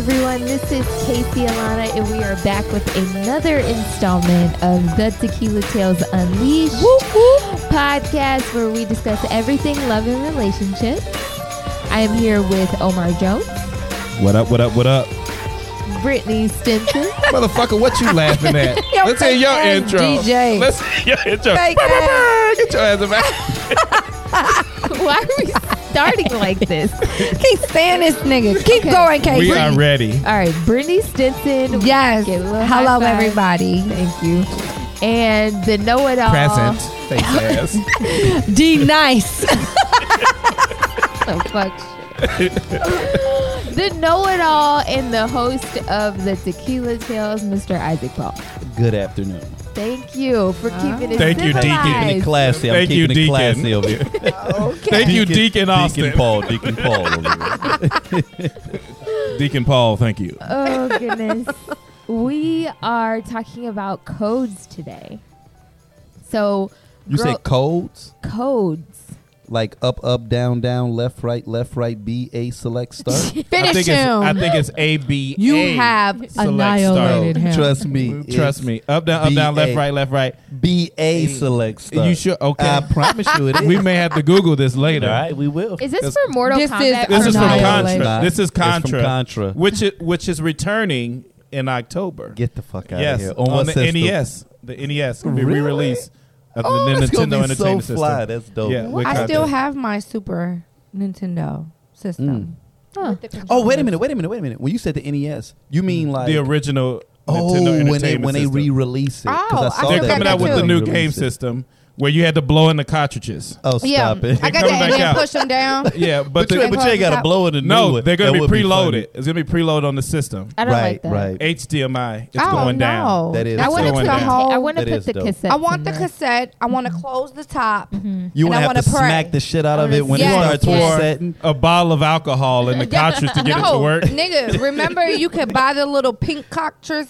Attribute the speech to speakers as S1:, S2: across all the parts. S1: This is Casey Alana, and we are back with another installment of the Tequila Tales Unleashed podcast, where we discuss everything love and relationships. I am here with Omar Jones,
S2: What up, what up, what up?
S1: Brittany Stinson,
S2: Motherfucker, what you laughing at?
S3: Your
S2: Let's hear your
S3: fake-ass
S2: intro.
S3: DJ.
S2: Let's hear your intro.
S3: Fake ass.
S2: Get your ass back.
S1: Why are we starting like this?
S3: Keep saying this nigga. Keep
S1: Okay.
S3: going, Kate.
S2: We are ready.
S1: All right, Brittany Stinson.
S3: Yes.
S1: Give a little high
S3: Hello,
S1: five.
S3: everybody.
S1: Thank you. And the know it all.
S2: Present. Fake ass.
S3: D nice.
S1: Oh, fuck shit. the know it all and the host of the Tequila Tales, Mr. Isaac Paul.
S4: Good afternoon.
S1: Thank you for keeping it
S2: Thank you, Deacon.
S4: Keeping it
S1: civilized.
S4: classy. I'm
S2: Thank you,
S4: keeping it
S2: Deacon.
S4: classy over here.
S2: Thank you, Deacon Austin.
S4: Deacon Paul. Deacon Paul. Over here.
S2: Deacon Paul, thank you.
S1: Oh goodness. we are talking about codes today. So
S4: You
S1: girl-
S4: said codes
S1: codes.
S4: like up, up, down, down, left, right, left, right, B, A, select, start.
S2: I
S3: Finish
S2: think it's, I
S3: him.
S2: think it's A B.
S3: You
S2: A.
S3: have
S2: start.
S3: annihilated him.
S4: Oh, Trust me.
S2: Trust me. Up down, up down, left, right, left, right.
S4: B, A, select, start.
S2: You sure? Okay.
S4: I promise you it is.
S2: we may have to Google this later.
S4: All Uh, right, we will.
S1: Is this
S2: This-
S1: for Mortal
S3: This
S1: Kombat?
S3: is
S2: This is from
S3: Annihilate.
S2: Contra. This is
S4: It's from
S2: Contra.
S4: Contra.
S2: Which is, which is returning in October.
S4: Get the fuck out
S2: yes,
S4: of here.
S2: on,
S4: what
S2: the E
S4: system?
S2: NES. The NES can be
S4: Really?
S2: re-released of
S4: Oh,
S2: the
S4: that's gonna
S2: Nintendo
S4: be
S2: Entertainment
S4: so
S2: System.
S4: fly. That's dope.
S2: Yeah, with
S3: I
S2: Contra.
S3: still have my Super Nintendo
S4: Mm.
S3: system.
S1: Huh.
S4: Oh, wait a minute. Wait a minute. Wait a minute. When you said the NES, you mean like
S2: the original Nintendo
S4: Oh,
S2: Entertainment
S4: when they when they
S2: System.
S4: re-release it. 'cause
S3: Oh, I
S4: saw
S2: They're
S4: that.
S3: forgot
S2: coming out with the
S3: too.
S2: new
S4: Re-release
S2: game
S4: it.
S2: system where you had to blow in the cartridges.
S4: Oh,
S3: Yeah.
S4: stop it.
S3: I got
S2: Come
S3: that and
S2: back
S3: then
S2: out.
S3: push them down.
S2: Yeah, but,
S4: But, you,
S2: the,
S4: but you ain't got to blow it in
S2: no,
S4: new one.
S2: they're
S4: That
S2: going to
S4: would
S2: be
S4: funny.
S2: preloaded. it's going to be preloaded on the system.
S1: I don't like
S4: Right,
S1: that.
S4: right.
S2: HDMI is
S3: I
S2: going
S3: don't
S2: down.
S3: know.
S4: That is
S1: I
S4: It's
S1: want to
S2: going
S1: put
S2: down.
S1: the whole. I want Mm-hmm. to
S4: That
S1: put
S4: is
S1: the
S4: dope.
S1: cassette.
S3: I want the
S1: cassette.
S3: cassette. I want to close the top.
S1: Mm-hmm.
S4: You
S3: And
S4: want
S3: I
S4: to have to
S3: wanna pray.
S4: smack the shit out of
S1: I
S4: it when
S3: wanna
S4: it starts
S3: pour-
S4: resetting.
S2: A bottle of alcohol in the cartridge to get it to
S3: no,
S2: work.
S3: nigga, remember you could buy the little pink cartridge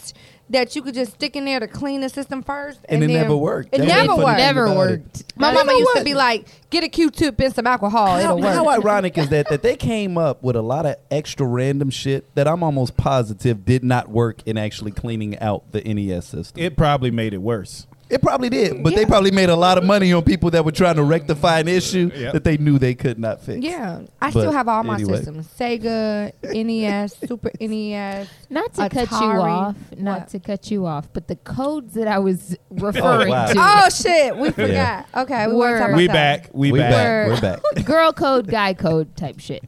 S3: that you could just stick in there to clean the system first,
S4: And it never worked.
S3: It
S4: That was the
S3: never
S4: funny
S3: worked.
S4: thing
S1: Never
S4: about it.
S1: worked.
S3: My
S4: You
S3: mama
S4: know
S3: used to
S4: what?
S3: be like, "Get a Q-tip and some alcohol.
S4: How,
S3: It'll work."
S4: how ironic is that that they came up with a lot of extra random shit that I'm almost positive did not work in actually cleaning out the NES system. It,
S2: It probably made it worse.
S4: probably did, but they
S3: Yeah.
S4: probably made a lot of money on people that were trying to rectify an issue
S2: Yep.
S4: that they knew they could not fix.
S3: yeah, I
S4: But
S3: still have all my
S4: anyway.
S3: systems: Sega, NES, Super E NES.
S1: Not to cut you
S3: Atari.
S1: off. Not
S3: What?
S1: to cut you off. But the codes that I was referring
S4: wow.
S1: to.
S3: Oh shit, we forgot. Okay, we
S1: Word.
S3: were
S2: We back. We,
S4: We
S2: back.
S4: back. We're back.
S1: girl code, guy code type shit.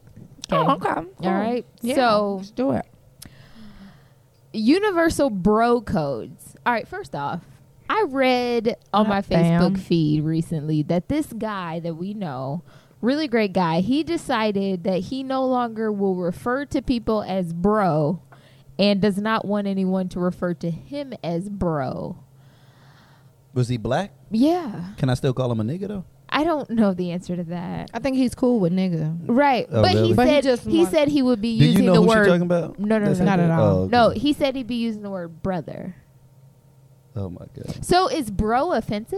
S3: Oh, okay. cool.
S1: All right.
S3: Yeah,
S1: So
S3: let's do it.
S1: universal bro codes. All right. First off, I read on my
S3: Ah, fam.
S1: Facebook feed recently that this guy that we know, really great guy, he decided that he no longer will refer to people as bro, and does not want anyone to refer to him as bro.
S4: Was he black?
S1: Yeah.
S4: Can I still call him a nigga though?
S1: I don't know the answer to that.
S3: I think he's cool with nigga.
S1: Right,
S4: Oh,
S1: but
S4: really?
S1: he
S3: But he
S1: said
S3: just
S1: he
S3: want-
S1: said he would be
S4: Do
S1: using
S4: you know
S1: the
S4: who
S1: word.
S4: you're talking about?
S1: No, no, no,
S4: That's
S1: no,
S3: Not
S4: okay.
S3: at all.
S4: Oh, okay.
S1: No, he said he'd be using the word brother.
S4: Oh my god.
S1: So is bro offensive?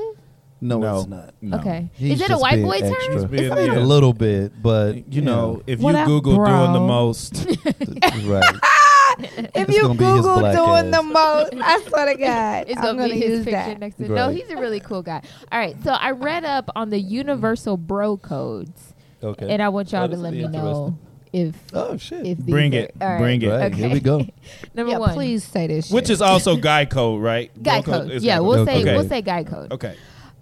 S4: No,
S2: No.
S4: it's not.
S2: No.
S1: Okay,
S4: He's
S1: is it a
S4: just
S1: white
S4: being
S1: boy
S4: extra.
S1: term?
S2: Being-
S1: It's not a-
S2: Yeah.
S4: A little bit, but
S2: You know, if
S3: What
S2: you
S3: up,
S2: Google
S3: bro?
S2: doing the most,
S4: know. right.
S3: If
S4: It's
S3: you
S4: gonna be his
S3: Google
S4: black
S3: doing
S4: ass.
S3: the most, I swear to God,
S1: It's
S3: I'm
S1: gonna, be his
S3: use
S1: picture
S3: that.
S1: next to. it. No,
S4: Right.
S1: he's a really cool guy. All right, so I read up on the universal bro codes,
S4: Okay.
S1: and I want y'all
S4: Oh,
S1: to
S4: this
S1: let
S4: will
S1: me
S4: be
S1: know if
S4: Oh shit.
S1: if these
S2: bring
S1: are-
S2: it,
S1: all right.
S2: bring it.
S4: Right,
S1: Okay.
S4: Here we go.
S1: Number
S3: Yeah,
S1: one,
S3: please say this. Shit.
S2: Which is also guy code, right?
S1: guy
S2: Bro
S1: code.
S2: is
S1: Yeah,
S2: guy
S1: we'll
S2: code.
S1: say
S2: okay.
S1: we'll say guy code.
S2: Okay.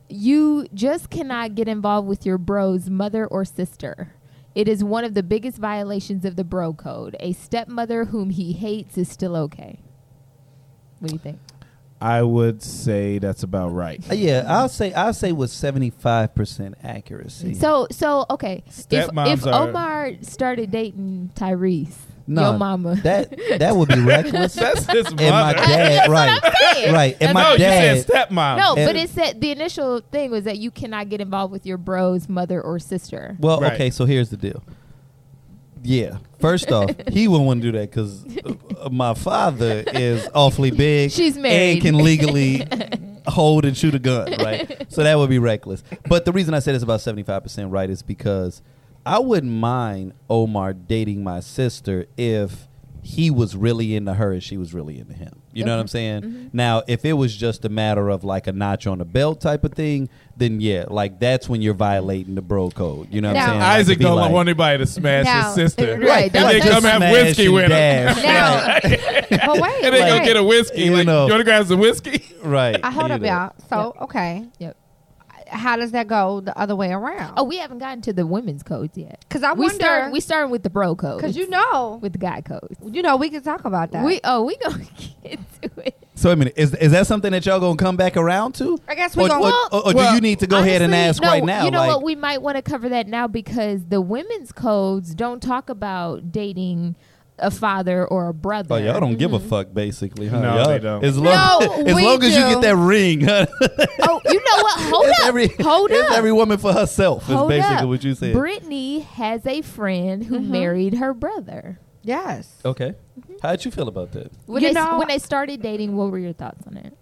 S1: You just cannot get involved with your bro's mother or sister. It is one of the biggest violations of the bro code. A stepmother whom he hates is still okay. What do you think?
S2: I would say that's about right.
S4: Uh, Yeah, I'll say I'll say with seventy five percent accuracy.
S1: So, so okay. If,
S2: Stepmoms
S1: if
S2: are-
S1: Omar started dating Tyrese,
S4: No,
S1: your mama,
S4: that that would be reckless.
S2: That's his mother.
S4: and my dad, right,
S1: saying.
S4: right, and
S2: no,
S4: my
S2: you
S4: dad.
S2: said stepmom.
S1: no, but
S4: and-
S1: it said the initial thing was that you cannot get involved with your bro's mother or sister.
S4: Well,
S2: Right.
S4: okay, so here's the deal. Yeah, first off, he wouldn't want to do that because my father is awfully big.
S1: She's married.
S4: and can legally hold and shoot a gun, right? So that would be reckless. But the reason I said it's about seventy five percent right is because I wouldn't mind Omar dating my sister if he was really into her and she was really into him. You know what I'm saying? Now, if it was just a matter of like a notch on the belt type of thing, then yeah, like that's when you're violating the bro code. You know what
S3: Now-
S4: I'm saying? Like,
S2: Isaac
S4: to be
S2: don't
S4: like-
S2: want anybody to smash
S3: Now-
S2: his sister.
S1: Right,
S2: And
S1: that
S2: they
S1: was-
S2: come have
S4: Smash
S2: whiskey
S4: and
S2: with him.
S4: dash.
S3: Now, but wait,
S2: And they
S3: wait.
S2: go get a whiskey.
S4: You
S2: like,
S4: know.
S2: you want to grab some whiskey?
S4: right.
S3: I hold
S4: you
S3: up,
S4: know.
S3: y'all. So okay,
S1: Yep.
S3: how does that go the other way around?
S1: Oh, we haven't gotten to the women's codes yet.
S3: 'Cause I
S1: we
S3: wonder-
S1: start we starting with the bro code
S3: because you know,
S1: with the guy codes.
S3: you know, we can talk about that.
S1: We oh we gonna get to it.
S4: So, I mean, is, is that something that y'all gonna come back around to?
S3: I guess
S4: Or,
S3: we
S4: or,
S3: gonna.
S4: or- or
S2: Well,
S4: do you need to go ahead and
S1: Honestly,
S4: ask
S1: no,
S4: right now?
S1: You know
S4: like,
S1: what? We might want to cover that now because the women's codes don't talk about dating a father or a brother.
S4: Oh, y'all don't give a fuck, basically, huh?
S2: No,
S4: Y'all-
S2: they don't.
S4: As long,
S3: No,
S4: as,
S3: we
S4: long as you
S3: do.
S4: get that ring, huh?
S1: Oh, you know what? Hold
S4: it's
S1: up.
S4: every,
S1: Hold
S4: it's
S1: up.
S4: every woman for herself, is
S1: Hold
S4: basically
S1: up.
S4: what you said.
S1: Brittany has a friend who married her brother.
S3: yes.
S4: okay.
S1: Mm-hmm.
S4: How'd you feel about that?
S1: When,
S3: You
S1: they,
S3: know-
S1: when they started dating, what were your thoughts on it?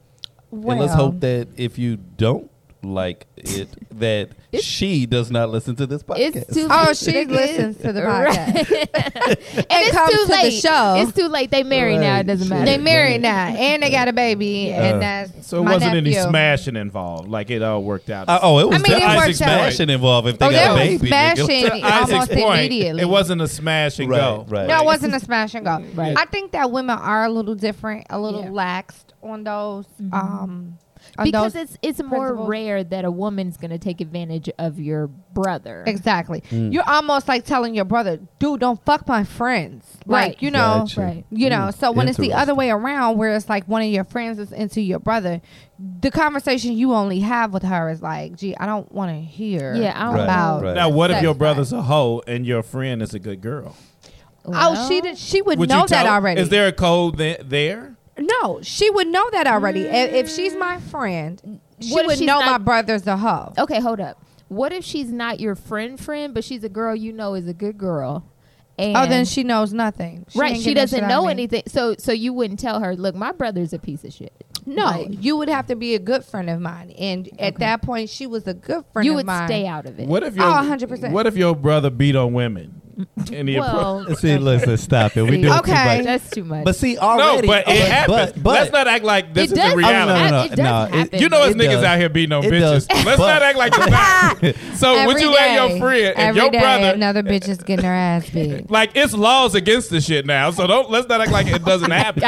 S3: Well,
S4: and let's hope that if you don't like it, that
S1: It's-
S4: she does not listen to this podcast.
S1: It's too
S3: Oh,
S1: late,
S3: she
S1: nigga.
S3: listens to the podcast.
S1: and
S3: And
S1: it's
S3: comes
S1: too
S3: to the
S1: late.
S3: show.
S1: It's too late. They married now. It
S4: Right,
S1: doesn't
S4: shit.
S1: matter.
S3: They married now, and they got a baby, and that's
S2: So it
S3: my
S2: wasn't
S3: nephew.
S2: any smashing involved. Like it all worked out.
S4: Uh, oh, it was
S3: I mean, it
S4: definitely
S3: works out.
S4: smashing involved if they
S3: Oh,
S4: got a
S3: they
S4: baby.
S3: was
S4: nigga.
S3: smashing
S2: to Isaac's
S3: almost
S2: point,
S3: immediately.
S2: it wasn't a smash and
S4: Right,
S2: go.
S4: right.
S3: No, it wasn't a smash and go.
S1: Right.
S3: I think that women are a little different, a little
S1: Yeah. Mm-hmm.
S3: laxed on those. Um, on
S1: because
S3: those-
S1: it's it's more
S3: principles.
S1: rare that a woman's going to take advantage of your brother.
S3: exactly, you're almost like telling your brother, "Dude, don't fuck my friends." Like
S1: Right.
S3: you know,
S4: Gotcha.
S1: Right.
S3: you know.
S4: Mm,
S3: So when it's the
S4: interesting.
S3: other way around, where it's like one of your friends is into your brother, the conversation you only have with her is like, "Gee, I don't want to hear."
S1: Yeah, I don't
S4: Right,
S3: about.
S4: right.
S2: Now, what if
S3: Sex
S2: your
S3: life.
S2: brother's a hoe and your friend is a good girl?
S3: Oh, she
S1: Well,
S3: did. She would,
S2: Would
S3: know
S2: you tell,
S3: that already.
S2: Is there a code th- there?
S3: No, she would know that already. If, if she's my friend, she
S1: Mm. What if
S3: would
S1: she's
S3: know
S1: not- Oh,
S3: my brother's a hoe.
S1: Okay, hold up. What if she's not your friend friend, but she's a girl you know is a good girl? And
S3: Oh, then she knows nothing.
S1: right,
S3: ain't
S1: she
S3: getting no
S1: doesn't
S3: shit out of
S1: know
S3: me.
S1: anything. So so you wouldn't tell her, look, my brother's a piece of shit.
S3: No,
S1: Like,
S3: you would have to be a good friend of mine. And at that point, she was a good friend
S1: you
S3: of
S1: would
S3: mine.
S1: stay out of it.
S2: What if
S3: Oh,
S2: your
S3: 100%.
S2: What if your brother beat on women? And he appro-
S1: Well,
S4: See, listen, stop it. We do
S3: Okay.
S4: too much.
S1: that's too much.
S4: But see,
S2: no,
S4: already,
S2: but it
S4: but-
S2: happens.
S4: But, but
S2: Let's not act like this
S1: it
S2: is
S1: does.
S2: the
S4: no,
S2: reality.
S4: no, no,
S1: it does
S4: no, it-
S1: happen.
S2: You know, it's
S4: It
S2: niggas
S4: does.
S2: out here beating on
S4: It
S2: bitches.
S4: does.
S2: Let's
S4: But-
S2: not act like it's not. So would
S3: Every
S2: you let your
S3: day.
S2: friend and
S3: Every
S2: your
S3: day
S2: brother?
S3: Another bitch is getting her ass beat.
S2: Like it's laws against the shit now. So don't let's not act like it doesn't happen.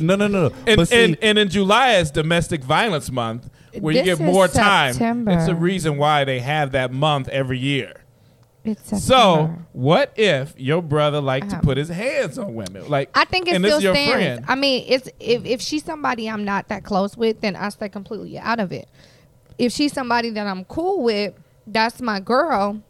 S4: no, no, no, no.
S2: And,
S4: but see,
S2: and and in July is Domestic Violence Month, where you
S3: This
S2: get more
S3: is
S2: time.
S3: September.
S2: It's a reason why they have that month every year.
S3: It's
S2: So
S3: September.
S2: what if your brother liked to
S3: Um,
S2: put his hands on women? Like
S3: I think it
S2: and
S3: still
S2: this is your
S3: stands.
S2: friend.
S3: I mean, it's if, if she's somebody I'm not that close with, then I stay completely out of it. If she's somebody that I'm cool with, that's my girl.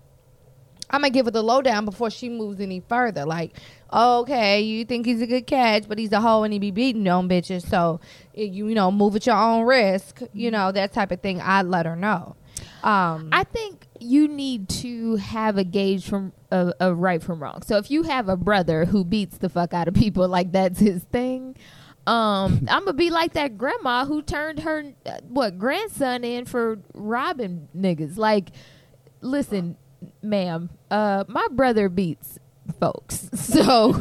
S3: I'm gonna give her the lowdown before she moves any further. Like, oh, okay, you think he's a good catch, but he's a hoe and he be beating on bitches. So eh, you you know, move at your own risk. You know that type of thing. I let her know. Um,
S1: I think you need to have a gauge from of of right from wrong. So if you have a brother who beats the fuck out of people, like that's his thing. Um, I'm gonna be like that grandma who turned her uh, what grandson in for robbing niggas. Like, listen, ma'am, uh, my brother beats folks, so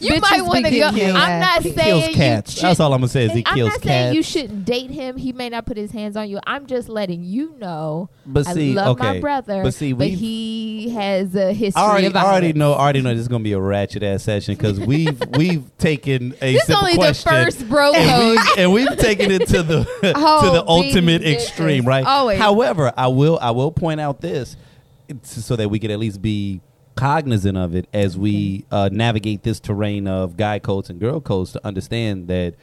S1: you
S3: Bitches
S1: might want to
S3: be
S1: go.
S3: getting killed.
S1: I'm not
S4: he
S1: saying
S4: kills cats.
S1: you should
S4: That's all I'm gonna say is he
S1: I'm
S4: kills
S1: not
S4: cats.
S1: saying you shouldn't date him. He may not put his hands on you. I'm just letting you know.
S4: But see,
S1: I love my
S4: okay.
S1: brother,
S4: But see, we've-
S1: he has a history
S4: I already,
S1: of
S4: I already
S1: violence.
S4: know. I already know this is gonna be a ratchet ass session because we've we've taken a
S1: This is
S4: simple
S1: only
S4: question
S1: the first bro
S4: and,
S1: code.
S4: we, and we've taken it to the to
S3: Oh,
S4: the ultimate
S3: baby,
S4: extreme,
S3: goodness.
S4: right?
S3: Always.
S4: However, I will I will point out this it's so that we could at least be cognizant of it as we uh, navigate this terrain of guy codes and girl codes to understand that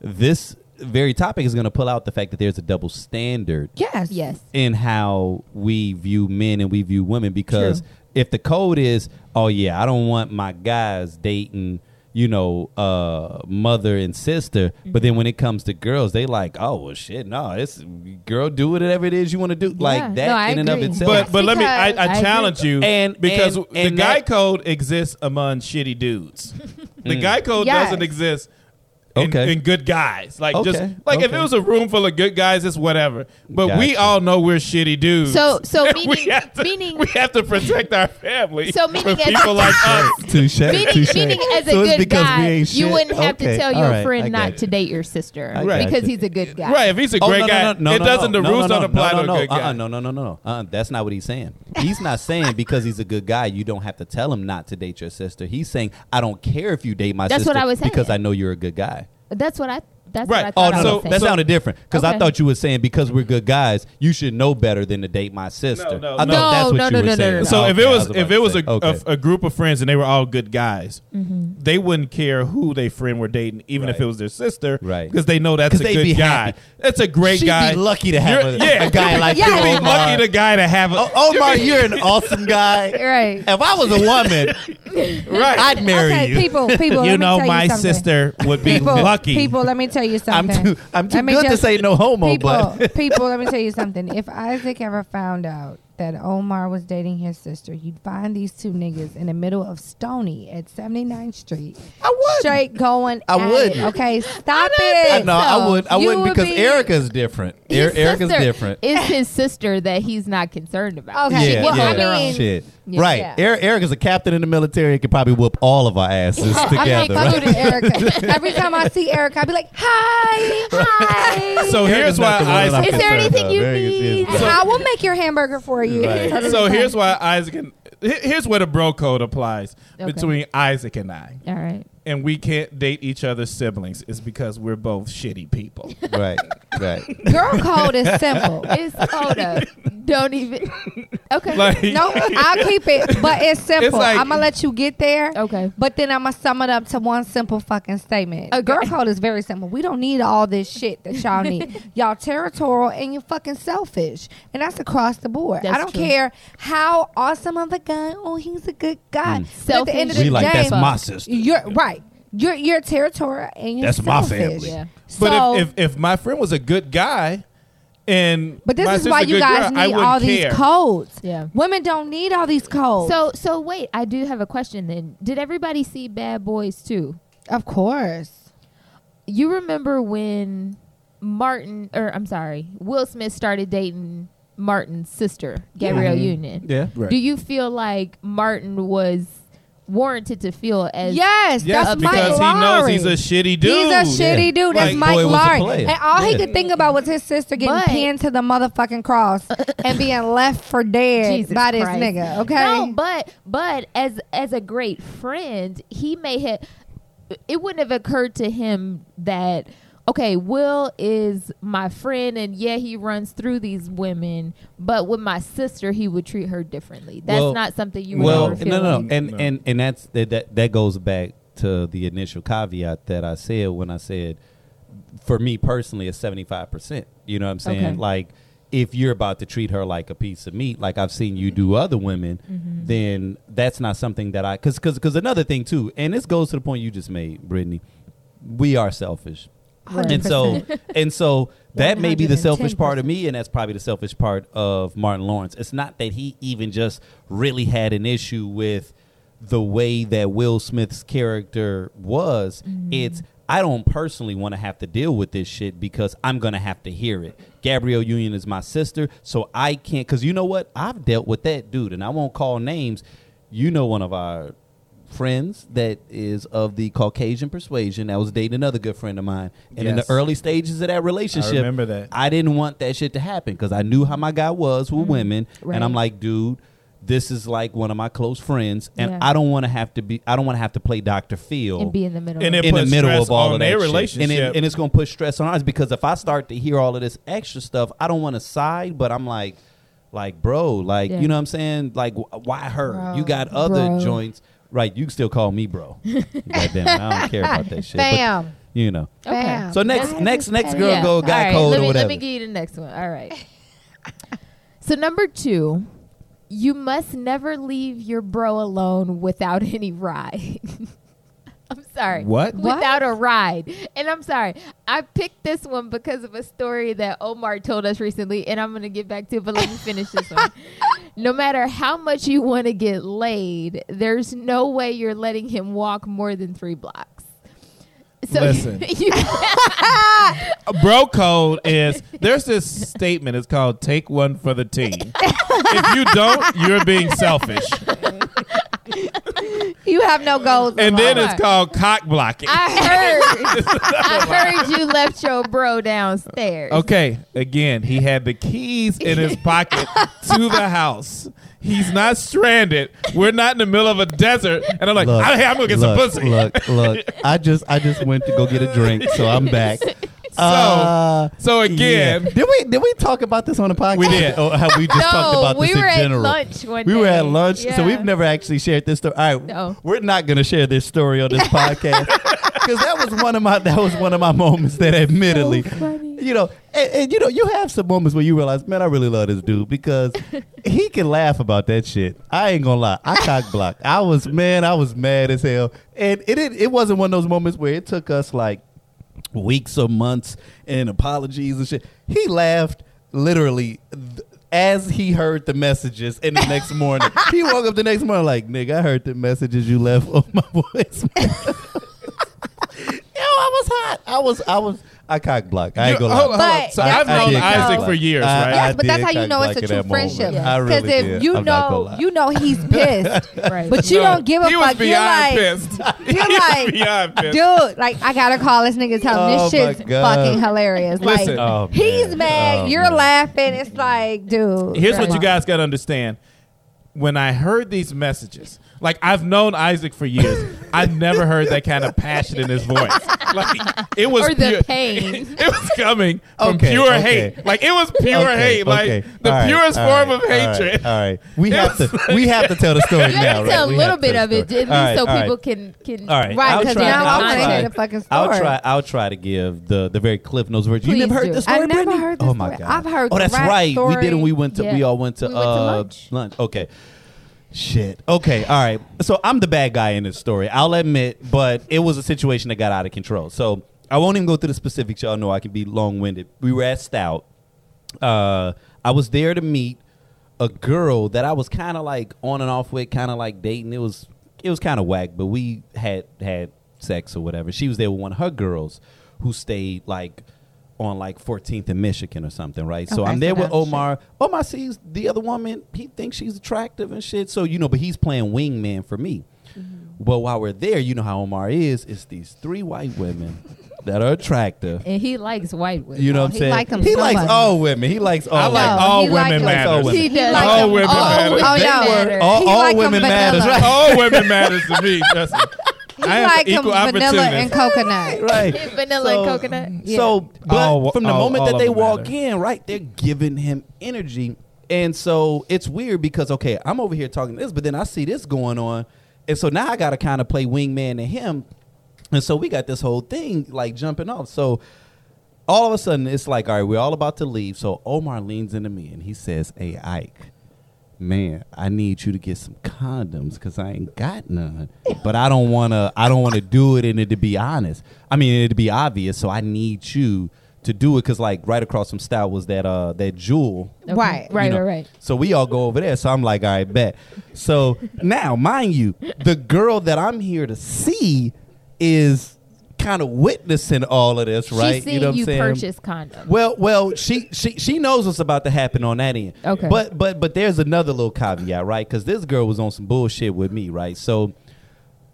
S4: this very topic is going to pull out the fact that there's a double standard
S3: yes,
S1: yes.
S4: in how we view men and we view women because
S3: True.
S4: if the code is oh yeah i don't want my guys dating you know uh mother and sister but
S1: Mm-hmm.
S4: then when it comes to girls they like oh well shit no it's girl do whatever it is you want to do
S1: Yeah.
S4: like that
S1: No, I
S4: in and of
S1: agree.
S4: itself
S2: but but let me. I,
S3: because-
S1: I
S2: I,
S1: agree.
S2: challenge you,
S4: And-
S2: because
S4: and-
S2: the
S4: and
S2: guy
S4: that-
S2: code exists among shitty dudes, the guy code
S3: Yes.
S2: doesn't exist and,
S4: Okay.
S2: and good guys. Like
S4: Okay,
S2: just like if
S4: okay.
S2: it was a room full of good guys, it's whatever. But we
S4: Gotcha.
S2: all know we're shitty
S4: Mm.
S2: dudes.
S1: So- so
S2: And
S1: meaning-
S2: we have to,
S1: meaning-
S2: we have to protect our family.
S1: So meaning
S2: from
S1: as-
S2: people like us.
S4: Touche.
S1: Meaning,
S4: touche.
S1: meaning as a
S4: So it's
S1: good
S4: because we
S1: guy,
S4: ain't
S1: you
S4: shit?
S1: wouldn't have to
S4: Okay,
S1: tell
S4: all
S1: your
S4: right, I
S1: friend
S4: got
S1: not
S4: it.
S1: to date your sister
S4: I
S2: got
S1: because
S4: you.
S1: he's a good guy.
S2: Right, if he's a
S4: Oh,
S2: great
S4: no, no,
S2: guy,
S4: no, no,
S2: it
S4: no,
S2: doesn't.
S4: no,
S2: the
S4: no,
S2: rules
S4: no,
S2: don't
S4: no,
S2: apply
S4: no,
S2: to
S4: no,
S2: a good
S4: uh-uh,
S2: guy.
S4: No, no, no, no, no. Uh-uh, that's not what he's saying. He's not saying because he's a good guy, you don't have to tell him not to date your sister. He's saying, I don't care if you date my
S1: That's
S4: sister
S1: what I was saying.
S4: because I know you're a good guy.
S1: That's what I. That's what
S2: Right.
S1: I
S4: Oh
S1: thought
S4: no,
S1: I
S4: no,
S1: was
S4: that
S1: saying.
S4: sounded different because
S1: Okay.
S4: I thought you were saying because we're good guys, you should know better than to date my sister.
S2: no,
S4: I
S2: no.
S4: thought that's
S1: No,
S4: what
S1: no,
S4: you
S1: no,
S4: were
S1: no, no,
S4: saying.
S1: no, no.
S2: So
S4: Okay,
S2: if
S4: I
S2: it was,
S4: about
S2: if
S4: to
S2: it was
S4: say,
S2: a,
S4: okay.
S2: a, a group of friends and they were all good guys,
S3: Mm-hmm.
S2: they wouldn't care who they friend were dating, even if
S4: Right.
S2: it was their sister,
S4: Right.
S2: because they know that's
S4: 'Cause
S2: a
S4: they'd
S2: good
S4: be
S2: guy.
S4: happy.
S2: That's a great
S4: She'd
S2: guy.
S4: be lucky to have
S2: You're-
S4: a,
S2: yeah.
S4: a guy like
S1: Yeah.
S4: you.
S2: You'd be
S4: Omar.
S2: lucky the guy to have a
S4: O- Omar, you're an awesome guy.
S3: Right.
S4: If I was a woman,
S2: right.
S4: I'd marry
S3: okay,
S4: you.
S3: people, people.
S2: you
S3: let me
S2: know,
S3: tell
S2: my
S3: something.
S2: sister would be
S3: People,
S2: lucky.
S3: people. Let me tell you
S4: I'm
S3: something.
S4: too I'm too
S3: Let me
S4: good to
S3: just-
S4: say no homo,
S3: people,
S4: but
S3: people, let me tell you something. If Isaac ever found out that Omar was dating his sister, you'd find these two niggas in the middle of Stony at 79th Street.
S4: I would.
S3: Straight going.
S4: I
S3: at
S4: wouldn't.
S3: It. Okay, stop
S1: don't
S4: I
S3: it.
S1: think
S4: know I
S1: so.
S4: would. I
S1: You
S4: wouldn't
S1: would
S4: because
S1: be-
S4: Erica's different.
S1: His
S4: Er- Erica's
S1: sister
S4: different.
S1: Is his sister that he's not concerned about?
S3: Okay,
S1: She
S4: Yeah,
S1: can
S3: well,
S1: have
S3: I
S1: her own.
S3: mean-
S4: shit.
S1: Yeah.
S4: Right.
S3: Yeah.
S4: Er- Eric is a captain in the military. He could probably whoop all of our asses
S3: I'm not talking
S4: together. right?
S3: to Erica. Every time I see Erica, I'd be like, hi, hi.
S1: Oh,
S2: So here's
S4: Erica's
S2: why
S4: not the one that I'm
S2: Isaac.
S1: Is there
S4: concerned
S1: anything
S4: about.
S1: you
S4: Eric is-
S1: need?
S4: is-
S3: I will make your hamburger for you.
S4: Right.
S2: So here's why Isaac. And, here- here's where the bro code applies
S1: Okay.
S2: between Isaac and I,
S1: All right.
S2: and we can't date each other's siblings. Is because we're both shitty people.
S4: Right. Right.
S3: Girl code is simple.
S1: It's soda. Don't even. Okay.
S2: Like
S3: No, I'll keep it, but it's simple.
S2: like-
S3: I'm gonna let you get there.
S1: Okay.
S3: But then I'm gonna sum it up to one simple fucking statement.
S1: Okay.
S3: A girl code is very simple. We don't need all this shit that y'all need. y'all territorial and you're fucking selfish, and that's across the board.
S1: That's
S3: I don't
S1: true.
S3: care how awesome of a guy. Oh, he's a good guy. But at the end
S1: Mm. Selfish.
S3: of the
S4: We like
S3: day,
S4: that's my sister.
S3: you're right. You're you're territorial and you're
S4: That's my
S3: selfish.
S4: family.
S1: Yeah.
S3: So,
S2: But if, if if my friend was a good guy, and
S3: But this
S2: my
S3: is
S2: sister
S3: why
S2: a
S3: you
S2: good
S3: guys
S2: girl, I
S3: need
S2: wouldn't
S3: all
S2: care.
S3: these codes.
S1: Yeah.
S3: Women don't need all these codes.
S1: So so wait, I do have a question then. Did everybody see Bad Boys too?
S3: of course.
S1: You remember when Martin or I'm sorry, Will Smith started dating Martin's sister, Gabrielle Union.
S4: Yeah.
S2: Mm-hmm. Right.
S1: Do you feel like Martin was warranted to feel as
S3: Yes,
S2: Yes,
S3: that's Mike
S2: because he knows
S3: Lowry.
S2: he's a shitty dude.
S3: He's a shitty dude. That's
S2: Like,
S3: Mike
S4: boy was a
S3: Lowry.
S4: player.
S3: And all he
S4: Yeah.
S3: could think about was his sister getting
S1: But-
S3: pinned to the motherfucking cross and being left for dead
S1: Jesus
S3: by this
S1: Christ.
S3: nigga. Okay.
S1: No, but but as as a great friend, he may have it wouldn't have occurred to him that okay, Will is my friend and yeah, he runs through these women, but with my sister he would treat her differently. That's
S4: Well-
S1: not something you would
S4: Well,
S1: ever feel
S4: no, no,
S1: like-
S4: and
S2: No.
S4: and and that's that, that that goes back to the initial caveat that I said when I said, for me personally, it's seventy five percent. You know what I'm saying?
S1: Okay.
S4: Like, if you're about to treat her like a piece of meat, like I've seen you do other women,
S1: Mm-hmm.
S4: then that's not something that I because because because another thing too, and this goes to the point you just made, Brittany. We are selfish. And so, and so that may be the selfish part of me, and that's probably the selfish part of Martin Lawrence. It's not that he even just really had an issue with the way that Will Smith's character was.
S2: Mm-hmm.
S4: It's I don't personally want to have to deal with this shit because I'm gonna have to hear it. Gabrielle Union is my sister, so I can't. Because you know what? I've dealt with that dude, and I won't call names. You know, one of our friends that is of the Caucasian persuasion that was dating another good friend of mine. And in the
S2: Yes.
S4: early stages of that relationship,
S2: remember that.
S4: I didn't want that shit to happen because I knew how my guy was with women.
S1: Mm-hmm. Right.
S4: And I'm like, dude, this is like one of my close friends. And
S1: Yeah.
S4: I don't want to have to be, I don't want to have to play Dr. Phil
S1: and be in the middle.
S2: And
S1: of it.
S2: it-
S4: in the
S2: puts
S4: middle
S2: stress
S4: of all
S2: on
S4: of
S2: their
S4: that shit. And,
S2: relationship.
S4: it, and it's going to put stress on ours because if I start to hear all of this extra stuff, I don't want to side, but I'm like, like, bro, like,
S1: Yeah.
S4: you know what I'm saying? Like, wh- why her?
S3: Bro.
S4: You got other
S1: Bro.
S4: joints. Right, you can still call me bro. Goddamn, I don't care about that shit. but,
S3: Bam.
S4: you know.
S1: Okay.
S4: So next, next, next girl
S1: Yeah.
S4: go guy
S1: All right,
S4: code
S1: let me,
S4: or
S1: Let
S4: whatever.
S1: me give you the next one. All right. so number two, you must never leave your bro alone without any ride. I'm sorry.
S2: What?
S1: Without a ride. And I'm sorry. I picked this one because of a story that Omar told us recently, and I'm going to get back to it, but let me finish this one. No matter how much you want to get laid, there's no way you're letting him walk more than three blocks.
S5: So
S2: Listen.
S5: you,
S2: A bro code is there's this statement. It's called "Take one for the team." if you don't, you're being selfish.
S3: You have no goals.
S2: And then
S3: Lamar.
S2: it's called cock blocking.
S5: I heard, I heard you left your bro downstairs.
S2: Okay, again, he had the keys in his pocket to the house. He's not stranded. We're not in the middle of a desert. And I'm like,
S4: Look,
S2: "Out here, I'm gonna get some
S4: look,
S2: pussy.
S4: Look, look. I just I just went to go get a drink, so I'm back. So,
S2: So again,
S4: did we did we talk about this on the podcast?
S2: We did.
S4: Or have we just talked
S5: No,
S4: about
S5: we
S4: this
S5: were
S4: in
S5: at
S4: general?
S5: lunch one
S4: we
S5: day.
S4: were at lunch, so
S5: Yeah.
S4: we've never actually shared this story. All right,
S5: No.
S4: we're not going to share this story on this podcast because that was one of my that was one of my moments that, admittedly, you know, and, and you know, you have some moments where you realize, man, I really love this dude because he can laugh about that shit. I ain't gonna lie, I cock blocked. I was man, I was mad as hell, and it it, it wasn't one of those moments where it took us like weeks or months and apologies and shit. He laughed literally th- as he heard the messages in the next morning. he woke up the next morning like, nigga, I heard the messages you left on my voice. Yo, I was hot. I was, I was, I cock blocked. I ain't
S2: You-
S4: gonna
S2: hold on,
S4: lie.
S2: hold on.
S3: But-
S2: So
S3: Yeah,
S2: I've
S3: I
S2: known
S4: did
S5: cock
S2: Isaac
S5: block.
S2: for years,
S4: I-
S2: right?
S4: I
S3: Yes, but that's
S4: did
S3: how you
S4: cock
S3: know it's
S4: block
S3: a
S4: in
S3: true
S4: that moment.
S3: friendship.
S4: I
S3: Because
S4: really
S3: if
S4: did.
S3: you
S4: I'm not gonna
S3: know
S4: lie.
S3: you know he's pissed,
S5: Right.
S3: but you
S2: No,
S3: don't give a
S2: he was
S3: fuck. You're
S2: beyond
S3: like,
S2: pissed. He
S3: you're
S2: was
S3: like,
S2: beyond pissed.
S3: dude, like I gotta call this nigga. Tell him
S4: Oh,
S3: this shit's
S4: my God.
S3: fucking hilarious.
S2: Listen.
S3: like
S4: Oh,
S3: he's
S4: man.
S3: mad,
S4: Oh,
S3: you're
S4: man.
S3: laughing. It's like, dude.
S2: Here's what
S3: relax.
S2: you guys got to understand. When I heard these messages, like I've known Isaac for years, I never heard that kind of passion in his voice. Like it was
S5: Or the
S2: pure-
S5: pain.
S2: It was coming from
S4: Okay,
S2: pure
S4: okay.
S2: hate. Like it was pure
S4: Okay,
S2: hate. Like
S4: okay.
S2: the
S4: All right,
S2: purest
S4: all
S2: form
S4: right,
S2: of
S4: all right, Uh,
S2: hatred.
S4: All right, we
S2: It
S4: have
S2: was
S4: to we have to tell the story
S5: You
S4: now.
S5: have to tell
S4: right? We
S5: a little
S4: have to
S5: bit
S4: tell
S5: of
S4: the
S5: it, at
S4: story.
S5: least
S4: All right,
S5: so
S4: all right.
S5: people can can.
S4: All right,
S3: Right,
S4: I'll
S3: because
S4: try-
S3: now
S4: I'll
S3: I want to
S4: try-
S3: hear the fucking story.
S4: I'll try. I'll try to give the the very cliff notes version.
S5: Please
S4: you never heard
S5: do.
S4: the story,
S3: I've never
S4: Brittany?
S3: heard the
S4: Oh my
S3: story.
S4: god!
S3: I've heard
S4: Oh, that's
S3: rat
S4: right. We did,
S3: story.
S4: and we went to. We
S5: Yeah.
S4: all went to,
S5: We went to
S4: uh,
S5: lunch.
S4: Okay. Shit. Okay. All right. So I'm the bad guy in this story. I'll admit, but it was a situation that got out of control. So I won't even go through the specifics. Y'all know I can be long winded. We were at Stout. Uh, I was there to meet a girl that I was kind of like on and off with, kind of like dating. It was it was kind of whack, but we had had sex or whatever. She was there with one of her girls who stayed like on like 14th in Michigan or something, right? so
S3: Okay,
S4: I'm
S3: so
S4: there with
S3: now-
S4: Omar. Omar sees Oh, the other woman. He thinks she's attractive and shit. So you know, but he's playing wingman for me.
S3: Mm-hmm.
S4: But while we're there, you know how Omar is. It's these three white women that are attractive.
S5: And he likes white women.
S4: You know what I'm
S3: He
S4: saying?
S3: like 'em
S4: he
S3: so
S4: likes
S3: much.
S4: all women. He likes all.
S2: I like
S4: women.
S3: No,
S2: all
S3: he
S2: women
S3: likes-
S2: matters.
S4: He
S5: does.
S3: Like
S2: all
S3: them.
S2: women
S3: All
S2: matters.
S3: women. Oh,
S4: They
S3: yeah.
S4: were-
S5: Matter.
S4: all,
S3: He
S4: all
S3: like 'em
S4: women matters,
S3: vanilla.
S4: right?
S2: All women matters to me. Trust me. I have
S3: like
S2: the equal
S3: um, vanilla
S2: opportunity.
S3: and coconut.
S4: right.
S5: Vanilla and coconut? Yeah.
S4: So, but
S2: All-
S4: from the
S2: all-
S4: moment
S2: all
S4: that
S2: of
S4: they
S2: them
S4: walk
S2: matter.
S4: in, right, they're giving him energy. And so it's weird because, okay, I'm over here talking this, but then I see this going on. And so now I got to kind of play wingman to him. And so we got this whole thing like jumping off. So all of a sudden, it's like, all right, we're all about to leave. So Omar leans into me and he says, Hey, Ike, man, I need you to get some condoms because I ain't got none. But I don't wanna I don't wanna do it and it to be honest. I mean it to be obvious, so I need you to do it because like right across from Stout was that uh that jewel.
S5: Okay.
S3: Right.
S5: Right.
S4: you know.
S5: right. Right.
S4: So we all go over there. So I'm like, all right, bet. So now, mind you, the girl that I'm here to see is kind of witnessing all of this, right?
S5: She's seeing you,
S4: know what I'm saying?
S5: purchase condoms.
S4: Well, well, she she she knows what's about to happen on that end.
S5: Okay.
S4: But but but there's another little caveat, right? Because this girl was on some bullshit with me, right? So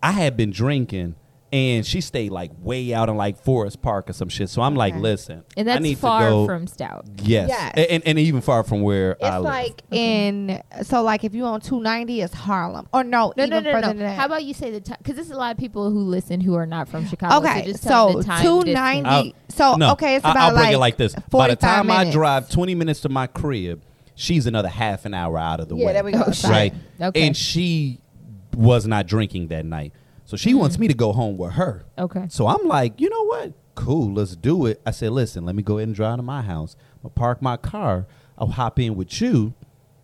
S4: I had been drinking, and she stayed like way out in like Forest Park or some shit. So I'm like,
S3: Okay.
S4: listen,
S5: and
S4: I
S5: that's
S4: need
S5: far
S4: to go,
S5: from stout.
S4: yes,
S3: Yes.
S4: A- And, and even far from where
S3: It's
S4: I live.
S3: like in so like if you on two ninety, it's Harlem or no,
S5: No, no,
S3: even
S5: no,
S3: further
S5: no.
S3: than that.
S5: How about you say the time? Because there's a lot of people who listen who are not from Chicago.
S3: Okay,
S5: so, just tell them
S3: so
S5: the time
S3: 290
S5: distance.
S4: I'll-
S3: So, okay, it's
S4: I-
S3: about
S4: I'll bring it
S3: like
S4: like this. By the
S3: 45
S4: time I
S3: minutes.
S4: drive 20 minutes to my crib, she's another half an hour out of the
S3: Yeah,
S4: way.
S3: there we go.
S5: Oh, shit.
S4: right?
S5: Okay.
S4: And she was not drinking that night. So she wants me to go home with her.
S5: Mm. Okay.
S4: So I'm like, you know what? Cool, let's do it. I said, listen, let me go ahead and drive to my house. I'll park my car. I'll hop in with you.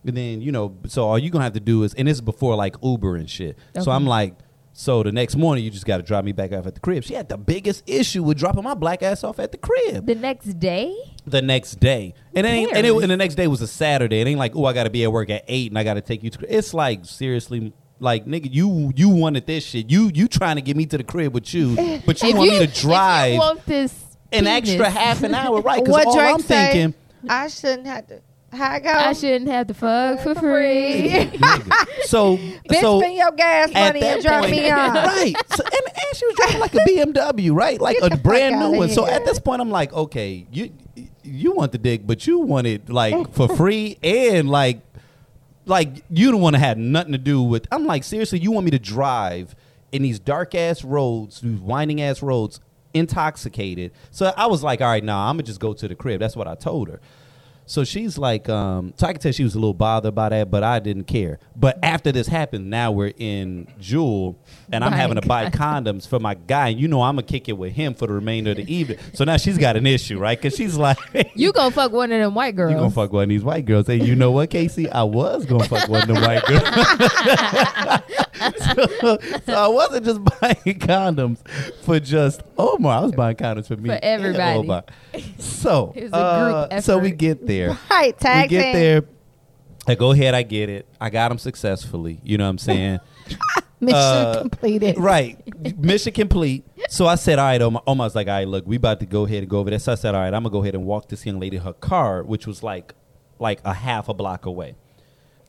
S4: And then, you know, so all you're going to have to do is, and this is before like Uber and shit.
S5: Okay.
S4: So I'm like, so the next morning, you just got to drop me back off at the crib. She had the biggest issue with dropping my black ass off at the crib
S5: The next day?
S4: the next day. And it ain't, and, it,
S5: cares?
S4: and the next day was a Saturday. It ain't like, oh, I got to be at work at eight and I got to take you to. It's like seriously, Like nigga, you you wanted this shit. You you trying to get me to the crib with you, but you
S5: If
S4: want
S5: you-
S4: me
S5: if
S4: to
S5: you
S4: drive
S5: want this
S4: an
S5: penis,
S4: extra half an hour, right? Because
S3: What
S4: all
S3: Drake
S4: I'm
S3: say?
S4: thinking,
S3: I shouldn't have to. How I go?
S5: I shouldn't have to fuck for free.
S4: nigga. so
S3: Bitch,
S4: so
S3: spend your gas
S4: at
S3: money and
S4: that
S3: drop me off.
S4: Right. So, and, and she was driving like a BMW, right? Like
S3: Get the
S4: a
S3: fuck
S4: brand
S3: outta
S4: new one. So
S3: here.
S4: at this point, I'm like, okay, you you want the dick, but you want it like for free and like like you don't want to have nothing to do with. I'm like, seriously, you want me to drive in these dark ass roads, these winding ass roads, intoxicated? So I was like, all right, nah, I'm gonna just go to the crib. That's what I told her. So she's like, um, so I could tell she was a little bothered by that, but I didn't care. But after this happened, now we're in Jewel, and I'm
S5: Buying
S4: having to buy condoms for my guy. And you know, I'm gonna kick it with him for the remainder of the evening. So now she's got an issue, right? Because she's like,
S5: you gonna fuck one of them white girls.
S4: you gonna fuck one of these white girls. Hey, you know what, Casey? I was gonna fuck one of the white girls. so, so I wasn't just buying condoms for just Omar. I was buying condoms for me.
S5: For
S4: and
S5: everybody.
S4: Omar. So,
S5: It was a group
S4: uh, so we
S5: effort.
S4: get there.
S3: Right,
S4: We
S3: tag
S4: get
S3: team.
S4: there. I go ahead. I get it. I got him successfully. You know what I'm saying?
S3: Mission
S4: Uh,
S3: completed.
S4: Right. Mission complete. So I said, all right, Omar. Omar's like, all right, look, we about to go ahead and go over there. So I said, all right, I'm going to go ahead and walk this young lady her car, which was like like a half a block away.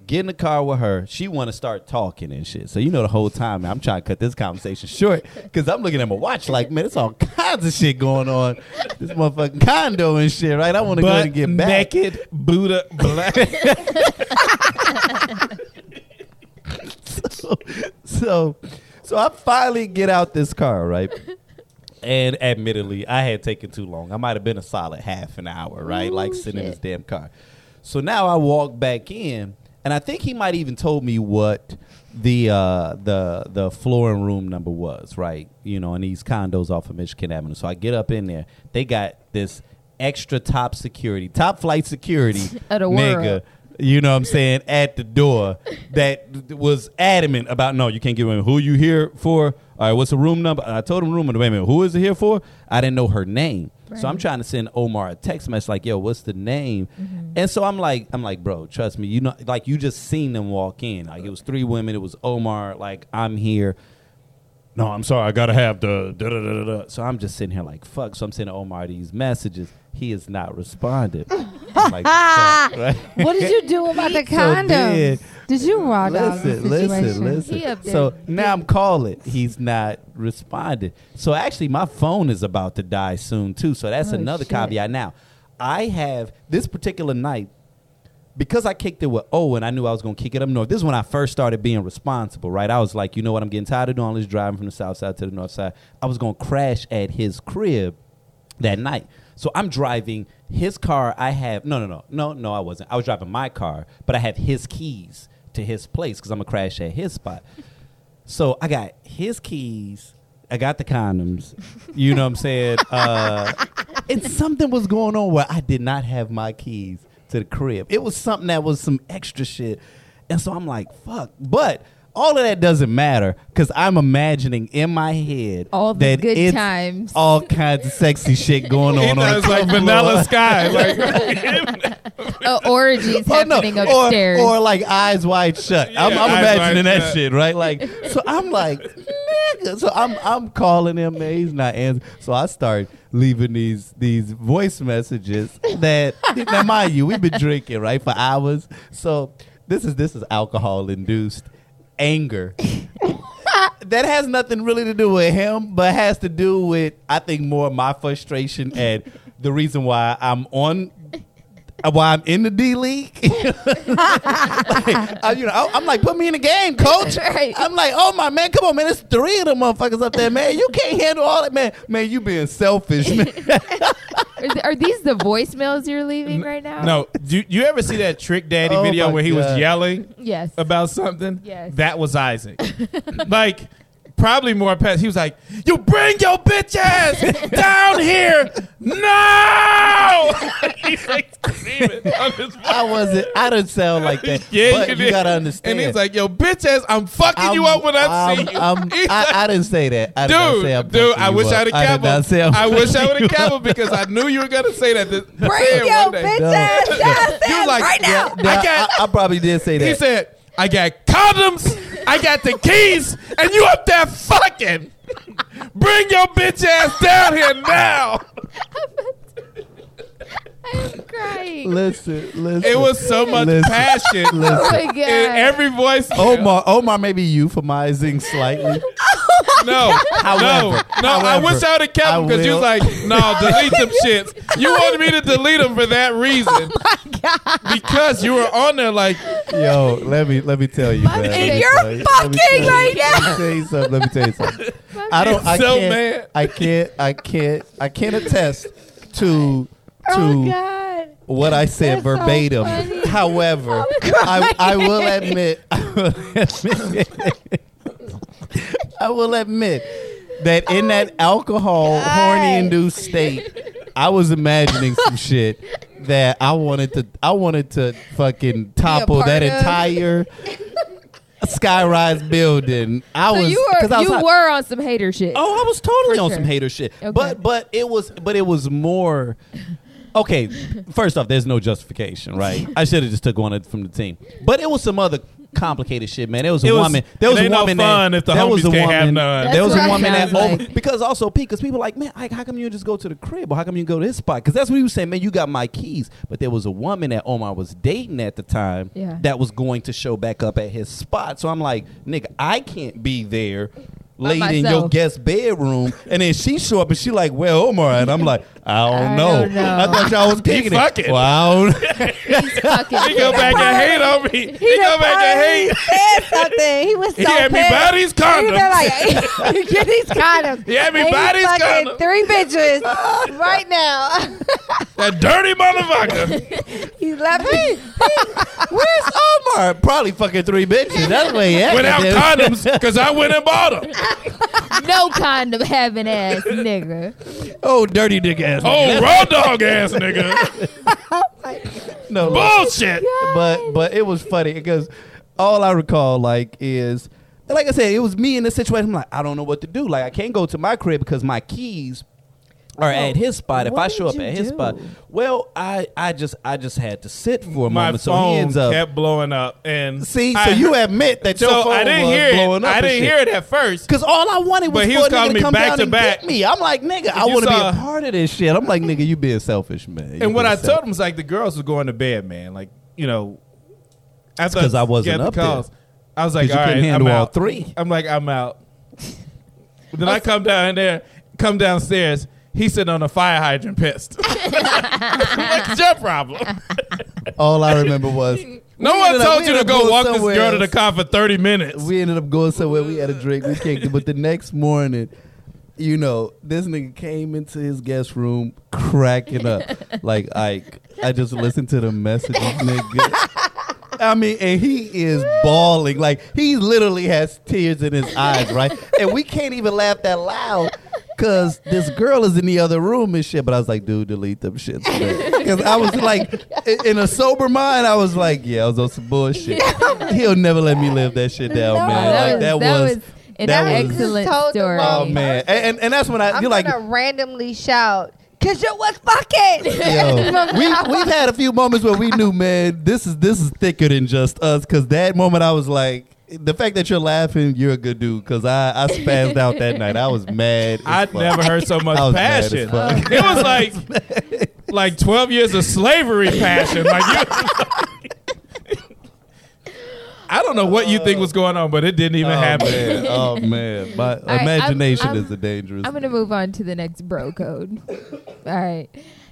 S4: Get in the car with her. She want to start talking and shit. So you know the whole time I'm trying to cut this conversation short because I'm looking at my watch like, man, it's all kinds of shit going on. This motherfucking condo and shit, right? I want to go ahead
S2: But
S4: and get back.
S2: naked Buddha black.
S4: so, so, so I finally get out this car, right? And admittedly, I had taken too long. I might have been a solid half an hour, right? like sitting in
S5: shit.
S4: this damn car. So now I walk back in, and I think he might even told me what the uh, the the floor and room number was, right? You know, in these condos off of Michigan Avenue. So I get up in there. They got this extra top security, top flight security,
S5: Of the
S4: nigga.
S5: world.
S4: You know what I'm saying? At the door that was adamant about no, you can't get in. Who you here for? All right, what's the room number? And I told him room number. Wait a minute, who is it here for? I didn't know her name, so I'm trying to send Omar a text message like, "Yo, what's the name?" And so I'm like, I'm like, bro, trust me, you know, like you just seen them walk in. Like it was three women. It was Omar. Like I'm here. No, I'm sorry. I gotta have the da da da da. da. So I'm just sitting here like fuck. So I'm sending Omar these messages. He has not responded. I'm like, fuck, right?
S3: What did you do about the
S4: condoms?
S3: condoms?
S4: dead.
S3: Did you raw dog the
S4: Listen, listen,
S3: situation?
S4: listen.
S5: He up there.
S4: So now I'm calling. He's not responding. So actually, my phone is about to die soon too. So that's
S5: Oh,
S4: another
S5: shit.
S4: caveat. Now, I have this particular night because I kicked it with Owen. I knew I was gonna kick it up north. This is when I first started being responsible. Right? I was like, you know what? I'm getting tired of doing all this driving from the south side to the north side. I was gonna crash at his crib that night. So I'm driving his car. I have no, no, no, no, no. I wasn't. I was driving my car, but I have his keys to his place because I'm gonna crash at his spot. So I got his keys. I got the condoms. You know what I'm saying? Uh, and something was going on where I did not have my keys to the crib. It was something that was some extra shit. And so I'm like, fuck. But all of that doesn't matter because I'm imagining in my head
S5: All the
S4: that
S5: good
S4: it's
S5: times.
S4: all kinds of sexy shit going on.
S2: It
S4: on
S2: was
S4: the
S2: like
S4: floor.
S2: Vanilla Sky. Like
S5: Uh, orgies
S4: Oh, no.
S5: happening
S4: Or-
S5: upstairs.
S4: Or, like eyes wide shut. I'm,
S2: Yeah,
S4: I'm
S2: eyes
S4: imagining
S2: wide
S4: that
S2: shut.
S4: shit, right? Like, so I'm like, nigga. So I'm I'm calling him, man. He's not answering. So I start leaving these these voice messages that now mind you, we've been drinking right for hours. So this is this is alcohol induced anger that has nothing really to do with him, but has to do with I think more my frustration and the reason why I'm on. uh, Why I'm in the D League, Like, I- you know, I, am like, put me in the game, coach.
S5: Right.
S4: I'm like, oh my man, come on, man, it's three of them motherfuckers up there, man. You can't handle all that, man. Man, you being selfish, man.
S5: Are, th- are these the voicemails you're leaving right now?
S2: No, do you ever see that Trick Daddy
S4: Oh
S2: video
S4: my
S2: where he was
S4: God.
S2: yelling
S5: Yes.
S4: Uh,
S2: about something?
S5: Yes.
S2: That was Isaac. like, probably more past. He was like, You bring your bitch ass down here. No! He's like screaming on his
S4: I wasn't, I didn't sound like that.
S2: Yeah,
S4: but you,
S2: did.
S4: gotta understand.
S2: And he's like, Yo, bitch ass, I'm fucking you up when I see you.
S4: I'm-
S2: He's
S4: I,
S2: like-
S4: I didn't say that. I did not
S2: Dude,
S4: say I'm
S2: dude,
S4: fucking
S2: I
S4: you
S2: wish
S4: up.
S2: I'd have
S4: I did
S2: cabled.
S4: not say I'm
S2: I wish I would
S4: fucking you
S2: have
S4: up.
S2: cabled because I knew you were gonna say that. This,
S3: Bring
S2: then
S3: your
S2: one day.
S3: bitch
S4: No.
S3: ass
S2: You
S3: downstairs
S2: like-
S3: right now.
S2: I got-
S4: I, I probably did say that.
S2: He said, I got condoms I got the keys, and you up there fucking. Bring your bitch ass down here now.
S1: I'm crying.
S4: Listen, listen.
S2: It was so much
S4: Listen.
S2: passion
S4: Listen.
S1: oh
S4: Oh
S1: my god.
S2: in every voice.
S3: Oh
S4: Omar, Omar may be euphemizing slightly.
S2: No, no, no. I
S4: However,
S2: wish I would have kept
S4: I
S2: them because you
S4: will-
S2: was like, no, delete them shits. You wanted me to delete them for that reason.
S3: Oh
S2: Because you were on there like,
S4: Yo, let me let me tell you, man. Let me
S1: you're
S4: tell you. Let me
S3: fucking
S4: tell you.
S3: right
S4: Let me tell you something. Let me tell you something. I don't. I
S2: so
S4: can't.
S2: mad.
S4: I can't. I can't. I can't attest to to
S3: Oh God.
S4: what I
S3: That's
S4: said
S3: so
S4: verbatim.
S3: funny. Oh
S4: However, I, I will admit, I will admit, I will admit that
S3: Oh
S4: in that alcohol horny induced state, I was imagining some shit that I wanted to. I wanted to fucking topple
S3: part
S4: that
S3: of.
S4: entire. Skyrise building. I
S3: So
S4: was
S3: you
S4: 'cause
S3: were
S4: I was
S3: you
S4: hot.
S3: were on some hater shit.
S4: Oh, I was totally
S3: For
S4: on
S3: sure.
S4: some hater shit.
S1: Okay.
S4: But but it was but it was more Okay, first off, there's no justification, right? I should have just took one of- from the team. But it was some other complicated shit, man. There was a
S2: It was-
S4: woman. There
S2: it
S4: was a
S2: ain't no
S4: woman
S2: fun
S4: that,
S2: if the
S4: there was
S2: homies
S4: a
S2: can't have
S4: woman-
S2: none.
S4: There
S1: That's
S4: was
S1: what
S4: a
S1: it
S4: woman that
S1: sounds like.
S4: over because also Pete, because people like, man, Ike, how come you just go to the crib or how come you go to this spot? Because that's what he was saying, man. You got my keys, but there was a woman that Omar was dating at the time
S1: Yeah.
S4: that was going to show back up at his spot. So I'm like, nigga, I can't be there.
S1: By
S4: Laid in your
S1: myself.
S4: guest bedroom, and then she show up and she like, "Where Omar?" And I'm like, "I don't,
S1: I
S4: know.
S1: don't know.
S4: I thought y'all was kicking it.
S2: fucking.
S4: Well, I don't-
S1: He's fucking.
S2: he go back and hate on me. He, go back and hate.
S3: Said something. He was so
S2: He had me
S3: pissed.
S2: buy these
S3: He been
S2: condoms.
S3: like, "Hey, get these condoms.
S2: He had me
S3: And he
S2: buy these
S3: fucking
S2: condoms.
S3: Three bitches right now.
S4: "Ah."
S2: That dirty motherfucker.
S3: he left me.
S4: Where's Omar? Probably fucking three bitches. That's where he at.
S2: Without condoms, because I went and bought them.
S1: no condom having ass nigga.
S4: Oh, dirty dick ass.
S2: Oh, raw dog ass nigga.
S4: no, look.
S2: Bullshit.
S4: but but it was funny because all I recall like is like I said, it was me in this situation. I'm like, I don't know what to do. Like I can't go to my crib because my keys are at his spot. If I
S1: what
S4: show up
S1: did
S4: at
S1: you
S4: his
S1: do?
S4: spot, well, I I just I just had to sit for a
S2: My
S4: moment. so he
S2: phone
S4: ends up.
S2: kept blowing up, and
S4: See, so
S2: I-
S4: you admit that your
S2: so
S4: phone
S2: I didn't
S4: was
S2: hear
S4: blowing
S2: it.
S4: up.
S2: I didn't hear it at first.
S4: Cause all I wanted was
S2: But he
S4: for
S2: was
S4: a nigga
S2: calling
S4: to
S2: me
S4: come
S2: back
S4: down
S2: to
S4: and
S2: back.
S4: get me. I'm like, nigga, I
S2: you
S4: want to be
S2: saw-
S4: a part of this shit. I'm like, nigga, you being selfish, man. You
S2: And what
S4: being
S2: I
S4: selfish.
S2: told him was like the girls were going to bed, man. Like you know, I
S4: 'cause I wasn't up there.
S2: I was like,
S4: 'Cause you
S2: all right,
S4: couldn't handle
S2: I'm
S4: all
S2: out.
S4: three.
S2: I'm like, I'm out. then I come down there, come downstairs. He's sitting on a fire hydrant, pissed. What's your problem?
S4: All I remember was
S2: No
S4: we
S2: one
S4: ended up-
S2: told
S4: we
S2: you to
S4: ended up
S2: go
S4: going
S2: walk this
S4: somewhere
S2: girl to the
S4: else.
S2: car for 30 minutes.
S4: We ended up going somewhere. We had a drink. We kicked it. But the next morning, you know, this nigga came into his guest room cracking up. Like, Ike, I just listened to the messages, nigga. I mean, and he is bawling. Like, he literally has tears in his eyes, right? And we can't even laugh that loud because this girl is in the other room and shit. But I was like, dude, delete them shits. Because I was like, i- in a sober mind, I was like, yeah, I was on some bullshit. He'll never let me live that shit down,
S3: No.
S4: man.
S3: That
S4: like,
S1: was,
S4: that, was,
S1: an
S4: that was-
S1: excellent
S3: Just told the
S1: story.
S4: oh
S3: mom.
S4: man, and, and and that's when I
S3: I'm
S4: you're
S3: gonna
S4: like,
S3: randomly shout, "Cause you was fucking."
S4: yo, we we've had a few moments where we knew, man, this is this is thicker than just us. Because that moment, I was like. The fact that you're laughing, you're a good dude. Cause I, I spazzed out that night. I was mad. as
S2: I'd
S4: fuck.
S2: never heard so much
S4: I was mad as
S2: passion.
S4: fuck.
S2: It was like like twelve years of slavery passion. Like you, I don't know what you think was going on, but it didn't even
S4: oh,
S2: happen.
S4: Man. Oh man, my
S1: right, I'm-
S4: imagination
S1: I'm-
S4: is a dangerous.
S1: I'm gonna move on to the next bro code. All right,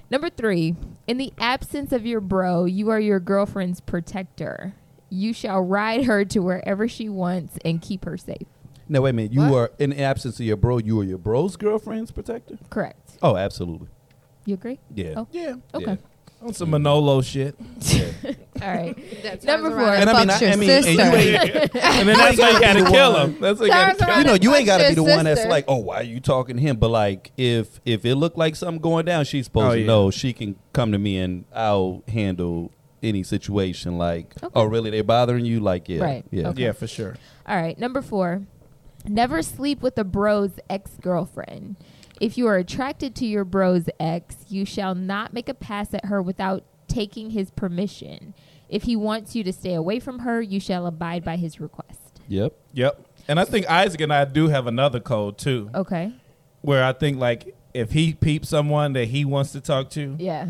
S1: number three. In the absence of your bro, you are your girlfriend's protector. You shall ride her to wherever she wants and keep her safe.
S4: no, wait a minute. You
S3: What?
S4: are in absence of your bro. You are your bro's girlfriend's protector.
S1: Correct.
S4: Oh, absolutely.
S1: You agree?
S4: Yeah.
S1: Oh,
S2: Yeah,
S1: Okay.
S2: on some Manolo shit.
S1: All right.
S3: That turns
S1: Number four.
S3: around
S1: And I
S4: mean,
S3: fucks
S4: I-
S3: your
S4: I mean, and you
S3: sister.
S4: ain't-
S2: and then that's how you gotta kill him. That's how you gotta
S3: Turns
S2: kill
S3: around
S4: you know, you ain't got to be
S3: Fuck
S4: the
S3: your
S4: one that's
S3: sister.
S4: like, oh, why are you talking to him? But like, if if it looked like something going down, she's supposed
S2: Oh,
S4: to
S2: yeah.
S4: know she can come to me and I'll handle any situation. Like,
S1: Okay.
S4: oh, really? They bothering you? Like, yeah,
S1: Right.
S4: yeah.
S1: Okay.
S2: Yeah, for sure.
S1: All right, number four. Never sleep with a bro's ex girlfriend. If you are attracted to your bro's ex, you shall not make a pass at her without taking his permission. If he wants you to stay away from her, you shall abide by his request.
S4: Yep.
S2: Yep. And I think Isaac and I do have another code too,
S1: Okay.
S2: where I think like if he peeps someone that he wants to talk to,
S1: Yeah.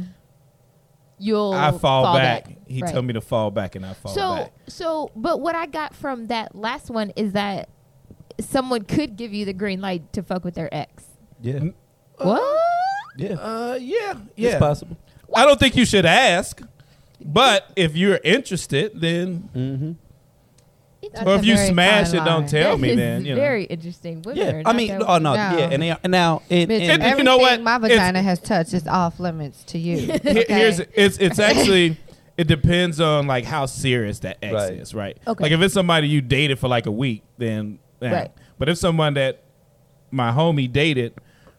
S1: You'll
S2: I fall, back. He
S1: Right.
S2: told me to fall back, and I fall
S1: so
S2: back.
S1: so but what I got from that last one is that someone could give you the green light to fuck with their ex.
S4: Yeah.
S1: what?
S4: Yeah.
S2: Mm. Uh, yeah,
S4: It's
S2: yeah.
S4: possible.
S2: I don't think you should ask, but if you're interested, then
S4: Mm-hmm.
S1: Interesting.
S2: or if
S3: a
S2: you
S3: very
S2: smash it,
S3: fine
S2: don't
S3: line.
S2: tell
S1: That
S2: me.
S1: is
S2: Then you know.
S1: very interesting. Women
S4: Yeah.
S1: are
S4: I
S1: not
S4: mean,
S1: that
S4: oh no.
S3: No.
S4: Yeah. And now, and now, it,
S3: Bitch,
S4: and,
S2: you
S3: everything
S2: know what?
S3: my
S2: It's-
S3: vagina has touched is off limits to you.
S2: Here-
S3: okay?
S2: Here's it's it's actually it depends on like how serious that ex
S4: Right.
S2: is, right?
S1: Okay.
S2: Like if it's somebody you dated for like a week, then eh.
S1: Right.
S2: But if someone that my homie dated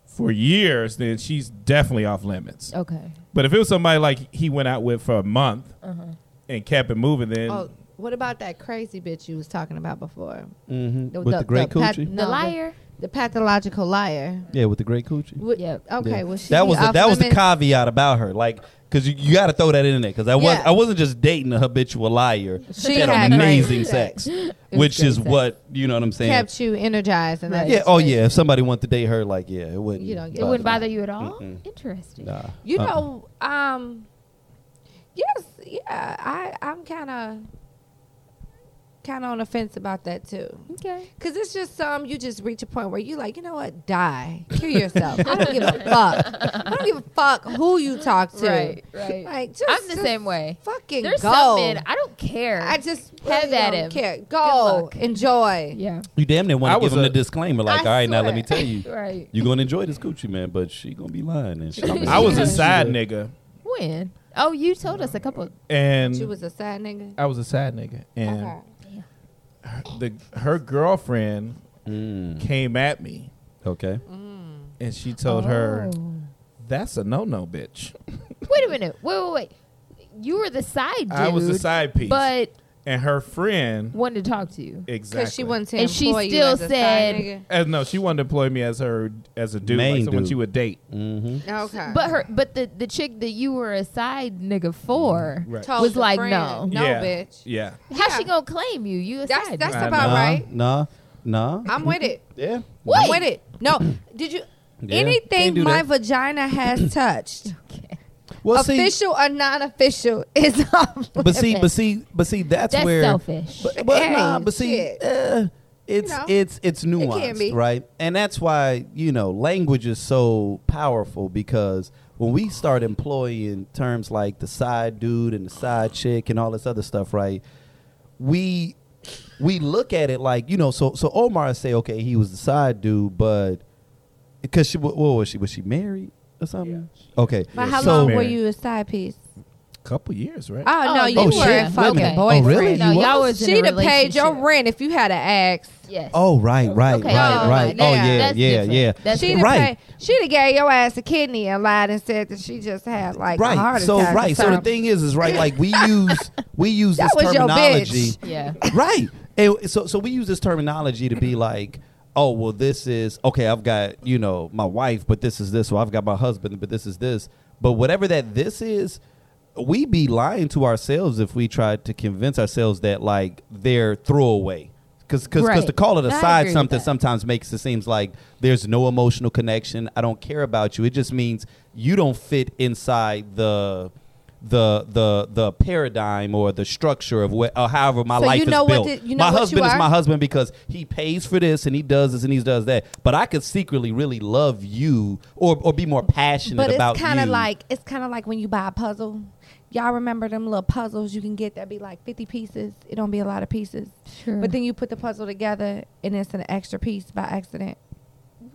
S2: for years, then she's definitely off limits.
S1: Okay.
S2: But if it was somebody like he went out with for a month and kept it moving, then
S3: Oh, what about that crazy bitch you was talking about before?
S4: Mhm.
S3: The-
S4: with the, great
S3: pat-
S4: coochie.
S3: no,
S1: the liar.
S3: the pathological liar.
S4: yeah, with the great coochie.
S3: Would-
S1: Yep.
S3: Okay,
S4: Yeah.
S3: well she
S4: that was the,
S3: off
S4: that was the
S3: limits-
S4: caveat about her, like because you, you got to throw that in there because I was
S3: Yeah.
S4: I wasn't just dating a habitual liar.
S3: She
S4: had,
S3: had
S4: amazing
S3: great
S4: sex,
S1: was
S4: which
S1: great
S4: is
S1: sex.
S4: what you know what I'm saying.
S3: kept you energized and that.
S4: yeah. Oh yeah. If somebody wanted to date her, like yeah, it wouldn't.
S3: You don't get
S1: It wouldn't bother you at all.
S4: Mm-mm.
S1: Interesting.
S4: Nah.
S3: You
S4: Uh-uh.
S3: know, um, yes, yeah. I I'm kind of kind of on the fence about that too.
S1: Okay.
S3: Cause it's just some you just reach a point where you like, you know what, die, kill yourself. I don't give a fuck. I don't give a fuck who you talk to.
S1: Right. Right.
S3: Like, just,
S1: I'm the
S3: just
S1: same way.
S3: Fucking
S1: There's
S3: go.
S1: some men I don't care.
S3: I just
S1: Have
S3: really
S1: at
S3: don't
S1: him.
S3: care.
S1: Good
S3: Go
S1: luck.
S3: enjoy.
S1: yeah.
S4: You damn near
S2: I
S4: want to
S2: was
S4: give them
S2: a-
S4: the disclaimer, like,
S3: I
S4: all right, now
S3: swear.
S4: let me tell you,
S1: Right.
S4: you're gonna enjoy this coochie, man, but she gonna be lying. And she gonna
S2: I was
S1: Yeah.
S2: a side nigga,
S1: When? Oh, you told us a couple.
S2: and
S3: You was a sad nigga.
S2: I was a side nigga, and
S3: Okay.
S2: the her girlfriend
S4: Mm,
S2: came at me,
S4: okay.
S2: and she told her
S1: Oh.
S2: that's a no no, bitch.
S1: Wait a minute. Wait, wait, wait. You were the side dude.
S2: I was the side piece,
S1: But
S2: and her friend
S1: wanted to talk to you.
S2: exactly
S3: Because she wanted to
S1: And she
S3: employ you
S1: still
S3: as a side
S1: said-
S3: nigga.
S2: As, no, she wanted to employ me as her as a dude, like
S4: Main
S2: someone
S4: dude.
S2: she would date.
S4: Mm-hmm.
S3: Okay.
S1: But her, but the the chick that you were a side nigga for.
S2: Right.
S3: Told
S1: was
S3: the
S1: like,
S3: friend,
S1: no.
S3: no,
S2: yeah.
S3: bitch.
S2: Yeah.
S1: How's
S3: Yeah.
S1: she gonna claim you? You a
S3: That's
S1: side
S3: that's
S1: nigga.
S2: I
S3: about
S2: know.
S3: right.
S4: Nah, nah.
S3: I'm with it.
S4: yeah.
S1: Wait.
S3: I'm with it. No, did you?
S4: Yeah, can't
S3: anything
S4: do
S3: my
S4: that.
S3: vagina has touched,
S1: Okay.
S4: Well, see,
S3: official or non-official, is off.
S4: but see, but
S1: Perfect.
S4: see, but see, that's,
S1: That's
S4: where.
S1: selfish.
S4: But, but
S3: Hey,
S4: nah, but see,
S3: shit.
S4: uh, it's
S3: You know,
S4: it's it's nuanced,
S3: can be.
S4: right? And that's why you know language is so powerful because when we start employing terms like the side dude and the side chick and all this other stuff, right? We we look at it like you know, so so Omar say, okay, he was the side dude, but because she what was she was she married or something? Okay,
S3: But how
S4: so
S3: long were
S2: Married.
S3: you a side piece?
S2: Couple years, right?
S3: Oh, no,
S1: Oh,
S3: you
S1: oh,
S3: were
S1: shit.
S3: a fucking
S1: Okay.
S4: Oh,
S3: boyfriend.
S4: really?
S1: No,
S4: You
S1: y'all was in a
S3: She'd have paid your
S1: relationship.
S3: rent if you had an axe.
S1: Yes.
S4: Oh right, right,
S1: Okay.
S4: right,
S1: Oh,
S4: right.
S1: now
S4: Oh yeah,
S1: that's
S4: yeah,
S1: different.
S4: yeah.
S1: That's
S3: She'd have
S4: right.
S3: paid- She'd have gave your ass a kidney and lied and said that she just had like a
S4: right.
S3: heart
S4: So
S3: attack. or
S4: right. So the
S3: something.
S4: thing is, is right. Like we use we use
S3: That
S4: this
S3: was your
S4: terminology.
S3: bitch.
S1: Yeah.
S4: right. And so so we use this terminology to be like, oh well, this is okay. I've got you know my wife, but this is this. Or I've got my husband, but this is this. But whatever that this is, we be lying to ourselves if we try to convince ourselves that like they're throwaway. Because because
S1: Right.
S4: to call it a
S1: I agree
S4: side
S1: with
S4: something
S1: that.
S4: sometimes makes it seems like there's no emotional connection. I don't care about you. It just means you don't fit inside the the the the paradigm or the structure of what or however my
S3: So you
S4: life
S3: know what
S4: is built.
S3: the- you know
S4: my
S3: what you
S4: husband is
S3: are?
S4: my husband because he pays for this and he does this and he does that. But I could secretly really love you or or be more passionate
S3: But
S4: about
S3: it's kind of
S4: you.
S3: like it's kind of like when you buy a puzzle. Y'all remember them little puzzles you can get that be like fifty pieces. It don't be a lot of pieces,
S1: Sure.
S3: but then you put the puzzle together and it's an extra piece by accident.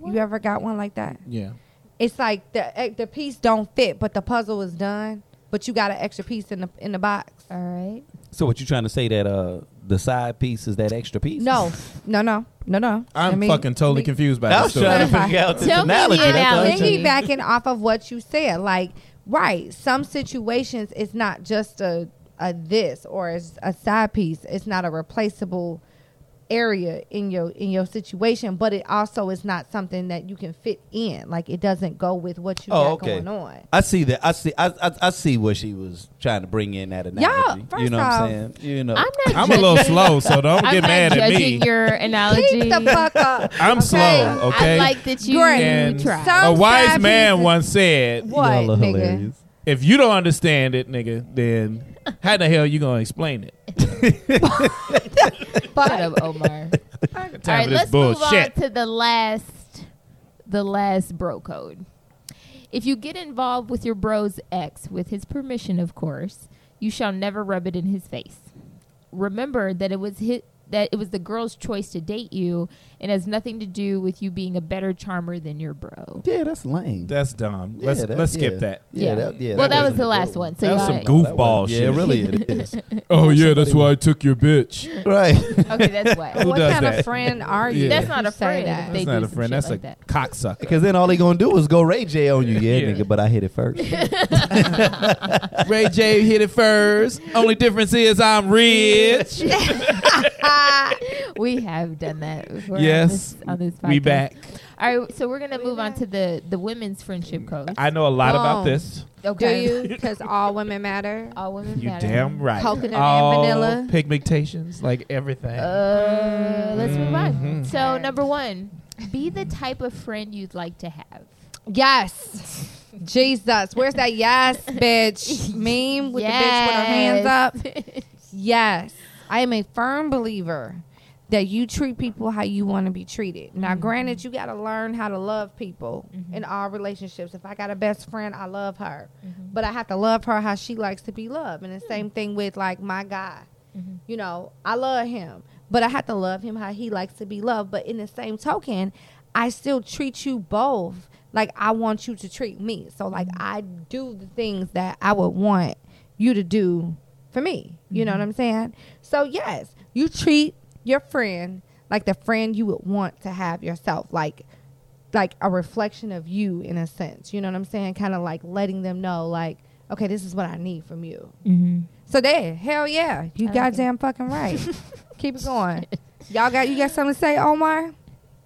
S3: You ever got one like that?
S2: yeah.
S3: It's like the eh, the piece don't fit, but the puzzle is done. But you got an extra piece in the in the box.
S1: All right.
S4: so what you trying to say that uh the side piece is that extra piece?
S3: No, no, no, no, no.
S2: I'm
S3: Let me-
S2: fucking totally
S3: let me-
S2: confused by
S4: I
S2: this
S4: was
S2: story.
S4: trying to figure out this
S1: Tell me the
S4: analogy. That's all I'm
S1: analogy.
S4: trying-
S3: piggybacking off of what you said, like right, some situations it's not just a a this or it's a side piece. It's not a replaceable. area in your in your situation, but it also is not something that you can fit in. Like it doesn't go with what you
S6: Oh,
S3: got
S6: okay.
S3: going on.
S6: I see that. I see. I, I I see what she was trying to bring in that analogy.
S3: first
S6: you know
S3: off,
S6: what I'm saying? You know.
S1: I'm not.
S2: Uh, I'm a little
S1: judging-
S2: slow, so don't
S1: I'm
S2: get
S1: not
S2: mad at me.
S1: judging your analogy.
S3: Keep the fuck up.
S2: I'm slow, okay?
S1: I like that you
S3: Great.
S2: And
S1: try.
S3: So-
S2: a wise
S3: Sometimes
S2: man
S3: it's-
S2: once said,
S3: What,
S6: Y'all are
S3: nigga?
S6: hilarious.
S2: "If you don't understand it, nigga, then how the hell you gonna explain it?"
S1: Shut
S3: But
S1: up, Omar. All
S2: Time
S1: right,
S2: for this
S1: let's
S2: bullshit.
S1: move on to the last, the last bro code. If you get involved with your bro's ex, with his permission, of course, you shall never rub it in his face. Remember that it was his, that it was the girl's choice to date you, and has nothing to do with you being a better charmer than your bro.
S4: Yeah, that's lame.
S2: That's dumb.
S4: Yeah,
S2: let's
S4: that-
S2: let's skip
S4: yeah.
S2: that.
S4: Yeah, that- yeah,
S1: well,
S4: that
S1: that was
S4: wasn't
S1: the
S4: a
S1: last
S4: good
S1: one. So
S2: That was
S1: y'all-
S2: some goofball
S4: yeah,
S2: shit.
S4: it really it is.
S2: Oh yeah, that's why I took your bitch.
S4: right.
S1: okay, that's why.
S2: Who
S3: what
S2: does
S3: kind
S2: that?
S3: of friend are you?
S2: Yeah.
S1: That's
S3: if
S1: not
S3: you
S1: a
S3: say
S1: friend. They
S3: that?
S2: That's
S1: do
S2: not a
S1: some
S2: friend.
S1: shit
S2: That's
S1: like
S2: a
S1: that.
S2: cocksucker.
S4: Because then all they gonna do is go Ray J on you. Yeah,
S2: Yeah.
S4: nigga, but I hit it first.
S2: Ray J hit it first. Only difference is I'm rich.
S1: we have done that before.
S2: Yes,
S1: on this, on this podcast.
S2: we back.
S1: All right, so we're gonna move on to the the women's friendship code.
S2: I know a lot about
S3: Oh.
S2: this.
S3: Do
S1: Okay,
S3: you? Because all women matter.
S1: all women
S2: You
S1: matter.
S2: damn right.
S3: Coconut and
S2: All
S3: vanilla.
S2: pigmentations, like everything.
S1: Uh, let's move on.
S2: Mhm.
S1: So number one, be the type of friend you'd like to have.
S3: Yes. Jesus. Where's that yes, bitch? Meme with the bitch with her hands up. Yes. I am a firm believer that you treat people how you want to be treated. Now, granted, you got to learn how to love people in all relationships. If I got a best friend, I love her. But I have to love her how she likes to be loved. And the same thing with, like, my guy. You know, I love him, but I have to love him how he likes to be loved. But in the same token, I still treat you both like I want you to treat me. So, like, I do the things that I would want you to do for me. You know what I'm saying? So, yes, you treat your friend like the friend you would want to have yourself. Like, like a reflection of you in a sense. You know what I'm saying? Kind of like letting them know, like, okay, this is what I need from you. So there, hell yeah, you
S1: I like
S3: goddamn fucking right. Keep it going. Y'all got you got something to say, Omar?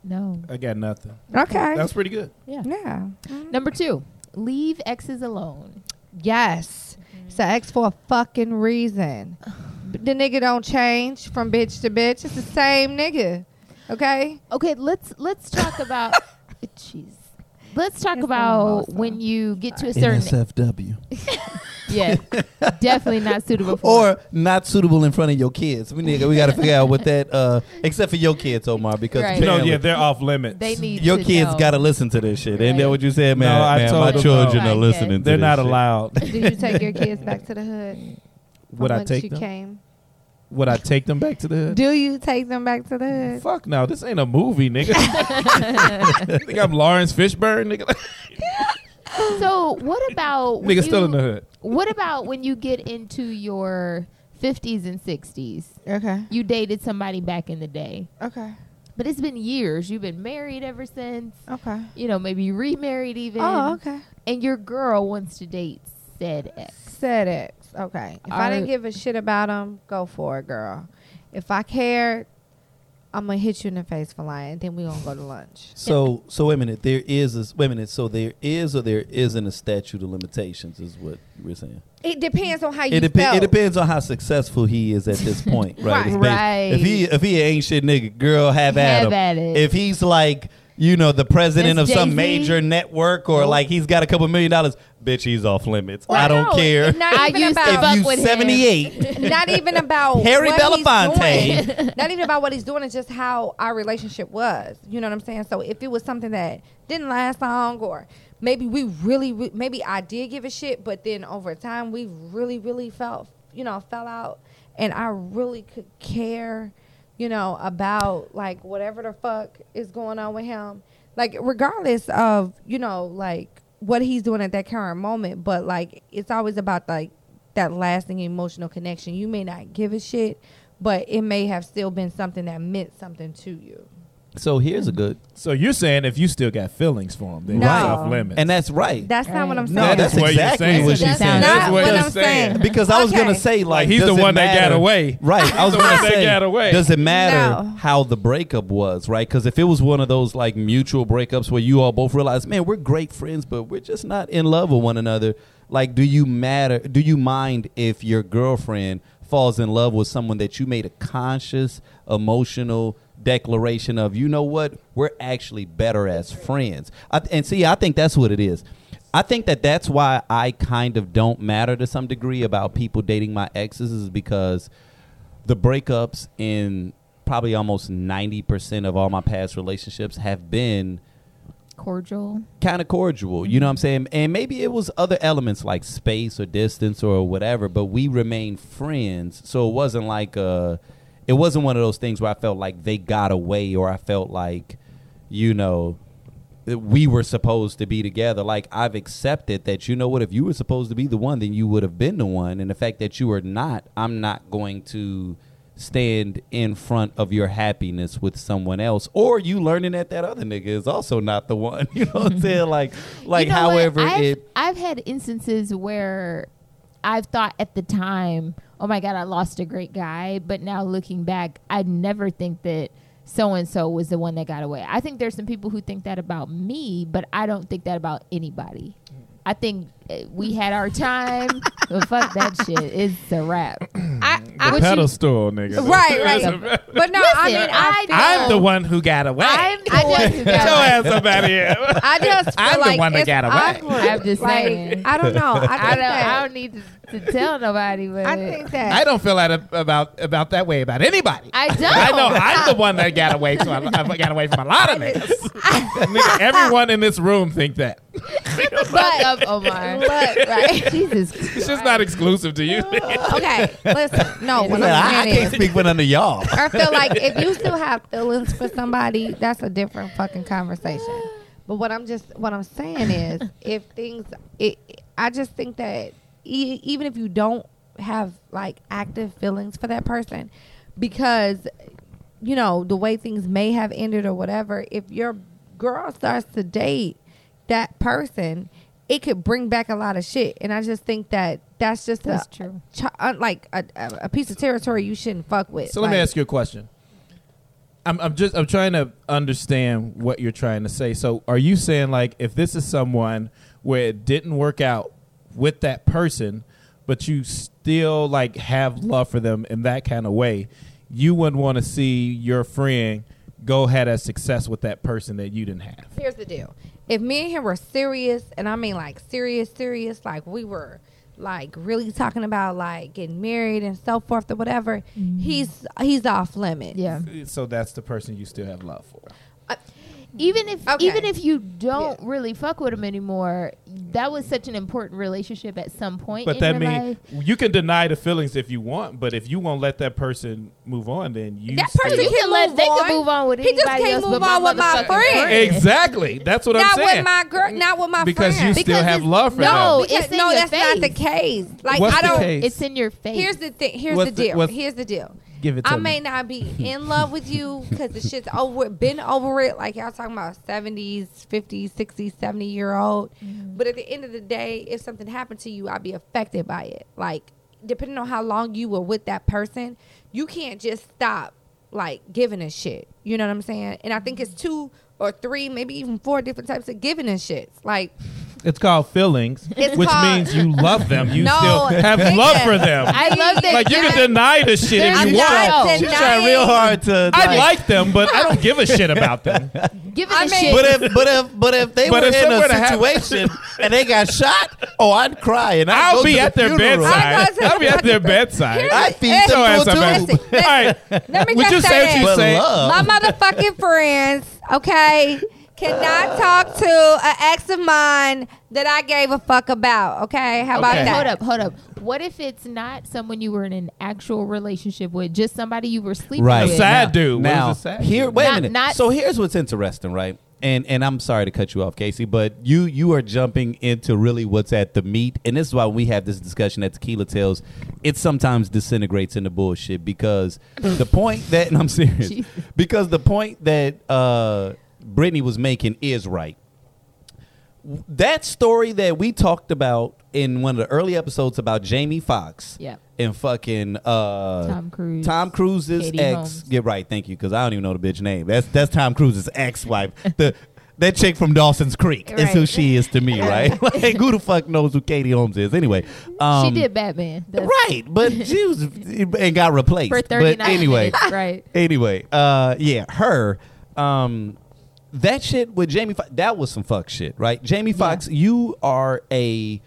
S1: No.
S2: I got nothing.
S3: Okay.
S2: That's pretty good.
S1: Yeah.
S3: yeah.
S1: Number two, leave exes alone.
S3: Yes. So ex for a fucking reason. B- the nigga don't change from bitch to bitch. It's the same nigga. Okay.
S1: Okay, let's let's talk about. Jeez. Let's talk
S3: It's the
S1: about
S3: mimosa.
S1: when you get to a certain.
S4: NSFW.
S1: Yeah, definitely not suitable for.
S4: Or not suitable in front of your kids. We nigga, we gotta figure out what that uh except for your kids, Omar, because
S1: Right.
S2: No,
S4: apparently
S2: yeah, they're off limits.
S1: they need
S4: your
S1: to
S4: kids
S1: know.
S4: gotta listen to this shit. Ain't that
S1: Right.
S4: what you said,
S2: No,
S4: man?
S2: I
S4: man,
S2: told
S4: my
S2: them
S4: children
S1: no.
S4: are listening to
S2: They're
S4: this
S2: not
S4: shit.
S2: allowed.
S3: Do you take your kids back to the hood? from
S2: Would I
S3: whence
S2: take
S3: you
S2: them?
S3: Came?
S2: Would I take them back to the hood?
S3: Do you take them back to the hood?
S2: Fuck no, this ain't a movie, nigga. think I'm Lawrence Fishburne, nigga.
S1: So what about when
S2: nigga still
S1: you-
S2: in the hood.
S1: What about when you get into your 50s and 60s?
S3: Okay.
S1: You dated somebody back in the day,
S3: Okay.
S1: but it's been years. You've been married ever since.
S3: Okay.
S1: You know, maybe you remarried even.
S3: Oh, okay.
S1: And your girl wants to date said ex.
S3: Said ex. Okay. If I
S1: Are-
S3: didn't give a shit about him, go for it, girl. If I cared, I'm gonna hit you in the face for lying. Then we gonna go to lunch.
S4: So so wait a minute, there is a wait a minute, so there is or there isn't a statute of limitations is what we're saying.
S3: It depends on how you
S4: It, depe-
S3: felt.
S4: it depends on how successful he is at this point, right? It's based-
S1: Right.
S4: If he if he ain't shit nigga, girl, have,
S1: Have
S4: at him.
S1: at it.
S4: If he's like you know the president
S1: Miss
S4: of some
S1: Jay-Z?
S4: major network or
S1: Nope.
S4: like he's got a couple million dollars, bitch, he's off limits.
S1: Well,
S4: I don't
S1: no,
S4: care.
S3: Not
S1: I
S3: even
S1: used to
S3: about-
S1: fuck
S4: If
S1: with
S4: you
S1: him.
S4: seventy eight,
S3: not even about
S4: Harry
S3: what he's
S4: Belafonte.
S3: doing. Not even about what he's doing. It's just how our relationship was. You know what I'm saying? So if it was something that didn't last long, or maybe we really, re- maybe I did give a shit, but then over time we really, really felt, you know, fell out, and I really could care, you know, about like whatever the fuck is going on with him. Like regardless of you know like what he's doing at that current moment, but like it's always about like that lasting emotional connection. You may not give a shit, but it may have still been something that meant something to you.
S4: So here's a good,
S2: So you're saying if you still got feelings for him, then
S3: No.
S2: it's off limits.
S4: and that's right.
S3: That's not what I'm saying.
S4: No, that's
S2: what you're
S4: exactly
S2: saying.
S4: what she
S5: That's
S4: said.
S2: That's
S3: not
S2: what
S3: what
S2: you're
S3: I'm saying.
S2: saying.
S4: Because I was
S3: Okay.
S4: gonna say like,
S2: he's the
S4: does it
S2: one that got
S4: matter?
S2: away.
S4: Right. I was
S2: the
S4: gonna
S2: one that
S4: say
S2: got away.
S4: does it matter
S3: No.
S4: how the breakup was, right? Because if it was one of those like mutual breakups where you all both realize, man, we're great friends, but we're just not in love with one another. Like, do you matter? Do you mind if your girlfriend falls in love with someone that you made a conscious emotional declaration of? You know what? We're actually better as friends. I, and see, I think that's what it is. I think that that's why I kind of don't matter to some degree about people dating my exes is because the breakups in probably almost 90% of all my past relationships have been
S5: cordial.
S4: kind of cordial. You know what I'm saying? And maybe it was other elements like space or distance or whatever, but we remained friends. So it wasn't like uh it wasn't one of those things where I felt like they got away or I felt like you know that we were supposed to be together. Like I've accepted that you know what if you were supposed to be the one then you would have been the one and the fact that you are not, I'm not going to stand in front of your happiness with someone else or you learning that that other nigga is also not the one you know what i'm saying like like
S5: Mm-hmm. You know what?
S4: however
S5: I've,
S4: it
S5: I've had instances where I've thought at the time, oh my God, I lost a great guy. But now looking back, I never think that so and so was the one that got away. I think there's some people who think that about me, but I don't think that about anybody. I think uh, we had our time. but fuck that shit. It's a wrap.
S3: I, I,
S2: the
S3: would you-
S2: pedestal, nigga.
S3: right, right. But no, I mean,
S5: Listen,
S3: I,
S5: I
S2: I'm the one who got away.
S5: I'm the
S3: I
S5: one
S3: just-
S5: who
S2: Get your
S5: got away.
S2: ass up out of here.
S3: I just feel
S2: I'm the
S3: like
S2: one that
S3: it's
S2: got away.
S3: awkward.
S5: I'm just
S3: Like,
S5: saying.
S3: I don't know. I, think
S5: I don't,
S3: that,
S5: I don't need to, to tell nobody, but
S3: I think that.
S2: I don't feel that about about that way about anybody.
S5: I don't.
S2: I know I'm the one that got away. So I, I got away from a lot of niggas. Nigga, everyone in this room think that.
S5: Fuck up, Omar.
S3: Look, right.
S5: Jesus
S2: It's just not exclusive to you.
S3: okay, listen. No, what I'm saying is,
S4: speak for none of y'all
S3: I feel like if you still have feelings for somebody, that's a different fucking conversation. But what I'm just what I'm saying is, if things, it, I just think that e- even if you don't have like active feelings for that person, because you know the way things may have ended or whatever, if your girl starts to date that person, it could bring back a lot of shit. And I just think that that's just
S5: That's
S3: a,
S5: true.
S3: chi- uh, like a, a, a piece of territory you shouldn't fuck with.
S2: So let me
S3: Like,
S2: ask you a question. I'm, I'm just I'm trying to understand what you're trying to say. So are you saying like if this is someone where it didn't work out with that person, but you still like have love for them in that kind of way, you wouldn't want to see your friend go had a success with that person that you didn't have.
S3: Here's the deal. If me and him were serious, and I mean like serious, serious, like we were like really talking about like getting married and so forth or whatever, he's he's off limits.
S5: Mm-hmm. Yeah.
S2: So that's the person you still have love for.
S5: Even if
S3: Okay.
S5: even if you don't
S3: Yeah.
S5: really fuck with him anymore, that was such an important relationship at some point.
S2: But
S5: in
S2: that
S5: your
S2: means
S5: life.
S2: you can deny the feelings if you want, but if you won't let that person move on, then you
S3: That
S2: still-
S3: person
S5: You
S3: can
S5: can let-
S3: move
S5: they can
S3: on.
S5: move on with
S3: He just
S5: anybody
S3: can't
S5: else
S3: move
S5: but my
S3: on with my
S5: motherfucking
S3: friend.
S5: friend.
S2: Exactly. That's what
S3: Not
S2: I'm saying.
S3: with my girl. Not with my
S2: because you
S3: friend.
S2: still
S5: Because
S2: have
S5: it's-
S2: love for
S5: no,
S2: them.
S5: it's
S3: Because-
S5: in
S3: no,
S5: your
S3: that's not the
S5: face.
S3: case. Like
S2: What's
S3: I
S2: the
S3: don't.
S2: case?
S5: it's in your face.
S3: Here's the thing. Here's
S2: What's
S3: the
S2: the-
S3: deal.
S2: what's-
S3: here's the deal.
S2: Give it to
S3: I
S2: me.
S3: may not be in love with you because the shit's over, been over it. Like y'all talking about 70s, 50s, 60s, 70 year old.
S5: Mm-hmm.
S3: But at the end of the day, if something happened to you, I'd be affected by it. Like, depending on how long you were with that person, you can't just stop, like, giving a shit. You know what I'm saying? And I think it's
S5: Mm-hmm.
S3: two or three, maybe even four different types of giving and shits. Like,
S2: It's called feelings,
S3: It's
S2: which
S3: called-
S2: means you love them. You
S3: No,
S2: still have
S3: nigga.
S2: love for them.
S5: I love that.
S2: like you can deny the shit if
S5: I'm
S2: you
S5: not denying-
S2: want.
S4: she tried real hard to
S2: I like them, but I don't give a shit about them.
S5: give it
S3: I
S5: a
S3: mean-
S5: shit.
S4: but uh, if but if but if they
S2: But
S4: were
S2: if
S4: in
S2: somewhere to
S4: a
S2: have-
S4: situation and they got shot, oh, I'd cry and I'd
S2: I'll
S4: go
S2: be
S4: to
S2: at
S4: the
S2: their
S4: funeral.
S2: bedside.
S3: I'll go to
S2: I'll be at their
S3: the-
S2: bedside.
S4: I feed
S3: Hey,
S2: So
S4: them
S2: ass
S4: to
S2: up
S4: a
S2: ass.
S4: tube.
S3: Listen,
S2: All right.
S3: Let me
S2: Would
S3: just
S2: you say what you
S4: But
S2: say?
S4: love.
S3: My motherfucking friends, okay, cannot talk to an ex of mine that I gave a fuck about, okay? How about
S2: Okay.
S3: that?
S5: Hold up, hold up. What if it's not someone you were in an actual relationship with, just somebody you were sleeping
S4: Right.
S5: with?
S2: Sad dude. What
S4: Now,
S2: is a sad
S4: here,
S2: dude?
S4: wait
S5: Not-
S4: a minute.
S5: not-
S4: so here's what's interesting, right? and and I'm sorry to cut you off, Casey, but you you are jumping into really what's at the meat, and this is why we have this discussion at Tequila Tales. It sometimes disintegrates into bullshit because the point that and I'm serious
S5: Jesus.
S4: because the point that uh, Brittany was making is right that story that we talked about in one of the early episodes about Jamie Foxx
S5: Yep.
S4: and fucking uh,
S5: Tom Cruise.
S4: Tom Cruise's
S5: Katie
S4: ex.
S5: Holmes.
S4: Get right, thank you, because I don't even know the bitch name. That's that's Tom Cruise's ex-wife. the that chick from Dawson's Creek is who
S5: Right.
S4: she is to me, right? like who the fuck knows who Katie Holmes is? Anyway, um,
S5: she did Batman. That's
S4: right, but she was and got replaced
S5: For
S4: But
S5: 39
S4: anyway,
S5: minutes, right.
S4: anyway, uh, yeah, her. Um, that shit with Jamie, Fo- that was some fuck shit, right? Jamie Foxx, you are a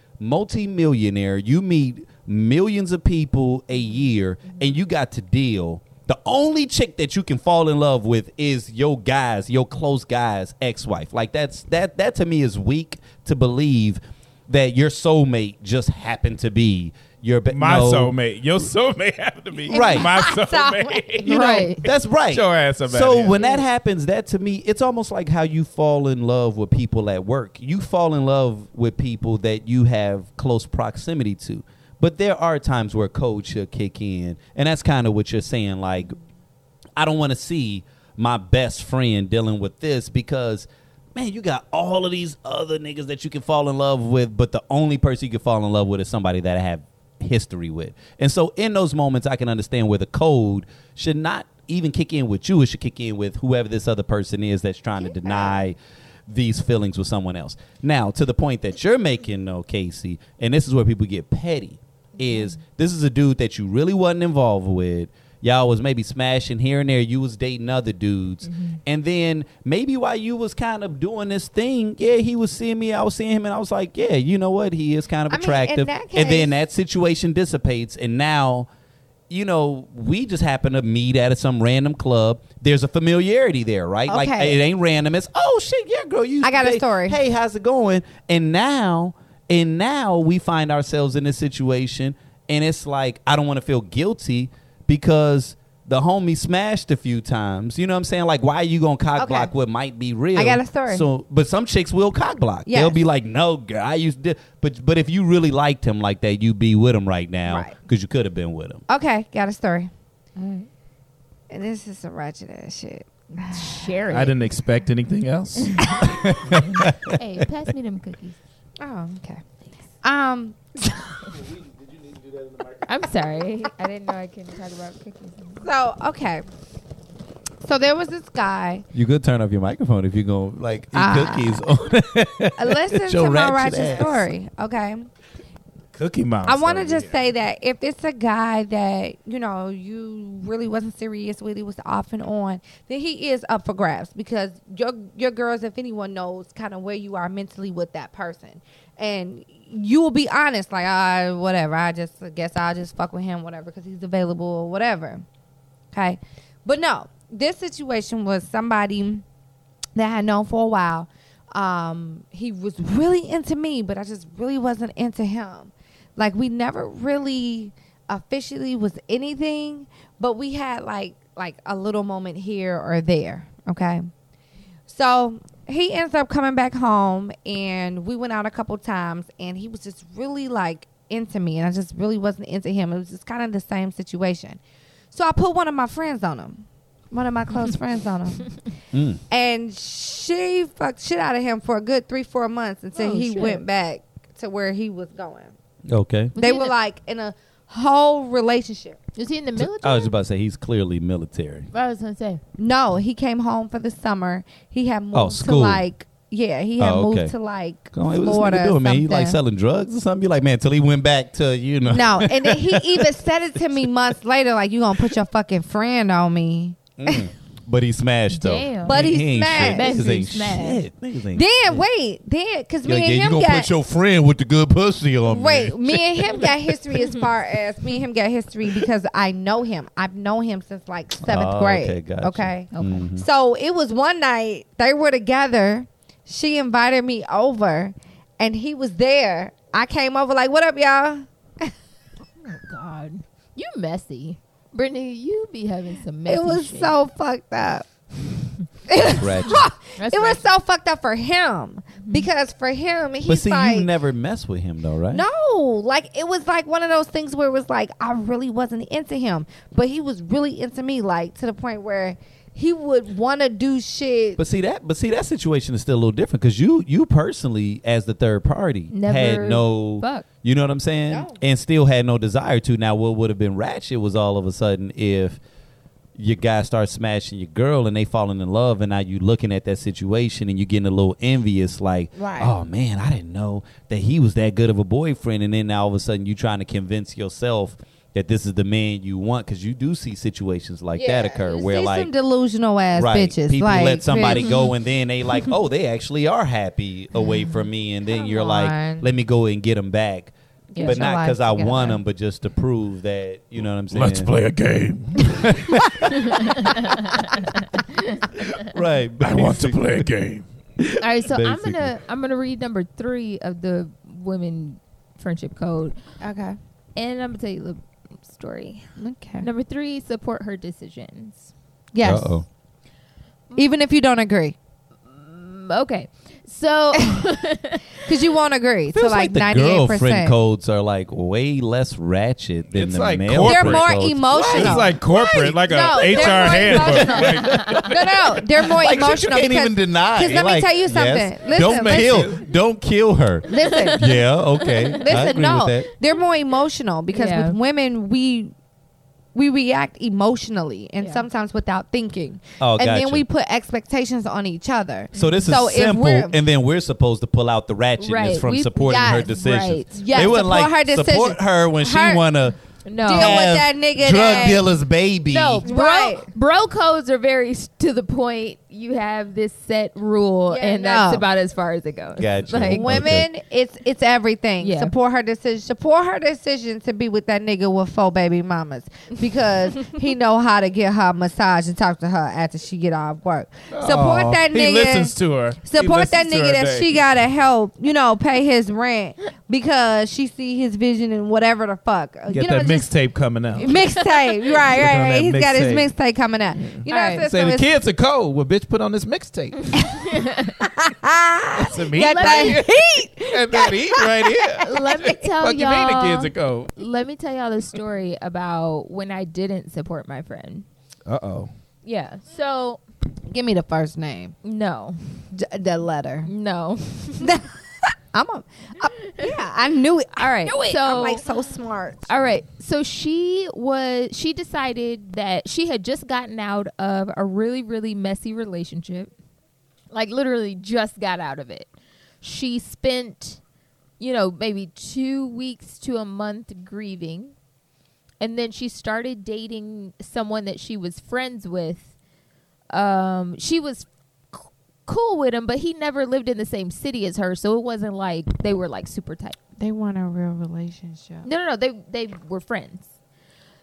S4: multimillionaire. You meet millions of people a year, and you got to deal. The only chick that you can fall in love with is your guys, your close guys, ex-wife. Like that's that that to me is weak to believe that your soulmate just happened to be your be-
S2: My
S4: no.
S2: soulmate. Your soulmate happened to be
S4: Right.
S2: my
S3: soulmate.
S2: soulmate.
S4: You know,
S3: Right.
S4: that's right.
S2: Get your ass up outta
S4: so
S2: here.
S4: when that happens, that to me, it's almost like how you fall in love with people at work. You fall in love with people that you have close proximity to. But there are times where code should kick in, and that's kind of what you're saying. Like, I don't want to see my best friend dealing with this because. Man, you got all of these other niggas that you can fall in love with, but the only person you can fall in love with is somebody that I have history with. And so in those moments, I can understand where the code should not even kick in with you. It should kick in with whoever this other person is that's trying to deny these feelings with someone else. Now, to the point that you're making, though, Casey, and this is where people get petty, is this is a dude that you really wasn't involved with. Y'all was maybe smashing here and there. You was dating other dudes,
S3: Mm-hmm.
S4: and then maybe while you was kind of doing this thing, yeah, he was seeing me. I was seeing him, and I was like, yeah, you know what? He is kind of
S3: I mean, in
S4: attractive.
S3: that
S4: and then
S3: case-
S4: that situation dissipates and now you know we just happen to meet at some random club there's a familiarity there right like
S3: Okay.
S4: it ain't random it's oh shit yeah girl you
S3: I got a
S4: hey,
S3: story.
S4: hey how's it going and now and now we find ourselves in this situation and it's like i don't want to feel guilty because the homie smashed a few times. You know what I'm saying? Like, why are you gonna cock
S3: Okay.
S4: block what might be real?
S3: I got a story.
S4: So, but some chicks will cock block.
S3: Yes.
S4: They'll be like, "No, girl, I used to." But but if you really liked him like that, you'd be with him right now
S3: Right.
S4: because you could have been with him.
S3: Okay, got a story.
S5: All right.
S3: And this is some ratchet ass shit.
S5: Share it.
S2: I didn't expect anything else.
S5: hey, pass me them cookies.
S3: Oh, okay. Um,
S5: I'm sorry. I didn't know I couldn't talk about cookies.
S3: so okay. So there was this guy.
S7: You could turn off your microphone if you go like eat
S3: Ah.
S7: cookies on
S3: Uh, Listen
S7: Your
S3: to my
S7: ratchet
S3: ratchet
S7: ass.
S3: story, okay?
S2: Cookie Monster.
S3: I want to just say that if it's a guy that you know you really wasn't serious with, he was off and on, then he is up for grabs because your your girls, if anyone knows, kind of where you are mentally with that person, and you will be honest, like ah, whatever. I just I guess I'll just fuck with him, whatever, because he's available or whatever. Okay, but no, this situation was somebody that I had known for a while. Um, he was really into me, but I just really wasn't into him. Like we never really officially was anything, but we had like like a little moment here or there. Okay. So he ends up coming back home and we went out a couple times and he was just really like into me and I just really wasn't into him. It was just kind of the same situation. So I put one of my friends on him. One of my close friends on him. And she fucked shit out of him for a good three, four months until
S5: Oh,
S3: he
S5: shit.
S3: went back to where he was going.
S4: Okay.
S5: Was
S3: They
S5: he in
S3: were
S5: the-
S3: like in a whole relationship.
S5: Was he in the military?
S4: I was about to say oh, he's clearly military.
S5: I was gonna say.
S3: No, he came home for the summer. He had moved to
S4: Oh, school.
S3: like yeah, he had
S4: Oh, okay.
S3: moved to like
S4: Go on, what this
S3: Florida.
S4: nigga doing, man? He like
S3: something.
S4: selling drugs or something? You like, man, till he went back to you know.
S3: No, and then he even said it to me months later, like you gonna put your fucking friend on me.
S4: Mm. But he smashed though.
S5: Damn.
S3: But he
S4: ain't shit.
S3: smashed.
S5: Basically
S4: Niggas ain't
S5: smashed.
S4: shit. Niggas ain't
S3: Then wait, then because me
S4: Like,
S3: and
S4: yeah, you
S3: him
S4: gonna
S3: got
S4: put your friend with the good pussy on
S3: Wait,
S4: me?
S3: me and him got history as far as me and him got history because I know him. I've known him since like seventh
S4: Oh,
S3: grade.
S4: okay, gotcha.
S3: okay?
S5: Okay.
S3: So it was one night they were together. She invited me over, and he was there. I came over like, "What up, y'all?"
S5: Oh God, you messy, Brittany. You be having some messy.
S3: it was
S5: shit.
S3: so fucked up.
S4: Ratchet.
S1: That's
S3: it
S1: right.
S3: was so fucked up for him because for him he's
S4: but see,
S3: like
S4: you never mess with him though, right?
S3: no like it was like one of those things where it was like i really wasn't into him but he was really into me like to the point where he would want to do shit
S4: But see that, but see that situation is still a little different because you, you personally, as the third party,
S1: Never
S4: had no,
S1: fuck.
S4: you know what I'm saying,
S3: No.
S4: and still had no desire to. Now, what would have been ratchet was all of a sudden if your guy starts smashing your girl and they falling in love, and now you looking at that situation and you getting a little envious, like,
S3: Right.
S4: oh man, I didn't know that he was that good of a boyfriend, and then now all of a sudden you trying to convince yourself. That this is the man you want because you do see situations like that
S3: Yeah,
S4: occur
S3: you
S4: where
S3: see
S4: like
S3: some delusional ass bitches
S4: People
S3: like
S4: let somebody
S3: bitch.
S4: go and then they like, oh, they actually are happy away from me, and then
S3: Mm-hmm. Come
S4: you're
S3: on.
S4: like, let me go and get them back,
S3: Get
S4: but
S3: your
S4: not
S3: life
S4: because I
S3: together.
S4: want them, but just to prove that you know what I'm saying.
S2: Let's play a game.
S4: right?
S2: I want to play a game.
S1: All right, so I'm
S4: Basically.
S1: gonna I'm gonna read number three of the women friendship code,
S3: okay
S1: and I'm gonna tell you a little story.
S3: okay
S1: Number three, support her decisions.
S3: yes
S4: Uh-oh.
S3: even if you don't agree
S1: Mm, Okay, so
S3: because you won't agree to
S4: Feels
S3: like,
S4: like, the
S3: 98
S4: girlfriend
S3: percent
S4: codes are like way less ratchet than
S2: It's
S4: the
S2: like
S4: male.
S2: corporate
S3: they're
S4: friend
S3: more
S4: codes.
S3: emotional
S2: It's like corporate, like
S3: No,
S2: a
S3: they're
S2: HR
S3: more
S2: handbook.
S3: emotional. no, no, they're more
S4: Like, shit
S3: emotional.
S4: you can't
S3: because,
S4: even deny.
S3: 'cause let me
S4: Like,
S3: tell you
S4: yes,
S3: something. Listen,
S4: don't kill.
S3: listen,
S4: Don't kill her.
S3: listen,
S4: yeah. Okay. I
S3: listen.
S4: agree
S3: No,
S4: With that.
S3: they're more emotional because
S1: Yeah.
S3: with women we we react emotionally and
S1: Yeah.
S3: sometimes without thinking.
S4: Oh,
S3: and
S4: gotcha.
S3: then we put expectations on each other.
S4: So this
S3: So
S4: is
S3: if
S4: simple,
S3: we're-
S4: and then we're supposed to pull out the ratchetness
S1: Right,
S4: from
S1: we-
S4: supporting her
S1: yes,
S4: decisions.
S1: right.
S3: Yes,
S4: they wouldn't
S3: support
S4: like
S3: her
S4: support
S3: decisions.
S4: her when
S3: Her-
S4: she wanna
S1: no,
S3: Deal
S4: have
S3: with that nigga
S4: drug
S3: that-
S4: dealer's baby.
S1: no, bro,
S3: Right.
S1: bro codes are very s- to the point. You have this set rule,
S3: Yeah,
S1: and that's
S3: no.
S1: about as far as it goes.
S4: Gotcha.
S1: Like,
S4: When-
S3: Women, it's it's everything.
S1: Yeah.
S3: Support her decision. Support her decision to be with that nigga with four baby mamas because he know how to get her massage and talk to her after she get off work. Support
S2: Aw.
S3: that nigga.
S2: He listens to her. He
S3: Support that
S2: listens to her
S3: nigga that
S2: day.
S3: she gotta help, you know, pay his rent because she see his vision and whatever the fuck. Uh,
S2: Get
S3: you know,
S2: that
S3: just-
S2: mixtape coming out.
S3: mixtape, right,
S2: Get
S3: right,
S2: on
S3: right.
S2: that
S3: He's got his
S2: mixtape.
S3: mixtape coming out. You know,
S1: All
S3: what I'm
S1: right.
S2: Say
S3: saying?
S2: the
S3: So it's-
S2: kids are cold. Well, bitch, put on this mixtape.
S3: ah,
S2: That's a meat
S3: got
S2: right
S3: that
S2: here.
S3: heat.
S2: And that heat right here.
S1: Let me tell
S2: Fuck you mean the
S1: y'all-
S2: kids are cold?
S1: Let me tell y'all the story about when I didn't support my friend.
S2: Uh oh.
S1: Yeah. So
S3: Give me the first name,
S1: no,
S3: J- the letter.
S1: no.
S3: I'm a, I'm, yeah, I knew it.
S1: All right.
S3: I knew it.
S1: So
S3: I'm like so smart.
S1: All right. So she was she decided that she had just gotten out of a really really messy relationship. Like literally just got out of it. She spent you know, maybe 2 weeks to a month grieving. And then she started dating someone that she was friends with. Um she was c- cool with him, but he never lived in the same city as her, so it wasn't like they were like super tight.
S3: They want a real relationship.
S1: No, no, no. They they were friends.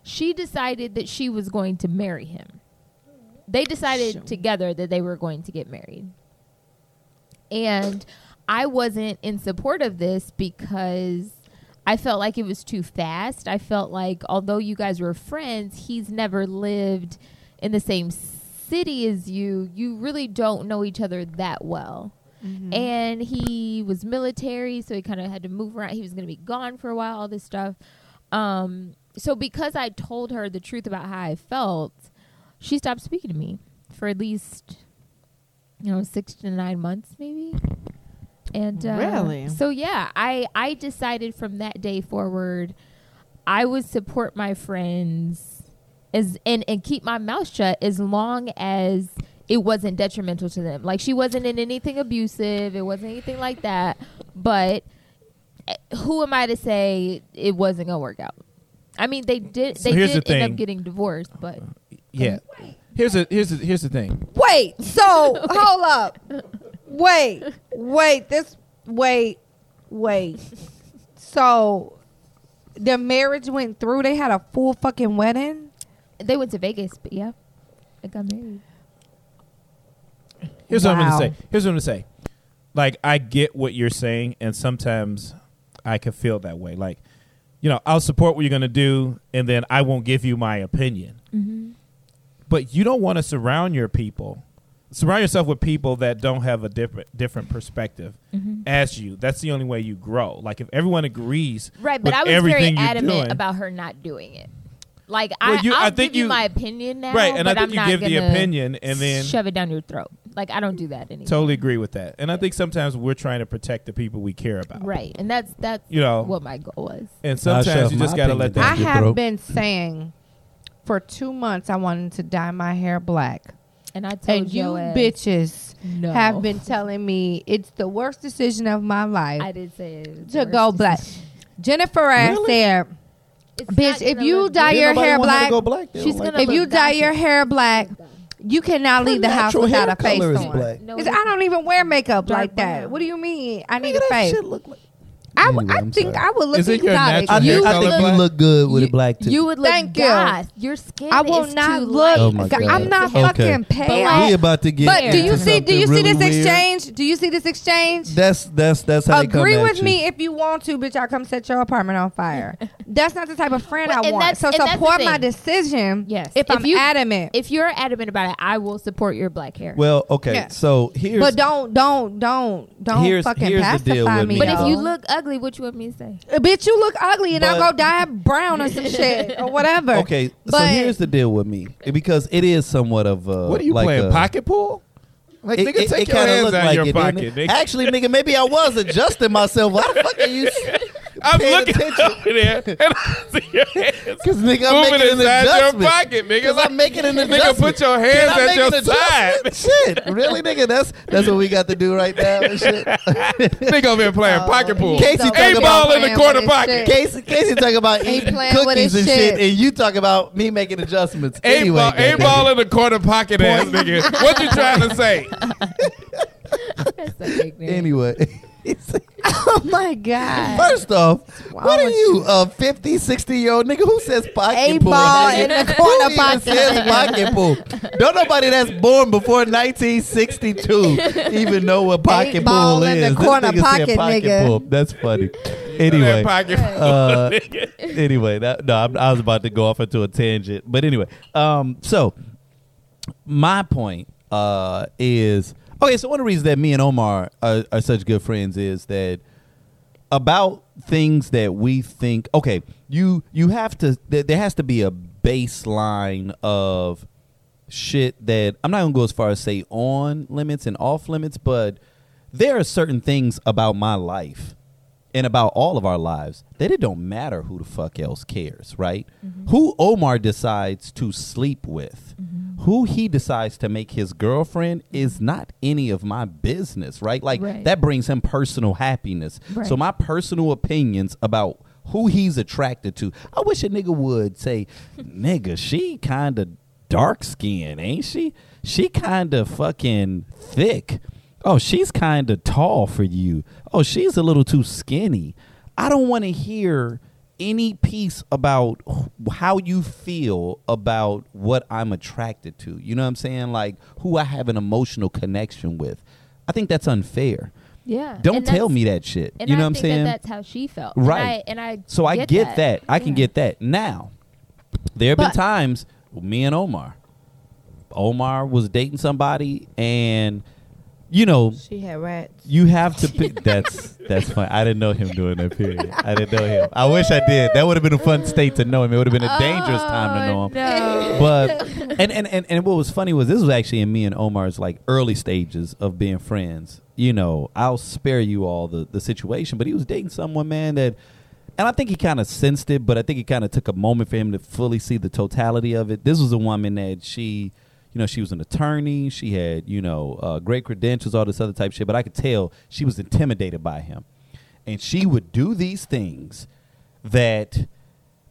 S1: She decided that she was going to marry him. They decided
S3: Shoot.
S1: together that they were going to get married. And I wasn't in support of this because I felt like it was too fast. I felt like although you guys were friends, he's never lived in the same city as you. You really don't know each other that well and he was military, so he kind of had to move around. He was going to be gone for a while, all this stuff. Um, so because I told her the truth about how I felt, she stopped speaking to me for at least, you know, six to nine months, maybe. And uh,
S3: Really?
S1: so yeah, I I decided from that day forward, I would support my friends as and and keep my mouth shut as long as it wasn't detrimental to them. Like she wasn't in anything abusive. It wasn't anything like that. But eh, who am I to say it wasn't gonna work out? I mean, they did.
S2: So
S1: they
S2: here's
S1: did
S2: the
S1: end
S2: thing.
S1: up getting divorced, but
S2: Yeah. Here's a here's a, here's the thing.
S3: Wait, so hold up. Wait, wait, this, wait, wait. So their marriage went through. They had a full fucking wedding.
S1: they went to Vegas. But yeah, they got married.
S2: Here's what I'm
S3: Wow.
S2: gonna say. Here's what I'm gonna say. Like I get what you're saying, and sometimes I can feel that way. Like, you know, I'll support what you're gonna do, and then
S1: Mm-hmm.
S2: I won't give you my opinion. But you don't want to surround your people surround yourself with people that don't have a different different perspective
S1: Mm-hmm.
S2: as you. That's the only way you grow. Like if everyone agrees,
S1: Right, but
S2: with
S1: I was very
S2: everything you're
S1: adamant
S2: doing-
S1: about her not doing it. Like
S2: Well,
S1: I,
S2: you-
S1: I'll
S2: I think
S1: give you,
S2: you-
S1: my opinion now.
S2: right, and I
S1: but
S2: think
S1: I'm not
S2: you give the
S1: gonna
S2: opinion and then
S1: shove it down your throat. Like I don't do that anymore.
S2: totally agree with that. And I think sometimes we're trying to protect the people we care about.
S1: right, and that's that's
S2: You know,
S1: what my goal was.
S2: and
S4: I'll shove
S2: sometimes you just
S4: my
S2: got to
S4: opinion
S2: let
S4: down.
S2: that.
S3: I
S4: Down your
S3: have
S4: throat.
S3: been saying for two months I wanted to dye my hair black.
S1: And I told
S3: And you
S1: your ass,
S3: bitches
S1: no.
S3: have been telling me it's the worst decision of my life
S1: I did say it was the
S3: to
S1: worst
S3: go black.
S1: decision.
S3: Jennifer ass said,
S1: It's
S3: Bitch,
S1: not
S3: if
S1: gonna
S3: you
S1: look
S3: dye
S1: good.
S4: Didn't
S3: your
S4: nobody
S3: hair
S4: want her
S3: black,
S4: to go black. They don't
S1: she's
S4: like
S1: gonna
S3: if you
S1: look
S3: dye your
S1: gothic.
S3: hair black, you cannot leave the house
S4: natural
S3: without
S4: hair
S3: a face
S4: color is
S3: on.
S4: black.
S1: No,
S3: It's-
S1: it's
S3: I don't even wear makeup
S1: Dark
S3: like that.
S1: brown.
S3: What do you mean? I need
S4: Nigga,
S3: a
S4: that
S3: face.
S4: shit look like-
S3: I, w-
S4: Anyway,
S3: I
S4: I'm
S3: think
S4: sorry.
S3: I would look
S2: Is it your natural
S3: exotic.
S4: I,
S2: hair
S4: think- I
S2: color
S4: think
S2: black?
S4: you look good with
S1: You-
S4: a black too.
S1: You would look
S3: Thank you.
S1: goth. Your skin.
S3: I will
S1: is
S3: not
S1: too
S3: look.
S1: light.
S4: Oh my God.
S3: I'm not
S4: Okay.
S3: fucking pale.
S1: Black.
S4: we about to get.
S3: But do you
S4: into
S3: see? Do you see
S4: something
S3: this
S4: really weird.
S3: exchange? Do you see this exchange?
S4: That's that's that's how they
S3: Agree
S4: come at
S3: with
S4: you.
S3: me if you want to, bitch. I'll come set your apartment on fire. that's not the type of friend
S1: Well,
S3: I
S1: and
S3: want.
S1: that's-
S3: So
S1: and that's the
S3: support my
S1: thing.
S3: decision.
S1: Yes.
S3: If,
S1: If
S3: I'm
S1: you-
S3: adamant.
S1: If you're adamant about it, I will support your black hair.
S4: Well, okay,
S3: Yeah.
S4: so here's
S3: but don't, don't, don't, don't
S4: Here's-
S3: fucking
S4: here's the
S3: pacify
S4: deal with
S3: me.
S4: me.
S1: but if
S3: though.
S1: you look ugly, what you want me to say?
S3: Uh, bitch, you look ugly, and I'll
S4: But-
S3: go dye brown or some shit or whatever.
S4: okay. so
S3: But-
S4: here's the deal with me because it is somewhat of uh,
S2: What are you
S4: like
S2: playing?
S4: a-
S2: pocket pool? Like
S4: It,
S2: nigga,
S4: it,
S2: take
S4: it
S2: your
S4: kind of
S2: hands
S4: looked
S2: out
S4: like
S2: your
S4: it, didn't
S2: pocket.
S4: it?
S2: nigga.
S4: Actually, nigga, maybe I was adjusting myself. Why the fuck are you?
S2: I'm
S4: paying
S2: looking over there and I see your hands.
S4: Because nigga, I'm
S2: moving
S4: making an
S2: inside
S4: adjustment.
S2: your pocket, nigga.
S4: Because
S2: Like,
S4: I'm making an adjustment.
S2: nigga, put your
S4: Can
S2: hands
S4: I
S2: at
S4: make
S2: your
S4: an
S2: side.
S4: adjustment? Shit, really, nigga? That's that's what we got to do right now. And shit.
S2: Nigga over here playing
S3: Oh,
S2: pocket pool.
S4: Casey
S3: so
S4: talking
S2: A ball in
S3: playing
S2: the corner
S3: with this shit.
S2: pocket.
S4: Casey, Casey talking about eating
S3: playing with
S4: cookies
S3: his
S4: and shit.
S3: shit.
S4: and you talk about me making adjustments.
S2: A
S4: anyway,
S2: ball, A
S4: goddamn
S2: ball
S4: it.
S2: in the corner pocket ass nigga. What you trying to say?
S4: Anyway,
S3: oh my god.
S4: first off,
S3: wrong
S4: what are
S3: with
S4: you, a 50, 60 year old nigga who says pocket
S3: A
S4: pool?
S3: ball
S4: nigga?
S3: in the
S4: Who
S3: corner
S4: even
S3: pocket.
S4: says pocket pool? Don't nobody that's born before 1962 even know what pocket
S3: ball
S4: pool
S3: in
S4: is.
S3: the
S4: This
S3: corner
S4: nigga
S3: pocket,
S4: said
S3: nigga.
S4: pool. That's funny.
S2: That
S4: Anyway,
S2: pocket pool,
S4: uh,
S2: nigga.
S4: anyway, that, no, I'm, I was about to go off into a tangent, but anyway, um, so my point uh, is okay. So one of the reasons that me and Omar are, are such good friends is that about things that we think. Okay, you you have to. There, there has to be a baseline of shit that I'm not gonna go as far as say on limits and off limits, but there are certain things about my life and about all of our lives that it don't matter who the fuck else cares, right?
S1: Mm-hmm.
S4: Who Omar decides to sleep with,
S1: Mm-hmm.
S4: who he decides to make his girlfriend is not any of my business, right? Like
S1: Right.
S4: that brings him personal happiness. So
S1: Right.
S4: my personal opinions about who he's attracted to, I wish a nigga would say, nigga, she kind of dark skinned, ain't she? She kind of fucking thick. Oh, she's kind of tall for you. Oh, she's a little too skinny. I don't want to hear any piece about wh- how you feel about what I'm attracted to. You know what I'm saying? Like who I have an emotional connection with. I think that's unfair.
S1: Yeah.
S4: Don't
S1: And
S4: tell
S1: that's-
S4: me that shit.
S1: And
S4: You
S1: I
S4: know what I'm
S1: think that
S4: saying?
S1: that's how she felt.
S4: Right.
S1: And I, and I
S4: so I get that. I can
S1: Yeah.
S4: get that. Now, there have been
S3: But-
S4: times me and Omar. Omar was dating somebody and you know,
S3: She had rats.
S4: you have to pick that's that's fun. I didn't know him during that period. I didn't know him. I wish I did. That would have been a fun state to know him. It would have been a dangerous time to know him
S1: Oh, No.
S4: but and, and and and what was funny was this was actually in me and Omar's like early stages of being friends. You know, I'll spare you all the the situation, but he was dating someone, man, that and I think he kind of sensed it, but I think it kind of took a moment for him to fully see the totality of it. This was a woman that she, you know, she was an attorney. She had, you know, uh, great credentials, all this other type of shit. But I could tell she was intimidated by him, and she would do these things that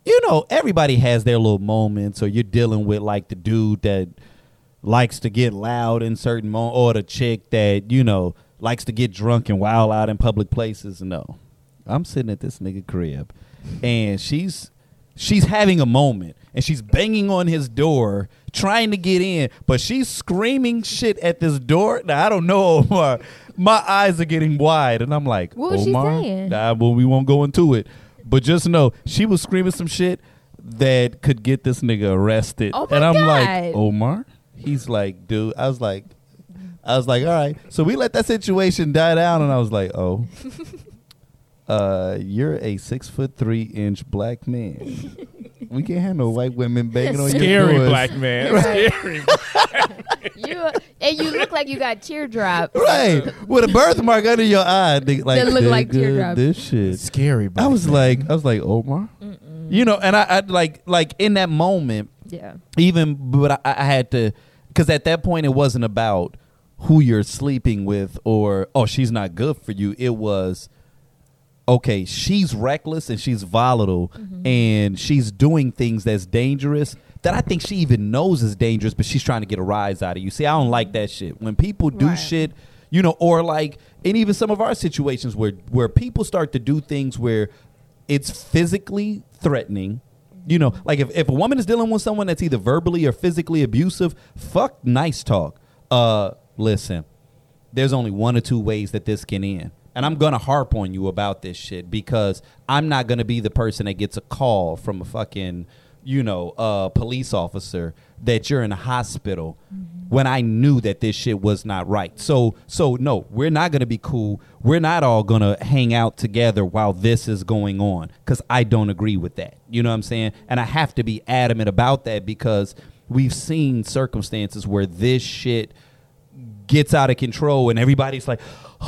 S4: you know, everybody has their little moments, or you're dealing with like the dude that likes to get loud in certain moments, or the chick that, you know, likes to get drunk and wild out in public places. No. I'm sitting at this nigga crib and she's she's having a moment and she's banging on his door trying to get in but she's screaming shit at this door now i don't know omar my eyes are getting wide and i'm like
S1: What was she
S4: omar
S1: saying?
S4: Nah, well, we won't go into it. But just know she was screaming some shit that could get this nigga arrested.
S1: Oh my
S4: and I'm
S1: God.
S4: like, Omar? He's like, dude. I was like, I was like, all right. So we let that situation die down, and I was like, oh, uh, you're a six foot three inch black man. We can't have no white women banging on your
S2: Scary
S4: doors.
S2: black man. Scary.
S1: You and you look like you got teardrops.
S4: Right, with a birthmark under your eye, they, like
S1: look
S4: they
S1: like
S4: good,
S1: teardrops.
S4: This shit.
S2: Scary. Black
S4: I was
S2: man.
S4: like, I was like, Omar. You know, and I, I like, like in that moment,
S1: Yeah.
S4: even but I, I had to because at that point it wasn't about who you're sleeping with or oh she's not good for you it was okay she's reckless and she's volatile and she's doing things that's dangerous that i think she even knows is dangerous but she's trying to get a rise out of you see i don't like that shit when people do
S3: Right.
S4: shit you know or like and even some of our situations where where people start to do things where it's physically threatening you know, like if, if a woman is dealing with someone that's either verbally or physically abusive, fuck nice talk. Uh, listen, there's only one or two ways that this can end. And I'm gonna harp on you about this shit because I'm not gonna be the person that gets a call from a fucking, you know, uh, police officer that you're in a hospital when I knew that this shit was not right. So so no, we're not gonna be cool. We're not all gonna hang out together while this is going on because I don't agree with that. You know what I'm saying? And I have to be adamant about that because we've seen circumstances where this shit gets out of control and everybody's like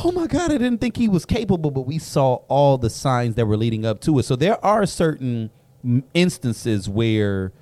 S4: oh my god i didn't think he was capable but we saw all the signs that were leading up to it so there are certain mm, instances where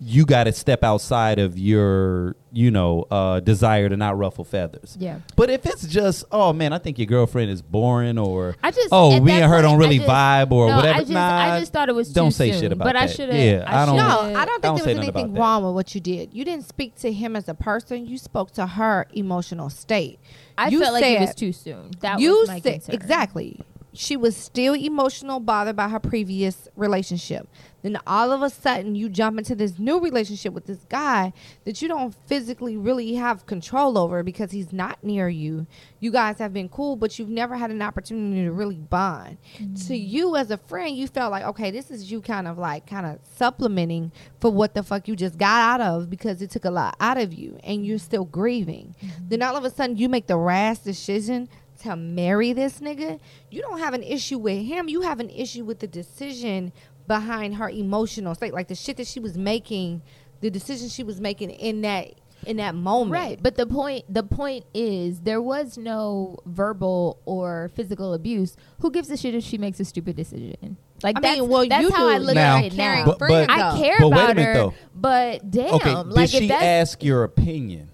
S4: you got to step outside of your you know uh, desire to not ruffle feathers
S1: Yeah.
S4: but if it's just oh man i think your girlfriend is boring or
S1: I just
S4: oh
S1: at
S4: me
S1: that
S4: and her
S1: point,
S4: don't
S1: I
S4: really
S1: just-
S4: vibe or
S1: no,
S4: whatever
S1: I just,
S4: nah,
S1: I just thought it was too
S4: don't say
S1: soon,
S4: shit about
S1: but I
S4: that.
S1: should have.
S4: Yeah, I don't-
S3: No,
S1: should've-
S3: I don't
S4: I don't
S3: think
S4: say
S3: there was
S4: nothing about
S3: anything
S4: that.
S3: wrong with what you did. You didn't speak to him as a person. You spoke to her emotional state.
S1: I
S3: you
S1: felt like it
S3: said-
S1: was too soon. That
S3: you
S1: was my
S3: said
S1: concern.
S3: exactly. She was still emotional, bothered by her previous relationship. Then all of a sudden, you jump into this new relationship with this guy that you don't physically really have control over because he's not near you. You guys have been cool, but you've never had an opportunity to really bond.
S1: Mm-hmm.
S3: To you as a friend, you felt like, okay, this is you kind of like kind of supplementing for what the fuck you just got out of because it took a lot out of you and you're still grieving.
S1: Mm-hmm.
S3: Then all of a sudden, you make the rash decision to marry this nigga, you don't have an issue with him. You have an issue with the decision behind her emotional state, like the shit that she was making, the decision she was making in that in that moment.
S1: Right, but the point the point is there was no verbal or physical abuse. Who gives a shit if she makes a stupid decision? Like
S3: I mean,
S1: that's
S3: well,
S1: that's
S3: you
S1: how I
S3: do.
S1: look
S4: Now,
S1: at it now.
S4: But-
S3: Friend
S4: but-
S1: I
S3: though.
S1: care
S4: But wait a
S1: about
S4: minute,
S1: her,
S4: though.
S1: but damn,
S4: Okay,
S1: like
S4: did
S1: if
S4: she
S1: that's Mm.
S4: ask your opinion?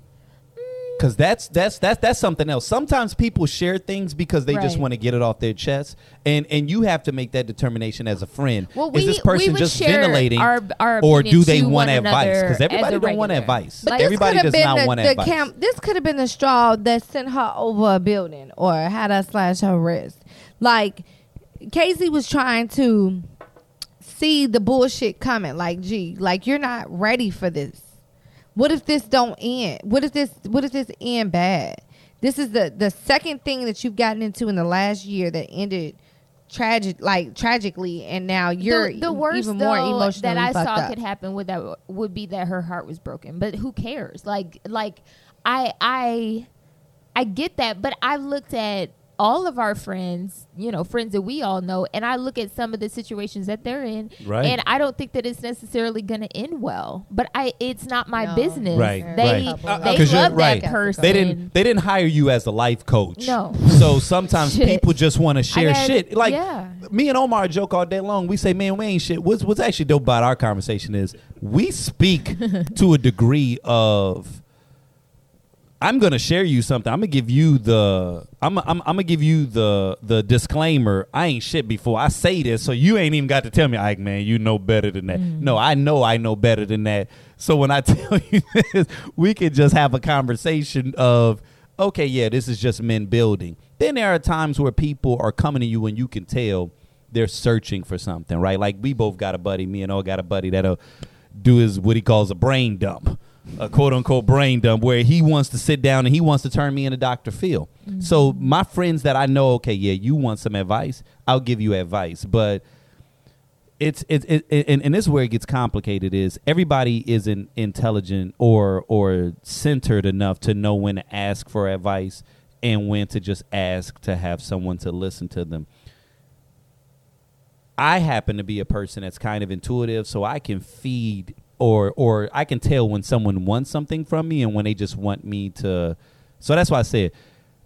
S4: Cause that's that's that's that's something else. Sometimes people share things because they just
S1: Right.
S4: want to get it off their chest, and and you have to make that determination as a friend.
S1: Well,
S4: Is
S1: we-
S4: this person
S1: we would
S4: just
S1: share
S4: ventilating,
S1: our- our
S4: or do
S1: opinion
S4: they
S1: to
S4: want
S1: one
S4: advice?
S1: another
S4: Because
S1: as
S4: everybody
S1: a
S4: don't want
S1: regular.
S4: advice.
S1: But
S3: this
S4: everybody
S3: could've
S4: does not
S3: the,
S4: want
S3: the
S4: advice.
S3: cam- this could have been the straw that sent her over a building or had her slash her wrist. Like Casey was trying to see the bullshit coming. Like, gee, like you're not ready for this. What if this don't end? What if this? What if this end bad? This is the the second thing that you've gotten into in the last year that ended tragic, like tragically, and now you're e-,
S1: the, the worst
S3: even more
S1: though,
S3: emotionally
S1: that I
S3: fucked
S1: saw
S3: up.
S1: could happen with that would be that her heart was broken. But who cares? Like like I I I get that, but I've looked at all of our friends, you know, friends that we all know, and I look at some of the situations that they're in,
S4: Right.
S1: and I don't think that it's necessarily going to end well. But I, it's not my
S3: No.
S1: business.
S4: Right,
S1: They
S4: right.
S3: Uh,
S1: they
S4: Because you're-
S1: love that
S4: right.
S1: person.
S4: They didn't they didn't hire you as a life coach.
S1: No.
S4: So sometimes
S1: Shit.
S4: people just want to share
S1: gotta-
S4: shit. Like
S1: yeah.
S4: me and Omar joke all day long. We say, man, we ain't shit. What's what's actually dope about our conversation is we speak to a degree of I'm gonna share you something. I'm gonna give you the I'm I'm, I'm gonna give you the the disclaimer. I ain't shit before I say this, so you ain't even got to tell me, Ike man, you know better than that. No, I know I know better than that. So when I tell you this, we could just have a conversation of okay, yeah, this is just men building. Then there are times where people are coming to you and you can tell they're searching for something, right? Like we both got a buddy, me and O got a buddy that'll do his what he calls a brain dump, a quote unquote brain dump, where he wants to sit down and he wants to turn me into Dr. Phil. So my friends that I know, okay, yeah, you want some advice, I'll give you advice, but it's it's it, it, and, and this is where it gets complicated is everybody isn't intelligent or or centered enough to know when to ask for advice and when to just ask to have someone to listen to them i happen to be a person that's kind of intuitive so i can feed or or i can tell when someone wants something from me and when they just want me to so that's why i said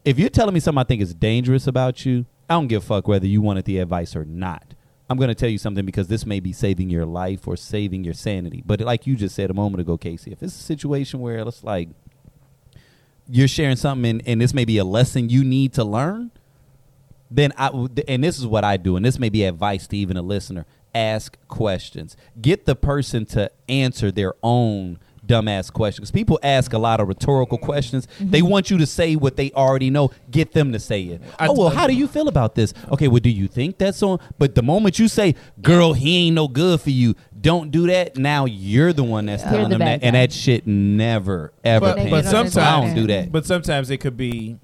S4: if you're telling me something i think is dangerous about you i don't give a fuck whether you wanted the advice or not I'm going to tell you something because this may be saving your life or saving your sanity. But like you just said a moment ago, Casey, if it's a situation where it's like you're sharing something and, and this may be a lesson you need to learn, then I would- and this is what I do, and this may be advice to even a listener: ask questions, get the person to answer their own dumbass questions. People ask a lot of rhetorical questions.
S1: Mm-hmm.
S4: They want you to say what they already know. Get them to say it.
S2: I-
S4: oh well, how do you feel about this? Okay, well, do you think that's on? But the moment you say, "Girl, he ain't no good for you," don't do that. Now you're the one that's
S1: You're
S4: telling
S1: the
S4: them that,
S1: bad
S4: and
S1: guy.
S4: that shit never ever.
S2: But-
S4: pans
S2: but
S4: out. So I don't
S2: sometimes-
S4: do that.
S2: But sometimes it could be,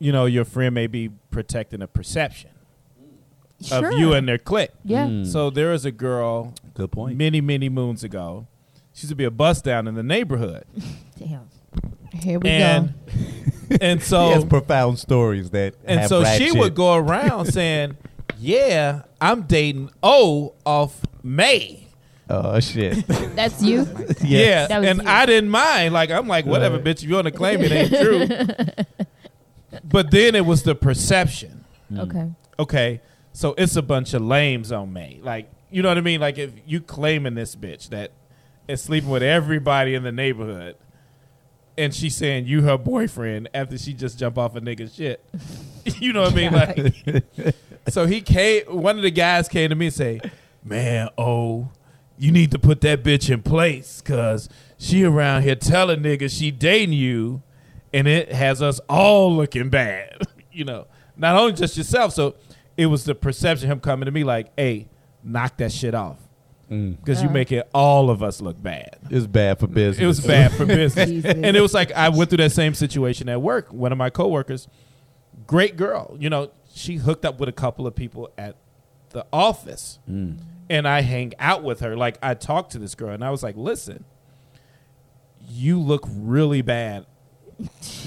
S2: you know, your friend may be protecting a perception
S1: Sure.
S2: of you and their clique. Mm.
S1: yeah.
S2: So there is a girl
S4: Good point.
S2: many, many moons ago. She used to be a bus down in the neighborhood.
S1: Damn.
S3: Here we
S2: And and
S7: He has
S2: so
S7: profound stories that.
S2: and
S7: have
S2: so
S7: black
S2: she
S7: shit.
S2: would go around saying, Yeah, I'm dating O off May.
S4: Oh shit.
S1: That's you.
S2: Yeah.
S1: That was
S2: And
S1: you.
S2: I didn't mind. Like I'm like, whatever, bitch, if you want to claim it ain't true. but then it was the perception.
S4: Mm.
S1: okay.
S2: okay, so it's a bunch of lames on me. Like, you know what I mean? Like, if you claiming this bitch that is sleeping with everybody in the neighborhood, and she saying you her boyfriend after she just jump off a nigga's shit, you know what I mean? Like, so he came. One of the guys came to me and say, "Man, oh." You need to put that bitch in place, cause she around here telling niggas she dating you, and it has us all looking bad. you know, not only just yourself. So it was the perception of him coming to me like, "Hey, knock that shit off," because you making all of us look bad.
S7: It's bad for business.
S2: It was bad for business,
S1: Jesus.
S2: and it was like I went through that same situation at work. One of my coworkers, great girl, you know, she hooked up with a couple of people at the office, and I hang out with her. Like I talked to this girl, and I was like, "Listen, you look really bad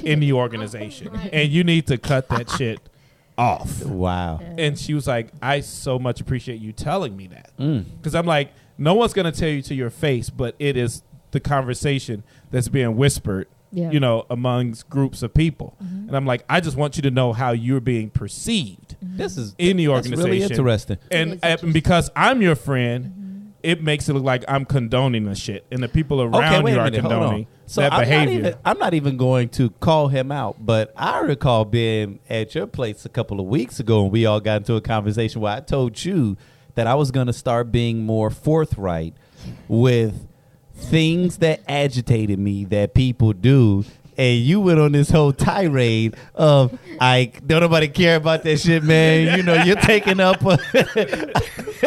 S2: in the organization, and you need to cut that shit off."
S4: Wow.
S2: And she was like, I so much appreciate you telling me that.
S4: Mm.
S2: Because I'm like, no one's going to tell you to your face, but it is the conversation that's being whispered,
S1: Yeah. Mm-hmm.
S2: you know, amongst groups of people. And I'm like, I just want you to know how you're being perceived
S4: This is
S2: in the
S4: that's
S2: organization.
S4: really interesting.
S2: And,
S1: Mm-hmm. It is
S2: and
S1: interesting. Mm-hmm.
S2: because I'm your friend, it makes it look like I'm condoning the shit. And the people around you are condoning
S4: So
S2: that
S4: I'm
S2: behavior.
S4: Not even, I'm not even going to call him out, but I recall being at your place a couple of weeks ago, and we all got into a conversation where I told you that I was going to start being more forthright with things that agitated me that people do. And you went on this whole tirade of like, don't nobody care about that shit, man. You know, you're taking up. A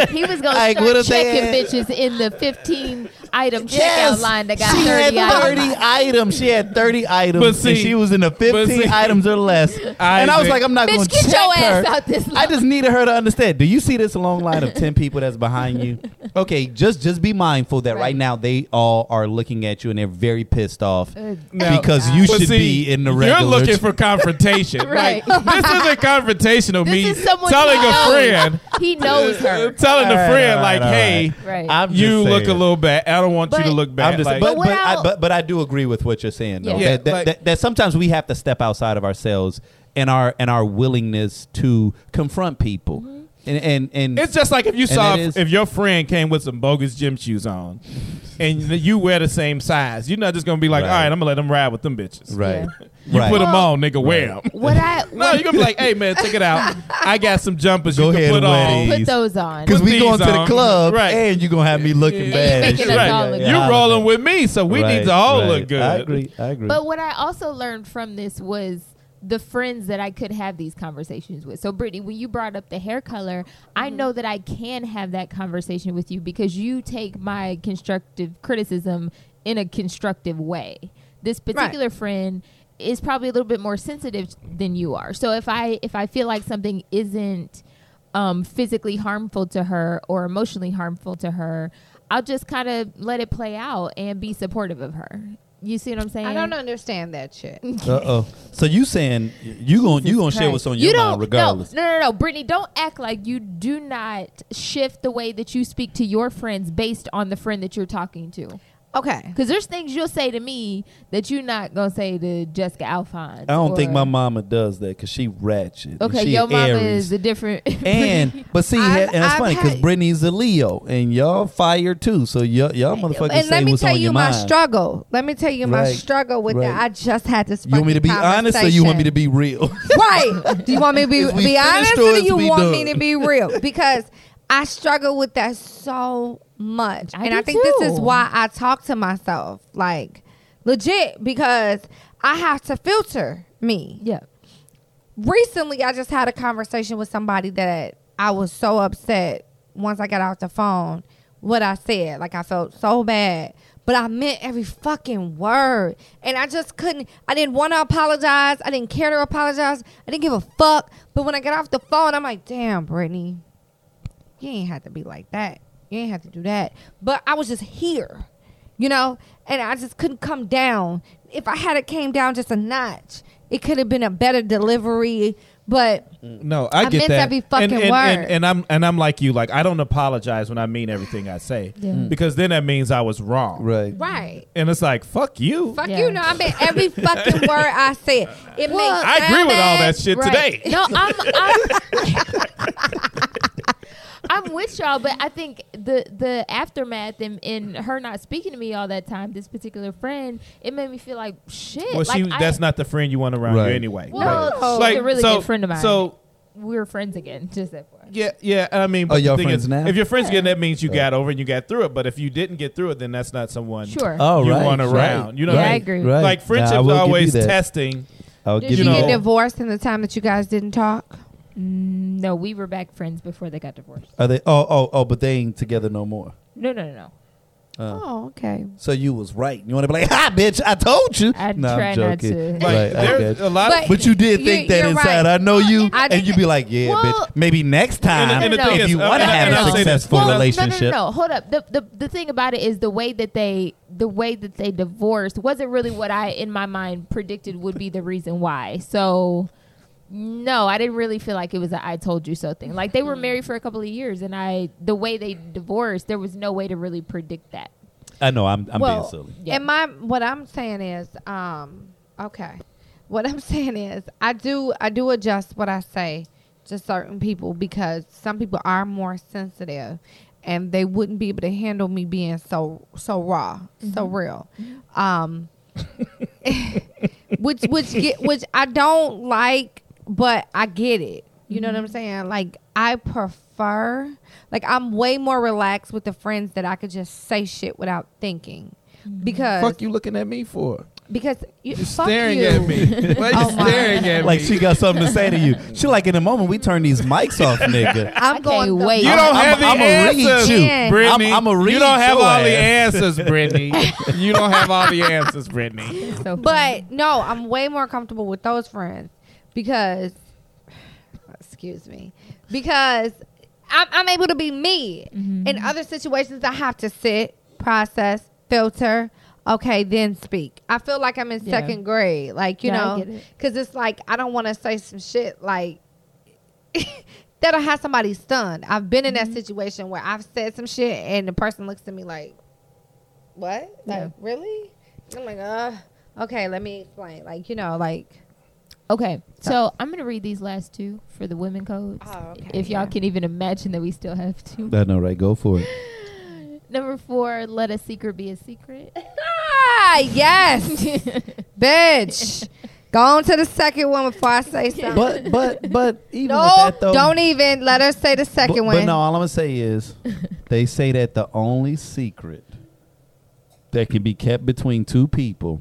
S1: He was gonna
S4: Like, what
S1: start
S4: if
S1: checking
S4: they had-
S1: bitches in the 15 item
S4: Yes.
S1: checkout line that got
S4: she
S1: 30
S4: had
S1: items.
S4: 30 items. She had 30 items.
S2: But
S4: and
S2: see-
S4: she was in the 15
S2: see-
S4: items or less. and I was
S2: Isaac-
S4: like, I'm not going
S1: Bitch,
S4: to
S1: get
S4: check
S1: your
S4: her.
S1: ass out this
S4: I just needed her to understand. Do you see this long line of 10 people that's behind you? Okay, just just be mindful that right,
S1: Right.
S4: now they all are looking at you and they're very pissed off
S1: Good
S2: Now-
S4: because you
S2: But
S4: should
S2: see,
S4: be in the
S2: You're
S4: regular.
S2: looking for confrontation,
S1: Right.
S2: Like, this isn't confrontational. me
S1: This is someone
S2: telling
S1: he
S2: a
S1: knows.
S2: friend,
S1: He knows her.
S2: telling a
S4: All right,
S2: friend,
S4: all
S2: like,
S4: right, all
S2: "Hey,
S1: Right.
S4: I'm just
S2: you look
S4: saying.
S2: a little bad. I don't want you to
S1: But-
S2: look bad."
S4: I'm just,
S2: like,
S1: But
S4: but, but,
S1: what
S4: I,
S1: I'll-
S4: but but I do agree with what you're saying though.
S1: Yeah.
S4: That, that,
S2: Yeah, like-
S4: that, that sometimes we have to step outside of ourselves and our and our willingness to confront people. And and and
S2: it's just like if you saw
S4: it is-
S2: if your friend came with some bogus gym shoes on, and you wear the same size, you're not just gonna be like,
S4: Right.
S2: "All right, I'm gonna let them ride with them bitches."
S4: right,
S2: You
S4: right.
S2: put them
S1: Well-
S2: on, nigga. Wear them.
S1: What I
S2: No,
S1: what,
S2: you're gonna be like, "Hey, man, check it out. I got some jumpers
S4: Go
S2: you
S4: ahead
S2: can put
S4: and wear
S2: on."
S4: these.
S1: put those on.
S4: because we
S2: these
S4: going to the
S2: on.
S4: club
S2: Right.
S4: and you gonna have me looking bad. and
S1: making
S4: shit.
S1: us all look
S2: You're
S4: I
S2: rolling
S4: understand.
S2: with me, so we
S4: Right,
S2: need to all
S4: right.
S2: look good.
S4: I agree. I agree.
S1: But what I also learned from this was the friends that I could have these conversations with. So, Brittany, when you brought up the hair color, I
S3: Mm-hmm.
S1: know that I can have that conversation with you because you take my constructive criticism in a constructive way. This particular friend is probably a little bit more sensitive than you are. So if I if I feel like something isn't um, physically harmful to her or emotionally harmful to her, I'll just kind of let it play out and be supportive of her. You see what I'm saying?
S3: I don't understand that shit.
S4: Uh oh. So you saying you gonna you gonna share what's on
S1: you
S4: your
S1: don't
S4: mind regardless?
S1: No, no, no, no, Brittany, don't act like you do not shift the way that you speak to your friends based on the friend that you're talking to.
S3: Okay.
S1: Because there's things you'll say to me that you're not gonna say to Jessica Alphonse.
S4: I don't think
S1: or-
S4: my mama does that because she ratchet.
S1: Okay,
S4: she
S1: your
S4: an
S1: mama
S4: Aries.
S1: is a different.
S4: and but see,
S3: I've-
S4: and it's
S3: I've
S4: funny because
S3: had-
S4: Brittany's a Leo, and y'all fire too. So y'all, y'all motherfuckers
S3: and
S4: say
S3: let me
S4: what's
S3: tell
S4: on
S3: you
S4: your
S3: my
S4: mind.
S3: struggle. Let me tell you my
S4: Right,
S3: struggle with that.
S4: right.
S3: I just had this.
S4: you want me to be
S3: fucking
S4: honest, or you want me to
S3: conversation.
S4: be real?
S3: right? Do you want me to be
S4: Is we
S3: be
S4: finished
S3: honest,
S4: or
S3: or do
S4: is
S3: you
S4: we
S3: want
S4: done?
S3: me to be real? Because I struggle with that so much,
S1: I
S3: and I
S1: do
S3: think this is
S1: too.
S3: why I talk to myself like legit because I have to filter me
S1: yeah,
S3: recently I just had a conversation with somebody that I was so upset once I got off the phone what I said. Like I felt so bad. But I meant every fucking word. And I just couldn't I didn't want to apologize. I didn't care to apologize. I didn't give a fuck. But when I got off the phone, I'm like, damn, Brittany, you ain't have to be like that. You ain't have to do that. But I was just here, you know, and I just couldn't come down. If I had it came down just a notch, it could have been a better delivery. But
S2: No, I,
S3: I
S2: get
S3: meant
S2: that.
S3: every
S2: and,
S3: fucking
S2: and,
S3: word.
S2: And, and I'm and I'm like you. Like I don't apologize when I mean everything I say because then that means I was wrong.
S7: Right.
S3: right,
S2: And it's like fuck you.
S3: fuck
S1: Yeah.
S3: you know, I meant every fucking word I said. It
S1: Well,
S3: makes
S2: I agree with all that shit
S1: right.
S2: today.
S1: No, I'm. I'm I'm with y'all, but I think the the aftermath and, and her not speaking to me all that time, this particular friend, it made me feel like shit.
S2: Well, she
S1: like, I-
S2: that's not the friend you want around
S7: Right.
S2: you anyway.
S1: Well,
S2: Like-
S1: she's
S2: like,
S1: a really
S2: so-
S1: good friend of mine.
S2: So
S1: we're friends again. Just that far.
S2: yeah, yeah. I mean,
S7: Are
S2: but
S7: y'all
S2: the thing
S7: friends
S2: is,
S7: now?
S2: if your friends getting that means you got over and you got through it. But if you didn't get through it, then that's not someone
S1: Sure.
S4: Oh,
S2: you
S4: right,
S2: want
S4: right,
S2: around. You know,
S1: Yeah,
S2: what I,
S1: I
S2: mean?
S1: agree.
S4: Right.
S2: Like friendships
S4: Nah, I
S2: are
S4: will give you
S2: always
S4: that.
S2: testing.
S4: I'll
S3: Did
S4: give
S3: you,
S2: you
S3: get
S2: know-
S3: divorced in the time that you guys didn't talk?
S1: Mm, No, we were back friends before they got divorced.
S4: Are they? Oh, oh, oh! But they ain't together no more.
S1: No, no, no, no.
S2: Uh.
S3: Oh, okay.
S4: So you was right. You want to be like, ha, bitch! I told you.
S1: I
S4: Nah,
S1: try
S4: I'm
S1: not
S4: joking.
S1: to.
S2: Like
S4: Right, I
S2: there's
S4: get
S2: a lot.
S3: But-
S2: of,
S4: But you did
S3: You-
S4: think that
S3: you're
S4: inside.
S3: right.
S4: I know you,
S3: I
S4: and you
S3: didn't-
S4: be like, "Yeah,
S1: Well-
S4: bitch. Maybe next time,
S2: and the
S1: thing
S4: if
S2: is,
S4: you
S2: uh,
S4: want to
S2: and-
S4: have
S2: and
S4: a
S2: I'll say this,
S4: successful
S2: well, no, no, no,
S1: No,
S4: relationship."
S1: no, no. Hold up. The, the the thing about it is the way that they the way that they divorced wasn't really what I in my mind predicted would be the reason why. So no, I didn't really feel like it was a I told you so thing. Like they were married for a couple of years and I the way they divorced, there was no way to really predict that.
S4: I know I'm, I'm
S3: well,
S4: being silly.
S1: Yeah.
S3: And my what I'm saying is, um, okay. What I'm saying is, I do I do adjust what I say to certain people because some people are more sensitive, and they wouldn't be able to handle me being so so raw, so real. Um, which which get, which I don't like, but I get it. You know what I'm saying? Like I prefer, like I'm way more relaxed with the friends that I could just say shit without thinking, because
S2: fuck you looking at me for?
S3: because you,
S2: You're
S3: fuck
S2: staring
S3: you.
S2: at me. Why
S3: Oh
S2: you
S3: my.
S2: staring at me?
S4: Like she got something to say to you. She like in a moment we turn these mics off, nigga.
S3: I'm
S1: can't
S3: going.
S1: wait.
S2: You
S4: I'm-
S2: don't
S4: I'm-
S2: have the
S4: I'm a read
S2: answers,
S4: you.
S3: Yeah.
S2: Brittany.
S4: I'm- I'm a
S2: You
S4: read
S2: don't have
S4: your
S2: all the
S4: ass.
S2: answers, Brittany. you don't have all the answers, Brittany.
S1: So
S3: But no, I'm way more comfortable with those friends because, excuse me, because I'm, I'm able to be me.
S1: Mm-hmm.
S3: In other situations, I have to sit, process, filter. Okay, then speak. I feel like I'm in
S1: Yeah.
S3: second grade, like you
S1: Yeah, I
S3: know,
S1: get it.
S3: because it's like I don't want to say some shit like that'll have somebody stunned. I've been in that
S4: Mm-hmm.
S3: situation where I've said some shit and the person looks at me like, "What? Like
S1: Yeah.
S3: really?" I'm like, "Uh, okay, let me explain." Like you know, like
S1: Okay, so I'm gonna read these last two for the women codes.
S3: Oh, okay,
S1: If y'all
S3: yeah.
S1: can even imagine that we still have two.
S4: I know, right? Go for it.
S1: Number four, let a secret be a secret.
S3: ah, yes, bitch. Go on to the second one before I say something.
S4: But but but even with
S3: no,
S4: that though,
S3: don't even let her say the second
S4: but,
S3: one.
S4: But no, all I'm gonna say is, they say that the only secret that can be kept between two people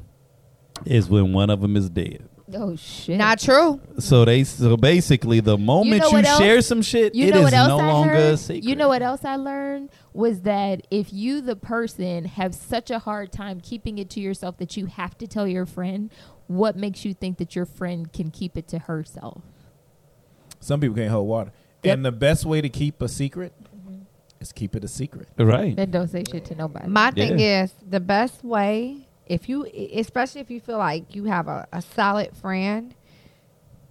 S4: is when one of them is dead.
S1: Oh shit!
S3: Not true.
S4: So they so basically the moment you,
S1: know what else?
S4: share some shit,
S1: you
S4: it
S1: know
S4: is
S1: what else
S4: no
S1: I
S4: longer
S1: heard?
S4: a secret.
S1: You know what else I learned was that if you, the person, have such a hard time keeping it to yourself that you have to tell your friend, what makes you think that your friend can keep it to herself?
S2: Some people can't hold water. And the best way to keep a secret is keep it a secret.
S4: Right.
S1: Then don't say shit to nobody.
S3: My thing is the best way, if you, especially if you feel like you have a, a solid friend,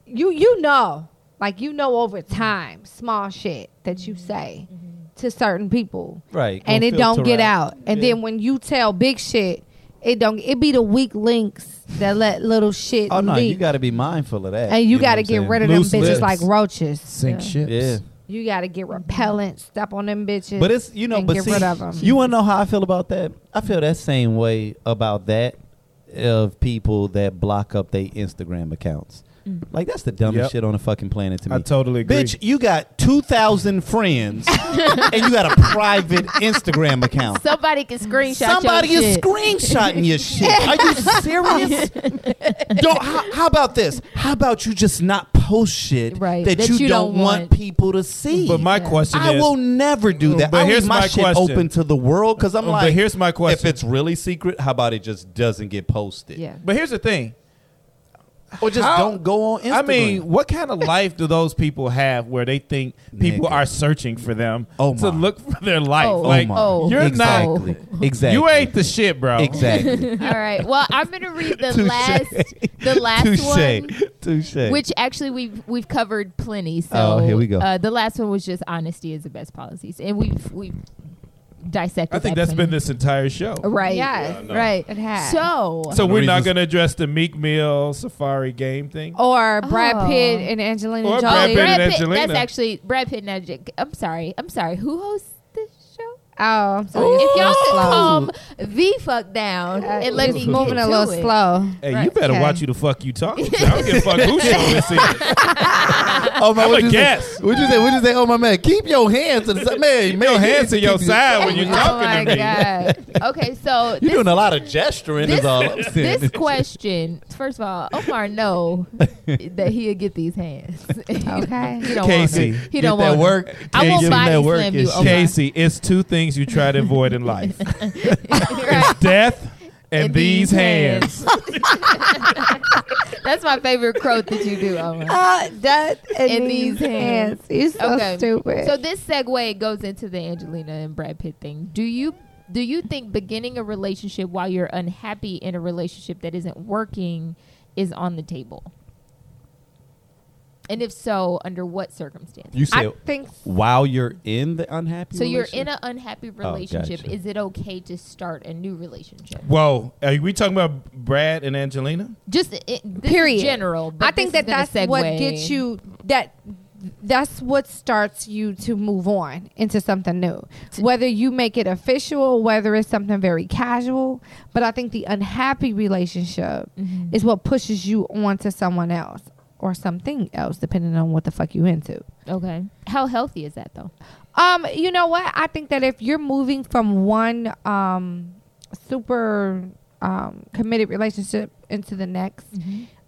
S3: you you know, like you know over time, small shit that you say to certain people,
S4: Right.
S3: and it don't get out. And
S2: Yeah.
S3: then when you tell big shit, it don't. It be the weak links that let little shit
S4: Oh no, you
S3: leak,
S4: got to be mindful of that.
S3: and you,
S4: know
S3: got to
S4: what I'm
S3: get
S4: saying?
S3: rid of them
S2: Loose
S3: bitches
S2: lips.
S3: like roaches.
S2: Sink ships.
S4: Yeah.
S3: You got to get repellent, step on them bitches.
S4: But it's you know,
S3: and
S4: but
S3: get
S4: see,
S3: rid of 'em.
S4: you want to know how I feel about that? I feel that same way about that of people that block up their Instagram accounts.
S3: Mm.
S4: Like that's the dumbest
S2: Yep.
S4: shit on the fucking planet to me.
S2: I totally agree.
S4: Bitch, you got two thousand friends, and you got a private Instagram account.
S1: Somebody can screenshot
S4: Somebody
S1: your
S4: is
S1: shit.
S4: screenshotting your shit. Are you serious? don't. How, how about this? How about you just not post shit
S1: Right,
S4: that,
S1: that
S4: you,
S1: you
S4: don't,
S1: don't
S4: want
S1: want.
S4: people to see?
S2: But my
S1: Yeah.
S2: question
S4: I
S2: is,
S4: will never do
S2: Mm,
S4: that.
S2: but
S4: I
S2: here's
S4: leave my,
S2: my
S4: shit
S2: question.
S4: open to the world because I'm
S2: But
S4: like,
S2: here's my question.
S4: If it's really secret, how about it just doesn't get posted?
S1: Yeah.
S2: but here's the thing.
S4: Or just
S2: How-
S4: don't go on Instagram.
S2: I mean, what kind of life do those people have where they think people
S4: Nigga.
S2: are searching for them
S4: Oh,
S2: to
S4: my.
S2: look for their life?
S1: Oh,
S2: like
S1: my. Oh.
S2: you're not.
S4: exactly. Exactly.
S2: You ain't the shit, bro.
S4: Exactly.
S1: All right. Well, I'm gonna read the last, the last one.
S4: Touche. Touche.
S1: Which actually we've we've covered plenty. So
S4: Oh, here we go.
S1: Uh, the last one was just honesty is the best policies, and we've we've dissected.
S2: I think
S1: that
S2: that's been
S1: plenty.
S2: this entire show.
S1: right.
S3: Yes. Yeah, I know.
S1: right.
S3: It has.
S1: So,
S2: So
S4: The
S2: we're not
S4: reasons-
S2: going to address the Meek Mill Safari game thing.
S3: or Brad
S1: Oh.
S3: Pitt and Angelina
S2: Or
S3: Jolie.
S2: Brad Pitt and
S1: That's
S2: Angelina.
S1: actually Brad Pitt and Angelina. I'm sorry. I'm sorry. Who hosts this show?
S3: Oh, I'm sorry.
S1: If y'all could
S3: slow.
S1: calm the fuck down
S3: Uh,
S1: and let
S3: it's
S1: me
S3: moving
S1: get to
S3: a little
S1: it.
S3: slow.
S2: Hey, you
S1: Right.
S2: better
S3: Okay.
S2: watch who the fuck you talking to. I don't give a fuck who show this is.
S7: Oh my!
S2: I'm
S7: what'd
S2: a
S7: you say?
S2: guess.
S7: What'd you say? What'd you say? Oh my man, keep your hands to the side, man.
S2: Your
S7: man,
S2: hands to your
S7: keep
S2: side when you're talking
S1: oh my
S2: to me.
S1: god. Okay, so
S7: You're
S1: this,
S7: doing a lot of gesturing.
S1: this-
S7: is all I'm saying.
S1: this question, first of all, Omar know that he'll get these hands.
S3: Okay.
S1: he don't
S2: Casey,
S1: want them. He
S7: Get
S1: don't
S7: that
S1: want them.
S7: work.
S1: I
S7: Can't
S1: won't
S7: give 'em
S1: body
S7: that work
S1: slam
S7: and
S1: you,
S7: shit.
S1: Omar.
S2: Casey, it's two things you try to avoid in life.
S1: Right.
S2: Death and,
S1: And
S2: these
S1: these
S2: hands.
S1: That's my favorite quote that you do, Omar.
S3: Uh, that and,
S1: In
S3: these
S1: these
S3: hands. You're so
S1: Okay.
S3: stupid.
S1: So this segue goes into the Angelina and Brad Pitt thing. Do you do you think beginning a relationship while you're unhappy in a relationship that isn't working is on the table? And if so, under what circumstance?
S4: you said
S3: I think
S4: while you're in the unhappy.
S1: So you're in
S4: relationship?
S1: an unhappy relationship.
S4: gotcha.
S1: Is it okay to start a new relationship?
S2: Whoa, are we talking about Brad and Angelina?
S1: Just i this
S3: Period.
S1: period. general. But
S3: I think
S1: this
S3: that
S1: is gonna
S3: that's what
S1: segue.
S3: gets you that that's what starts you to move on into something new. Whether you make it official, whether it's something very casual, but I think the unhappy relationship
S1: Mm-hmm.
S3: is what pushes you on to someone else or something else depending on what the fuck you into.
S1: Okay. How healthy is that though?
S3: Um, you know what? I think that if you're moving from one um super um committed relationship into the next,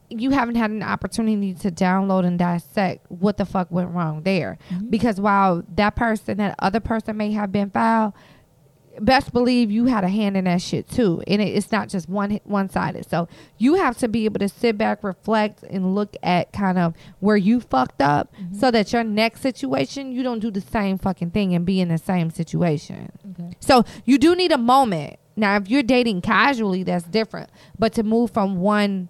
S3: you haven't had an opportunity to download and dissect what the fuck went wrong there. Because while that person, that other person may have been foul, best believe you had a hand in that shit too and it, it's not just one one sided so you have to be able to sit back reflect and look at kind of where you fucked up so that your next situation you don't do the same fucking thing and be in the same situation
S1: Okay.
S3: so you do need a moment now if you're dating casually that's different but to move from one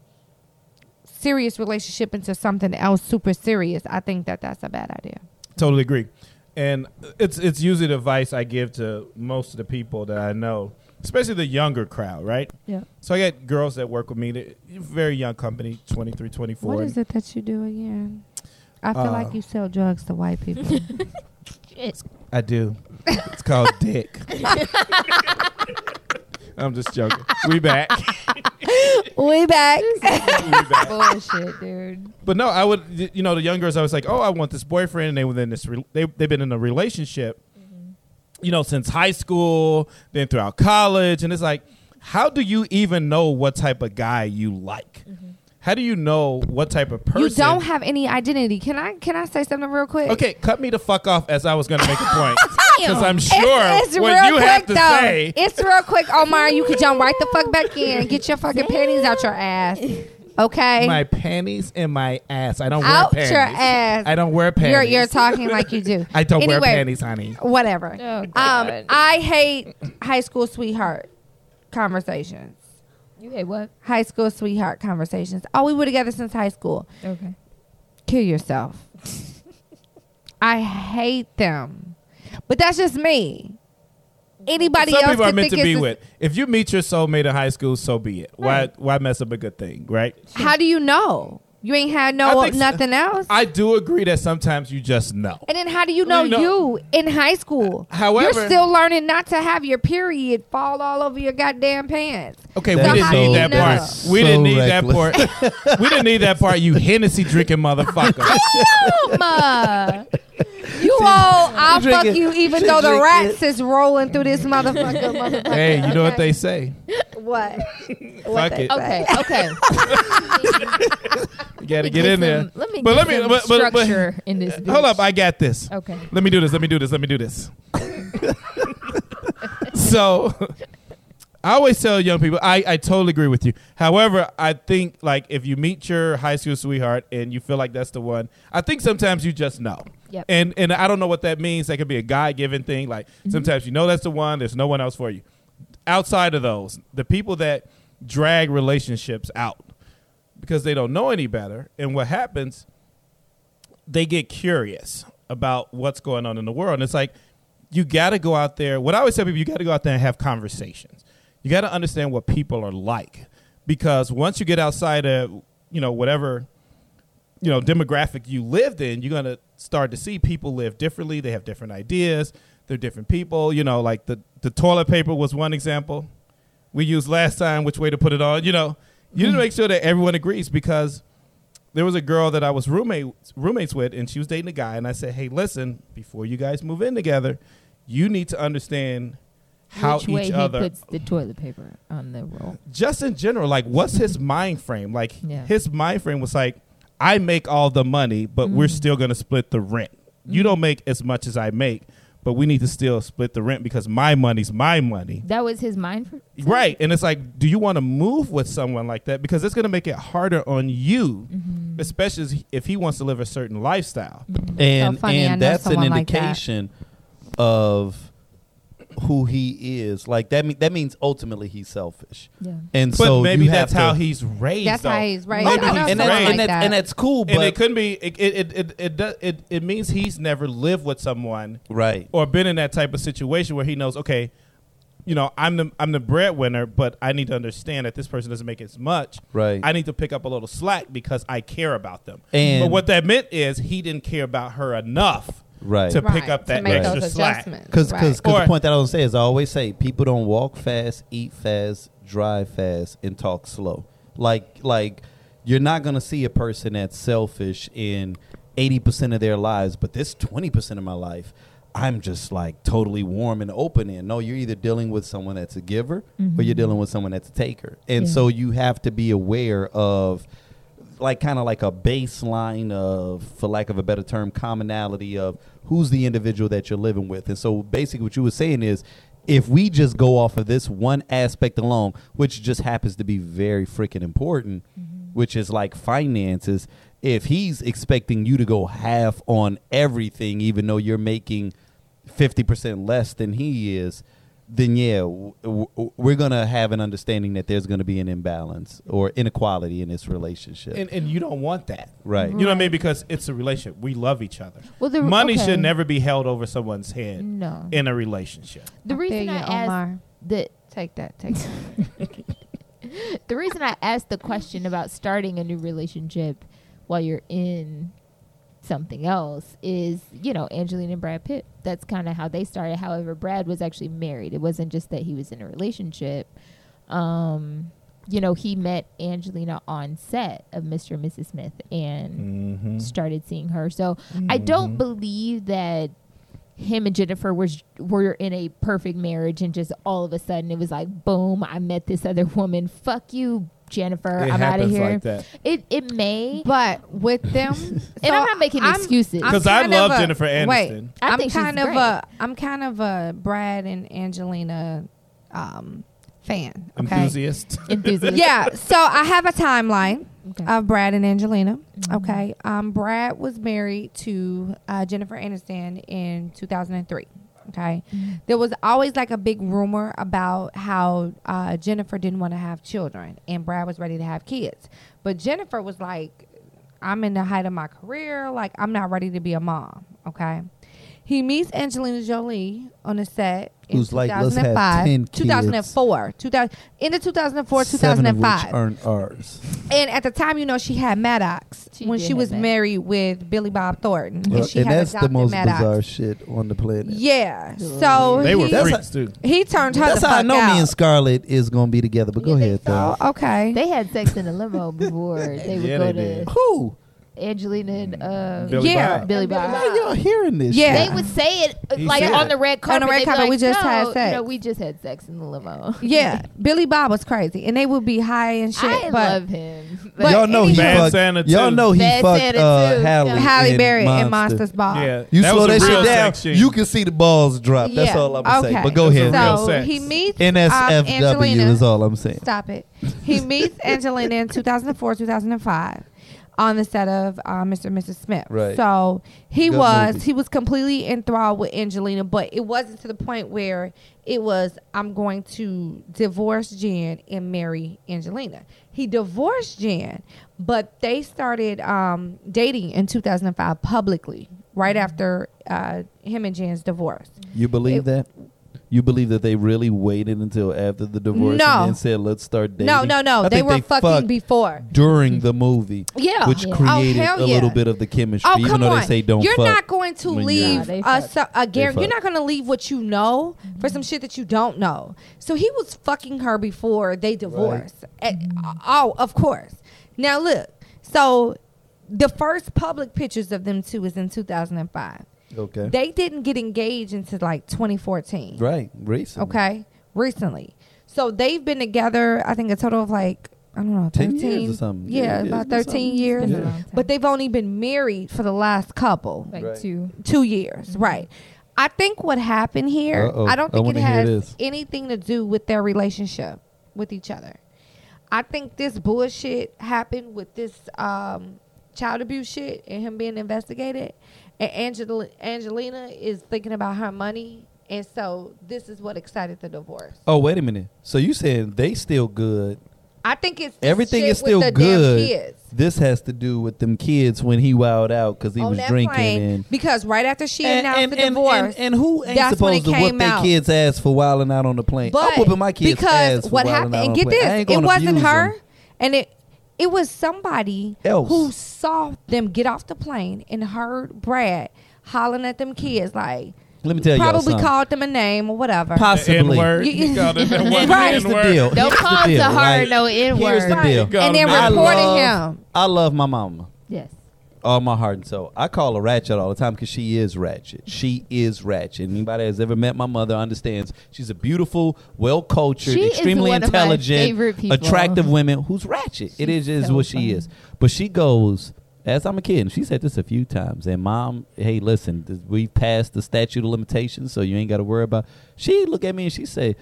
S3: serious relationship into something else super serious i think that that's a bad idea
S2: Totally agree. And it's it's usually the advice I give to most of the people that I know, especially the younger crowd, right?
S1: Yeah.
S2: So I got girls that work with me, they're very young company, 23, 24.
S3: what is it that you do again i feel
S2: Uh,
S3: like you sell drugs to white people
S2: I do. It's called dick. I'm just joking. We back.
S3: we back
S2: we back.
S1: Bullshit, dude.
S2: But no, I would. y- You know, the young girls, I was like, oh, I want this boyfriend, and they were in this. Re- they they've been in a relationship, you know, since high school, then throughout college, and it's like, how do you even know what type of guy you like? How do you know what type of person?
S3: You don't have any identity. Can I can I say something real quick?
S2: Okay, cut me the fuck off as I was going to make a point because I'm
S3: It's,
S2: sure
S3: it's
S2: what
S3: real
S2: you
S3: quick
S2: have to
S3: though.
S2: say.
S3: It's real quick, Omar. You could jump right the fuck back in. Get your fucking panties out your ass. Okay.
S2: my panties and my ass. I don't
S3: Out
S2: wear panties.
S3: your ass.
S2: I don't wear panties.
S3: You're, you're talking like you do.
S2: I don't wear
S3: Anyway,
S2: panties, honey.
S3: Whatever.
S1: Oh,
S3: um,
S1: God.
S3: I hate high school sweetheart conversations.
S1: You hate what?
S3: High school sweetheart conversations. Oh, we were together since high school.
S1: Okay.
S3: Kill yourself. I hate them, but that's just me. Anybody
S2: Some
S3: else
S2: people are
S3: could
S2: meant to
S3: think
S2: be
S3: it's-
S2: with. If you meet your soulmate in high school, so be it. Why why mess up a good thing, right?
S3: How do you know? You ain't had
S2: I
S3: no
S2: think so.
S3: nothing else.
S2: I do agree that sometimes you just know.
S3: and then how do you know
S2: You know-
S3: you in high school?
S2: However-
S3: you're still learning not to have your period fall all over your goddamn pants.
S2: Okay,
S7: That's
S2: we didn't
S7: so-
S2: need that
S3: that
S2: part.
S7: is
S2: we
S7: so
S2: didn't need
S7: reckless.
S2: that part. we didn't need that part. You Hennessy drinking motherfucker.
S1: Um, uh, Mama.
S3: You all, I'll
S7: Drink
S3: fuck
S7: it.
S3: you, even
S7: Should
S3: though the
S7: drink
S3: rats is rolling through this motherfucker. motherfucker.
S2: hey, you know what they say?
S3: What?
S2: Fuck it.
S1: Okay. Okay.
S2: You gotta get in there.
S1: Let me.
S2: But
S1: But
S2: let
S1: let me.
S2: me- but- but- but-
S1: structure in this. Bitch.
S2: Hold up, I got this.
S1: okay.
S2: Let me do this. Let me do this. Let me do this. so I always tell young people, I, I totally agree with you. However, I think like if you meet your high school sweetheart and you feel like that's the one, I think sometimes you just know.
S1: Yep.
S2: And and I don't know what that means. That could be a God given thing. Like sometimes you know that's the one, there's no one else for you. Outside of those, the people that drag relationships out because they don't know any better, and what happens they get curious about what's going on in the world. And it's like, you got to go out there. What I always tell people, you got to go out there and have conversations. You got to understand what people are like. Because once you get outside of, you know, whatever, you know, demographic you lived in, you're going to start to see people live differently. They have different ideas. They're different people. You know, like the, the toilet paper was one example we used last time, which way to put it on. You know, you need to make sure that everyone agrees because there was a girl that I was roommate roommates with, and she was dating a guy, and I said, "Hey, listen, before you guys move in together, you need to understand how
S1: Which way
S2: each
S1: he
S2: other,
S1: puts the toilet paper on the roll.
S2: just in general, like what's his mind frame? Like
S1: Yeah.
S2: his mind frame was like, I make all the money, but
S3: Mm.
S2: we're still gonna split the rent. You don't make as much as I make." But we need to still split the rent because my money's my money.
S1: That was his mind. For,
S2: Right. And it's like, do you want to move with someone like that? Because it's going to make it harder on you,
S3: Mm-hmm.
S2: especially as- if he wants to live a certain lifestyle.
S4: and
S3: So funny, I
S4: and
S3: know
S4: that's an
S3: someone like that.
S4: indication of who he is. Like that mean that means ultimately he's selfish.
S1: yeah.
S4: And
S2: But
S4: so
S2: maybe
S4: you
S2: that's
S4: have
S2: how
S4: to-
S2: he's raised.
S3: That's how
S2: though.
S3: he's raised.
S2: Maybe
S3: I know
S2: he's
S3: someone
S4: and, that's,
S2: right.
S4: and,
S3: like
S4: that's,
S3: that.
S4: and that's cool, but
S2: And it could be, it, it, it, it, it, does, it, it means he's never lived with someone
S4: right.
S2: or been in that type of situation where he knows, okay, you know, I'm the I'm the breadwinner, but I need to understand that this person doesn't make as much.
S4: Right.
S2: I need to pick up a little slack because I care about them.
S4: And-
S2: but what that meant is he didn't care about her enough
S4: Right.
S2: to
S3: Right,
S2: pick up that
S3: to make
S2: extra
S3: those
S2: slack.
S3: adjustments,
S4: Because
S3: right.
S4: because
S2: Or-
S4: the point that I don't say is I always say people don't walk fast, eat fast, drive fast, and talk slow. Like like you're not gonna see a person that's selfish in eighty percent of their lives, but this twenty percent of my life, I'm just like totally warm and open in. No, you're either dealing with someone that's a giver or you're dealing with someone that's a taker. And
S1: Yeah.
S4: so you have to be aware of like kind of like a baseline of, for lack of a better term, commonality of who's the individual that you're living with. And so basically, what you were saying is, if we just go off of this one aspect alone, which just happens to be very freaking important, which is like finances, if he's expecting you to go half on everything, even though you're making 50% less than he is, then yeah, w- w- we're gonna have an understanding that there's gonna be an imbalance or inequality in this relationship.
S2: And and you don't want that.
S4: Right.
S2: You know what I mean? Because it's a relationship. We love each other.
S1: Well, the-
S2: Money
S1: okay. Mm.
S2: should never be held over someone's head
S1: No.
S2: in a relationship.
S1: the
S3: I
S1: reason
S3: feel
S1: I
S3: you,
S1: asked
S3: Omar.
S1: the
S3: take that, take that.
S1: the reason I asked the question about starting a new relationship while you're in something else is, you know, Angelina and Brad Pitt. That's kind of how they started. However, Brad was actually married. It wasn't just that he was in a relationship. Um, you know, he met Angelina on set of Mr. and Mrs. Smith and
S2: Mm-hmm.
S1: started seeing her. So I don't believe that him and Jennifer was were in a perfect marriage and just all of a sudden it was like boom, I met this other woman. Fuck you, Jennifer.
S2: It
S1: I'm out of
S2: happens
S1: here.
S2: like that.
S1: It it may.
S3: But with them, and
S1: I'm not making excuses.
S2: Because I love Jennifer Aniston.
S1: I
S3: I'm
S1: think she's
S3: kind of
S1: great.
S3: a I'm kind of a Brad and Angelina um, fan. Okay.
S2: Enthusiast.
S1: enthusiasm.
S3: yeah. So I have a timeline.
S1: Okay.
S3: of Brad and Angelina. Okay. Um, Brad was married to uh, Jennifer Aniston in 2003. Okay. There was always like a big rumor about how uh, Jennifer didn't want to have children and Brad was ready to have kids. But Jennifer was like, I'm in the height of my career. Like, I'm not ready to be a mom. Okay. He meets Angelina Jolie on a set in
S4: Who's like, let's have
S3: 2005,
S4: 10 kids.
S3: 2004 2000, in the 2004,
S4: Seven of which
S3: 2005
S4: aren't ours.
S3: and at the time, you know, she had Maddox
S1: She
S3: when
S1: did
S3: she
S1: have
S3: was
S1: Maddox.
S3: married with Billy Bob Thornton, and
S4: Look,
S3: she
S4: and
S3: had
S4: that's the
S3: adopted
S4: most
S3: Maddox.
S4: bizarre shit on the planet.
S3: Yeah, so
S2: They were
S3: he,
S2: freaks too.
S3: he turned her
S4: That's
S3: the
S4: how I
S3: fuck
S4: know
S3: out.
S4: me and Scarlett is gonna be together. But go ahead, though.
S3: oh, okay.
S1: They had sex in a limo before they would
S2: Yeah,
S1: go
S2: they did.
S1: to
S4: Who?
S1: Angelina and uh,
S2: Billy
S3: yeah,
S2: Bob.
S1: Billy
S4: How
S1: Bob.
S4: y'all hearing this?
S3: Yeah.
S4: shit?
S1: They would say it uh,
S2: He
S1: like
S2: said
S1: on
S2: it.
S1: the red carpet.
S3: red
S1: They'd be
S3: carpet,
S1: like,
S3: "We just
S1: no,
S3: had
S1: No,
S3: sex."
S1: we just had sex in the limo.
S3: yeah, Billy Bob was crazy, and they would be high and shit.
S1: I
S3: but
S1: love him.
S3: But
S4: y'all know he
S2: Bad
S4: fucked.
S2: Santa
S4: y'all
S2: too.
S4: know he
S1: Bad
S4: fucked
S1: Santa
S4: uh,
S1: too.
S4: Halle,
S3: Halle
S4: in
S3: Berry and
S4: Monster.
S3: Monsters Ball.
S2: Yeah,
S4: Ah, You
S2: that was
S4: slow
S2: a
S4: that
S2: real
S4: shit down.
S2: sex scene.
S4: You can see the balls drop. That's
S3: Yeah,
S4: all I'm gonna say.
S3: okay.
S4: But go ahead.
S2: real
S3: So
S2: sex.
S3: he meets um,
S4: NSFW
S3: Angelina.
S4: is all I'm saying.
S3: Stop it. He meets Angelina in 2004, 2005 on the set of uh, Mr. and Mrs. Smith.
S4: Right.
S3: So he
S4: Good
S3: was
S4: movie.
S3: he was completely enthralled with Angelina, but it wasn't to the point where it was I'm going to divorce Jan and marry Angelina. He divorced Jan, but they started um, dating in 2005 publicly right
S4: Mm-hmm.
S3: after uh, him and Jan's divorce.
S4: You believe that? You believe that they really waited until after the divorce
S3: No.
S4: and then said, "Let's start dating"?
S3: No, no,
S4: I
S3: no. They
S4: think
S3: were fucking
S4: fucked
S3: before.
S4: during the movie,
S3: Yeah.
S4: which
S3: Yeah. Oh,
S4: created
S3: hell
S4: a little
S3: yeah.
S4: bit of the chemistry,
S3: Oh,
S4: even
S3: come
S4: though
S3: on.
S4: they say don't
S3: you're
S4: fuck.
S3: not going to
S4: when you're-
S3: leave
S1: Nah, they
S3: a,
S1: fuck.
S3: so- a gar-
S4: fuck.
S3: You're not going to leave what you know for some shit that you don't know. So he was fucking her before they divorced. Eh, Oh, of course. Now look. So the first public pictures of them two is in 2005.
S4: okay,
S3: They didn't get engaged until like 2014.
S4: right, recently.
S3: Okay. Recently. So they've been together. I think a total of like. I don't know,
S4: 10
S3: 13
S4: years or something.
S3: Yeah,
S4: Yeah,
S3: about
S4: yeah,
S3: 13
S4: something.
S3: years.
S4: Yeah.
S3: But they've only been married for the last couple,
S1: like
S4: Right.
S1: two.
S3: two years,
S4: Mm-hmm.
S3: right? I think what happened here,
S4: Uh-oh.
S3: I don't
S4: I
S3: think it
S4: wanna hear
S3: has
S4: this.
S3: anything to do with their relationship with each other. I think this bullshit happened with this um, child abuse shit and him being investigated. And Angel- Angelina is thinking about her money. And so this is what excited the divorce.
S4: Oh wait a minute. So you said they still good?
S3: I think it's this
S4: Everything
S3: shit
S4: is still
S3: with the
S4: good.
S3: Damn kids.
S4: This has to do with them kids when he wowed out because he
S3: on
S4: was
S3: that
S4: drinking
S3: plane
S4: and
S3: because right after she announced the
S4: and-
S3: divorce,
S4: And, and who ain't
S3: that's when it
S4: supposed to
S3: came
S4: whoop their
S3: out.
S4: kids' ass for wilding out on the plane?
S3: But
S4: I'm whooping my kids'
S3: because
S4: ass for
S3: what
S4: wilding
S3: happened?
S4: out on
S3: And
S4: the
S3: get
S4: plane. I
S3: this,
S4: ain't
S3: it
S4: gonna
S3: wasn't
S4: abuse
S3: her,
S4: 'em.
S3: and it it was somebody
S4: Else.
S3: who saw them get off the plane and heard Brad hollering at them kids, like
S4: Let me tell you
S3: probably
S4: something.
S3: called them a name or whatever.
S4: possibly.
S2: N-word.
S3: You-
S2: He called it that one
S3: Right.
S4: Here's the
S2: N-word.
S4: deal.
S1: Don't
S4: Here's
S1: call
S4: the
S1: to
S4: deal.
S1: her
S4: Right?
S1: no N
S4: Here's the
S1: word.
S4: deal.
S3: and then
S2: I
S3: reporting
S4: love-
S3: him.
S4: I love my mama.
S1: Yes.
S4: all my heart and soul. I call her ratchet all the time because she is ratchet. She is ratchet. Anybody that's ever met my mother understands. She's a beautiful, well cultured,
S1: She is
S4: extremely
S1: one of my favorite
S4: intelligent,
S1: people.
S4: attractive woman who's ratchet. it
S1: She's
S4: is just
S1: so
S4: what
S1: funny.
S4: she is. But she goes. As I'm a kid, and she said this a few times, and mom, hey, listen, th- we passed the statute of limitations, so you ain't got to worry about. She look at me and she said,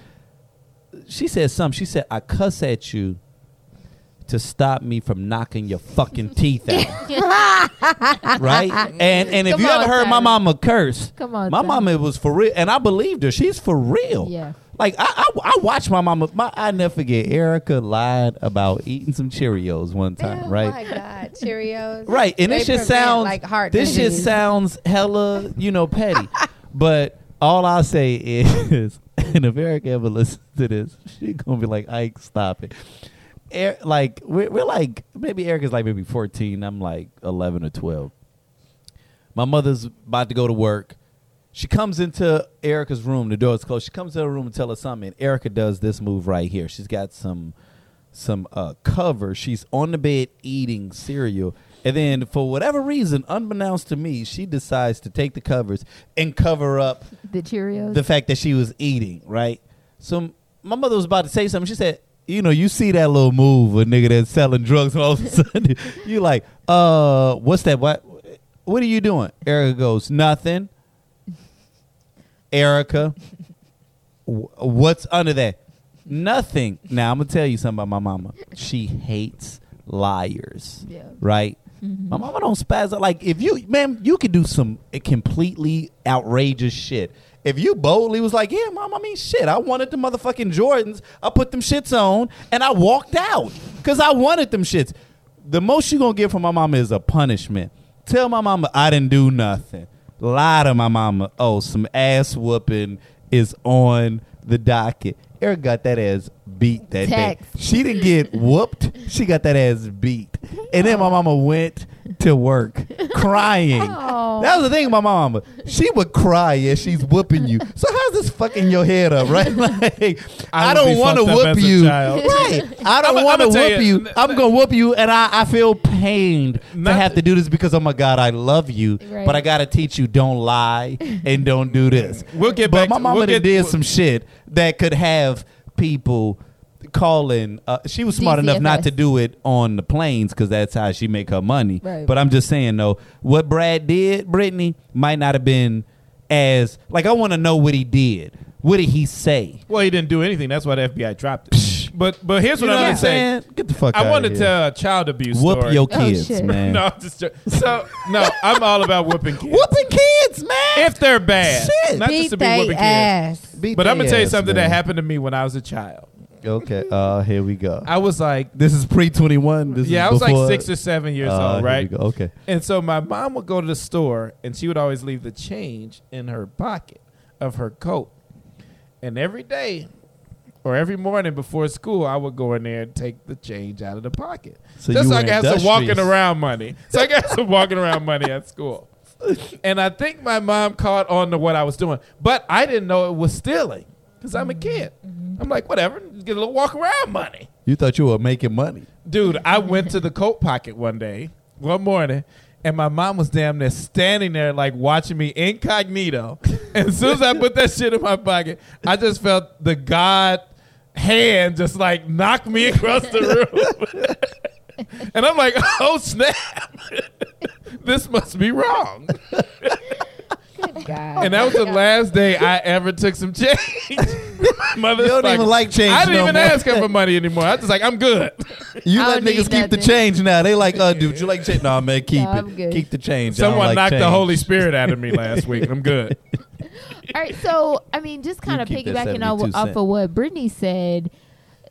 S4: she said something. She said, I cuss at you to stop me from knocking your fucking teeth out. right? And and if
S1: Come
S4: you
S1: on,
S4: ever heard my
S1: Cyrus.
S4: mama curse,
S1: Come on,
S4: my
S1: Cyrus.
S4: mama was for real, and I believed her. She's for real.
S1: Yeah.
S4: Like I, I, I watched my mama. My I never forget. Erica lied about eating some Cheerios one time, right?
S3: Oh my God, Cheerios.
S4: Right, and
S3: They
S4: this shit
S3: prevent,
S4: sounds
S3: like heart.
S4: This shit
S3: disease.
S4: sounds hella, you know, petty. but all I say is, and if Eric ever listens to this, she gonna be like, "Ike, stop it." Er, like we're, we're like maybe Eric is like maybe fourteen. I'm like eleven or twelve. My mother's about to go to work. She comes into Erica's room. The door is closed. She comes to her room and tell her something. And Erica does this move right here. She's got some some uh, cover. She's on the bed eating cereal. And then, for whatever reason, unbeknownst to me, she decides to take the covers and cover up
S1: The Cheerios.
S4: the fact that she was eating, right? So m- my mother was about to say something. She said, "You know, you see that little move a nigga that's selling drugs, and all of a sudden you like, uh, what's that? What? What are you doing?" Erica goes, "Nothing." Erica, w- what's under that? Nothing. Now I'm gonna tell you something about my mama. She hates liars.
S1: Yeah.
S4: Right? My mama don't spaz out. Like if you ma'am, you could do some completely outrageous shit. If you boldly was like, yeah, mom, I mean shit, I wanted the motherfucking Jordans. I put them shits on and I walked out. Cause I wanted them shits. The most you gonna get from my mama is a punishment. Tell my mama I didn't do nothing. Lie to my mama. Oh, some ass whooping is on the docket. Eric got that ass beat that
S1: Text.
S4: day. She didn't get whooped. She got that ass beat. And then my mama went to work crying. That was the thing, with my mama. She would cry as she's whooping you. So how's this fucking your head up, right? Like I,
S2: would
S4: don't
S2: be
S4: want to
S2: fucked up
S4: whoop
S2: as a
S4: you.
S2: child.
S4: Right. I don't
S2: I'ma-
S4: want to
S2: I'ma tell
S4: whoop
S2: you,
S4: you. I'm gonna whoop you, and I, I feel pained to
S2: Not-
S4: have to do this because oh my god, I love you,
S1: Right.
S4: but I gotta teach you don't lie and don't do this.
S2: We'll get
S4: but
S2: back
S4: my
S2: to-
S4: mama
S2: we'll
S4: done
S2: get-
S4: did some shit that could have people calling. Uh, she was smart enough not
S1: DCFS.
S4: to do it on the planes because that's how she make her money.
S1: Right.
S4: But I'm just saying though, what Brad did, Brittany, might not have been as like I want to know what he did. What did he say?
S2: Well, he didn't do anything. That's why the FBI dropped it. But but here's what I'm gonna say.
S4: Get the fuck
S2: I
S4: outta
S2: want to
S4: here.
S2: tell a child abuse
S4: Whoop
S2: story.
S4: your
S1: Oh,
S4: kids,
S1: shit.
S4: man.
S2: No, I'm just joking. so no. I'm all about whooping kids
S4: Whooping kids, man.
S2: if they're bad.
S4: Shit.
S2: Not just
S3: Beat
S2: to be
S3: they
S2: whooping kids.
S3: ass.
S4: Beat
S2: But I'm
S4: their
S2: gonna tell you
S4: ass,
S2: something
S4: man.
S2: that happened to me when I was a child.
S4: Okay, uh, here we go.
S2: I was like,
S4: This is pre twenty one. This
S2: yeah, I
S4: is
S2: was like
S4: before-
S2: six or seven years
S4: Uh, here
S2: old,
S4: we
S2: right?
S4: go. Okay.
S2: And so my mom would go to the store and she would always leave the change in her pocket of her coat. And every day or every morning before school, I would go in there and take the change out of the pocket.
S4: So
S2: Just
S4: you
S2: so I
S4: were
S2: could have some walking
S4: industrious.
S2: around money. So I got some walking around money at school. And I think my mom caught on to what I was doing, but I didn't know it was stealing because I'm a kid. I'm like, whatever, get a little walk around money.
S4: You thought you were making money.
S2: Dude, I went to the coat pocket one day, one morning, and my mom was damn near standing there like watching me incognito. And as soon as I put that shit in my pocket, I just felt the God hand just like knock me across the room. and I'm like, oh snap. this must be wrong.
S3: God.
S2: And that was the last day I ever took some change. Motherfucker.
S4: You don't even like change.
S2: I didn't
S4: no
S2: even
S4: more.
S2: ask her for money anymore. I was just like, I'm good.
S4: You
S1: I
S4: let
S1: don't need
S4: niggas keep the
S1: nothing.
S4: change now. They like, uh, dude, you like change? Nah, man, keep
S1: No, I'm
S4: it.
S1: good.
S4: Keep the change. I don't
S2: Someone
S4: like
S2: knocked the
S4: change.
S2: Holy Spirit out of me last week. I'm good.
S1: All right, so I mean, just kind of
S4: keep that
S1: piggybacking off,
S4: 72
S1: off
S4: cent.
S1: of what Brittany said,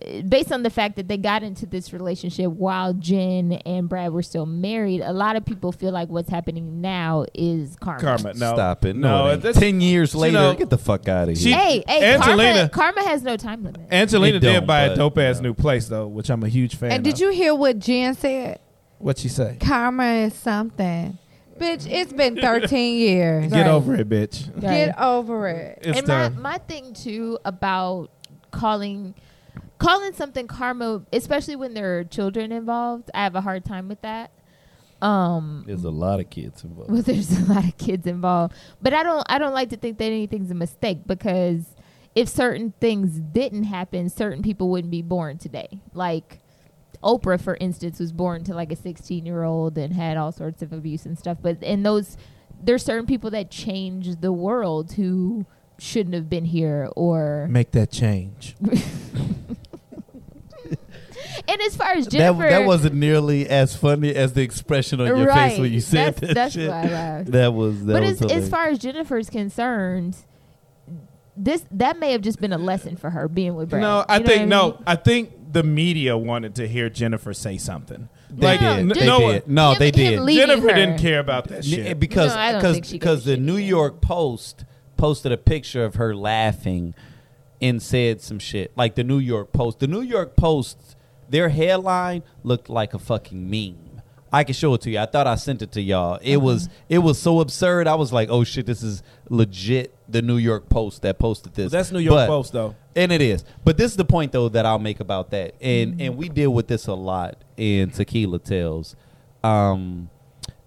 S1: uh, based on the fact that they got into this relationship while Jen and Brad were still married, a lot of people feel like what's happening now is karma.
S2: Karma. No.
S4: Stop it.
S2: No.
S4: No, it
S2: that's-
S4: ain't. ten years
S2: you
S4: later,
S2: know,
S4: get the fuck out of
S2: she-
S4: here.
S1: Hey, hey,
S2: Angelina-
S1: Karma, karma has no time limit.
S2: Angelina
S4: It don't,
S2: did buy a
S4: but,
S2: dope ass
S4: you know.
S2: new place though, which I'm a huge fan.
S3: And did
S2: of.
S3: you hear what Jen said?
S2: What she say?
S3: Karma is something. Bitch, it's been 13 years.
S2: Get
S1: Right.
S2: over it, bitch.
S1: Right.
S3: Get over it.
S2: It's
S1: and my,
S2: time.
S1: my thing too about calling calling something karma, especially when there are children involved, I have a hard time with that. Um,
S7: There's a lot of kids involved.
S1: well, there's a lot of kids involved, but I don't I don't like to think that anything's a mistake because if certain things didn't happen, certain people wouldn't be born today. Like Oprah, for instance, was born to like a 16 year old and had all sorts of abuse and stuff. But and those there's certain people that change the world who shouldn't have been here or
S2: Make that change.
S1: and as far as
S4: That,
S1: Jennifer
S4: that wasn't nearly as funny as the expression on your face when you said
S1: that's,
S4: that
S1: that's
S4: shit.
S1: why I laughed.
S4: That was that
S1: but
S4: was
S1: as, as
S4: hilarious.
S1: far as Jennifer's concerned, this that may have just been a lesson for her being with Brad.
S2: No, I
S1: You know
S2: think
S1: what I
S2: no. I think the media wanted to hear Jennifer say something.
S4: They
S2: like
S4: did.
S2: n-
S4: They
S2: no
S4: did. No,
S1: Him-
S4: they
S1: him
S4: did.
S1: leaving
S2: Jennifer
S1: her.
S2: didn't care about that
S4: N- eh,
S2: shit.
S4: Because
S1: No, I don't
S4: because
S1: think she gave
S4: because
S1: a
S4: the
S1: shit
S4: New
S1: about
S4: York Post posted a picture of her laughing and said some shit. Like the New York Post. The New York Post, their headline looked like a fucking meme. I can show it to you. I thought I sent it to y'all. It
S1: Uh-huh.
S4: was it was so absurd. I was like, "Oh shit, this is legit." The New York Post that posted this.
S2: that's New York
S4: But-
S2: Post though.
S4: and it is. But this is the point though that I'll make about that. And and we deal with this a lot in Tequila Tales. Um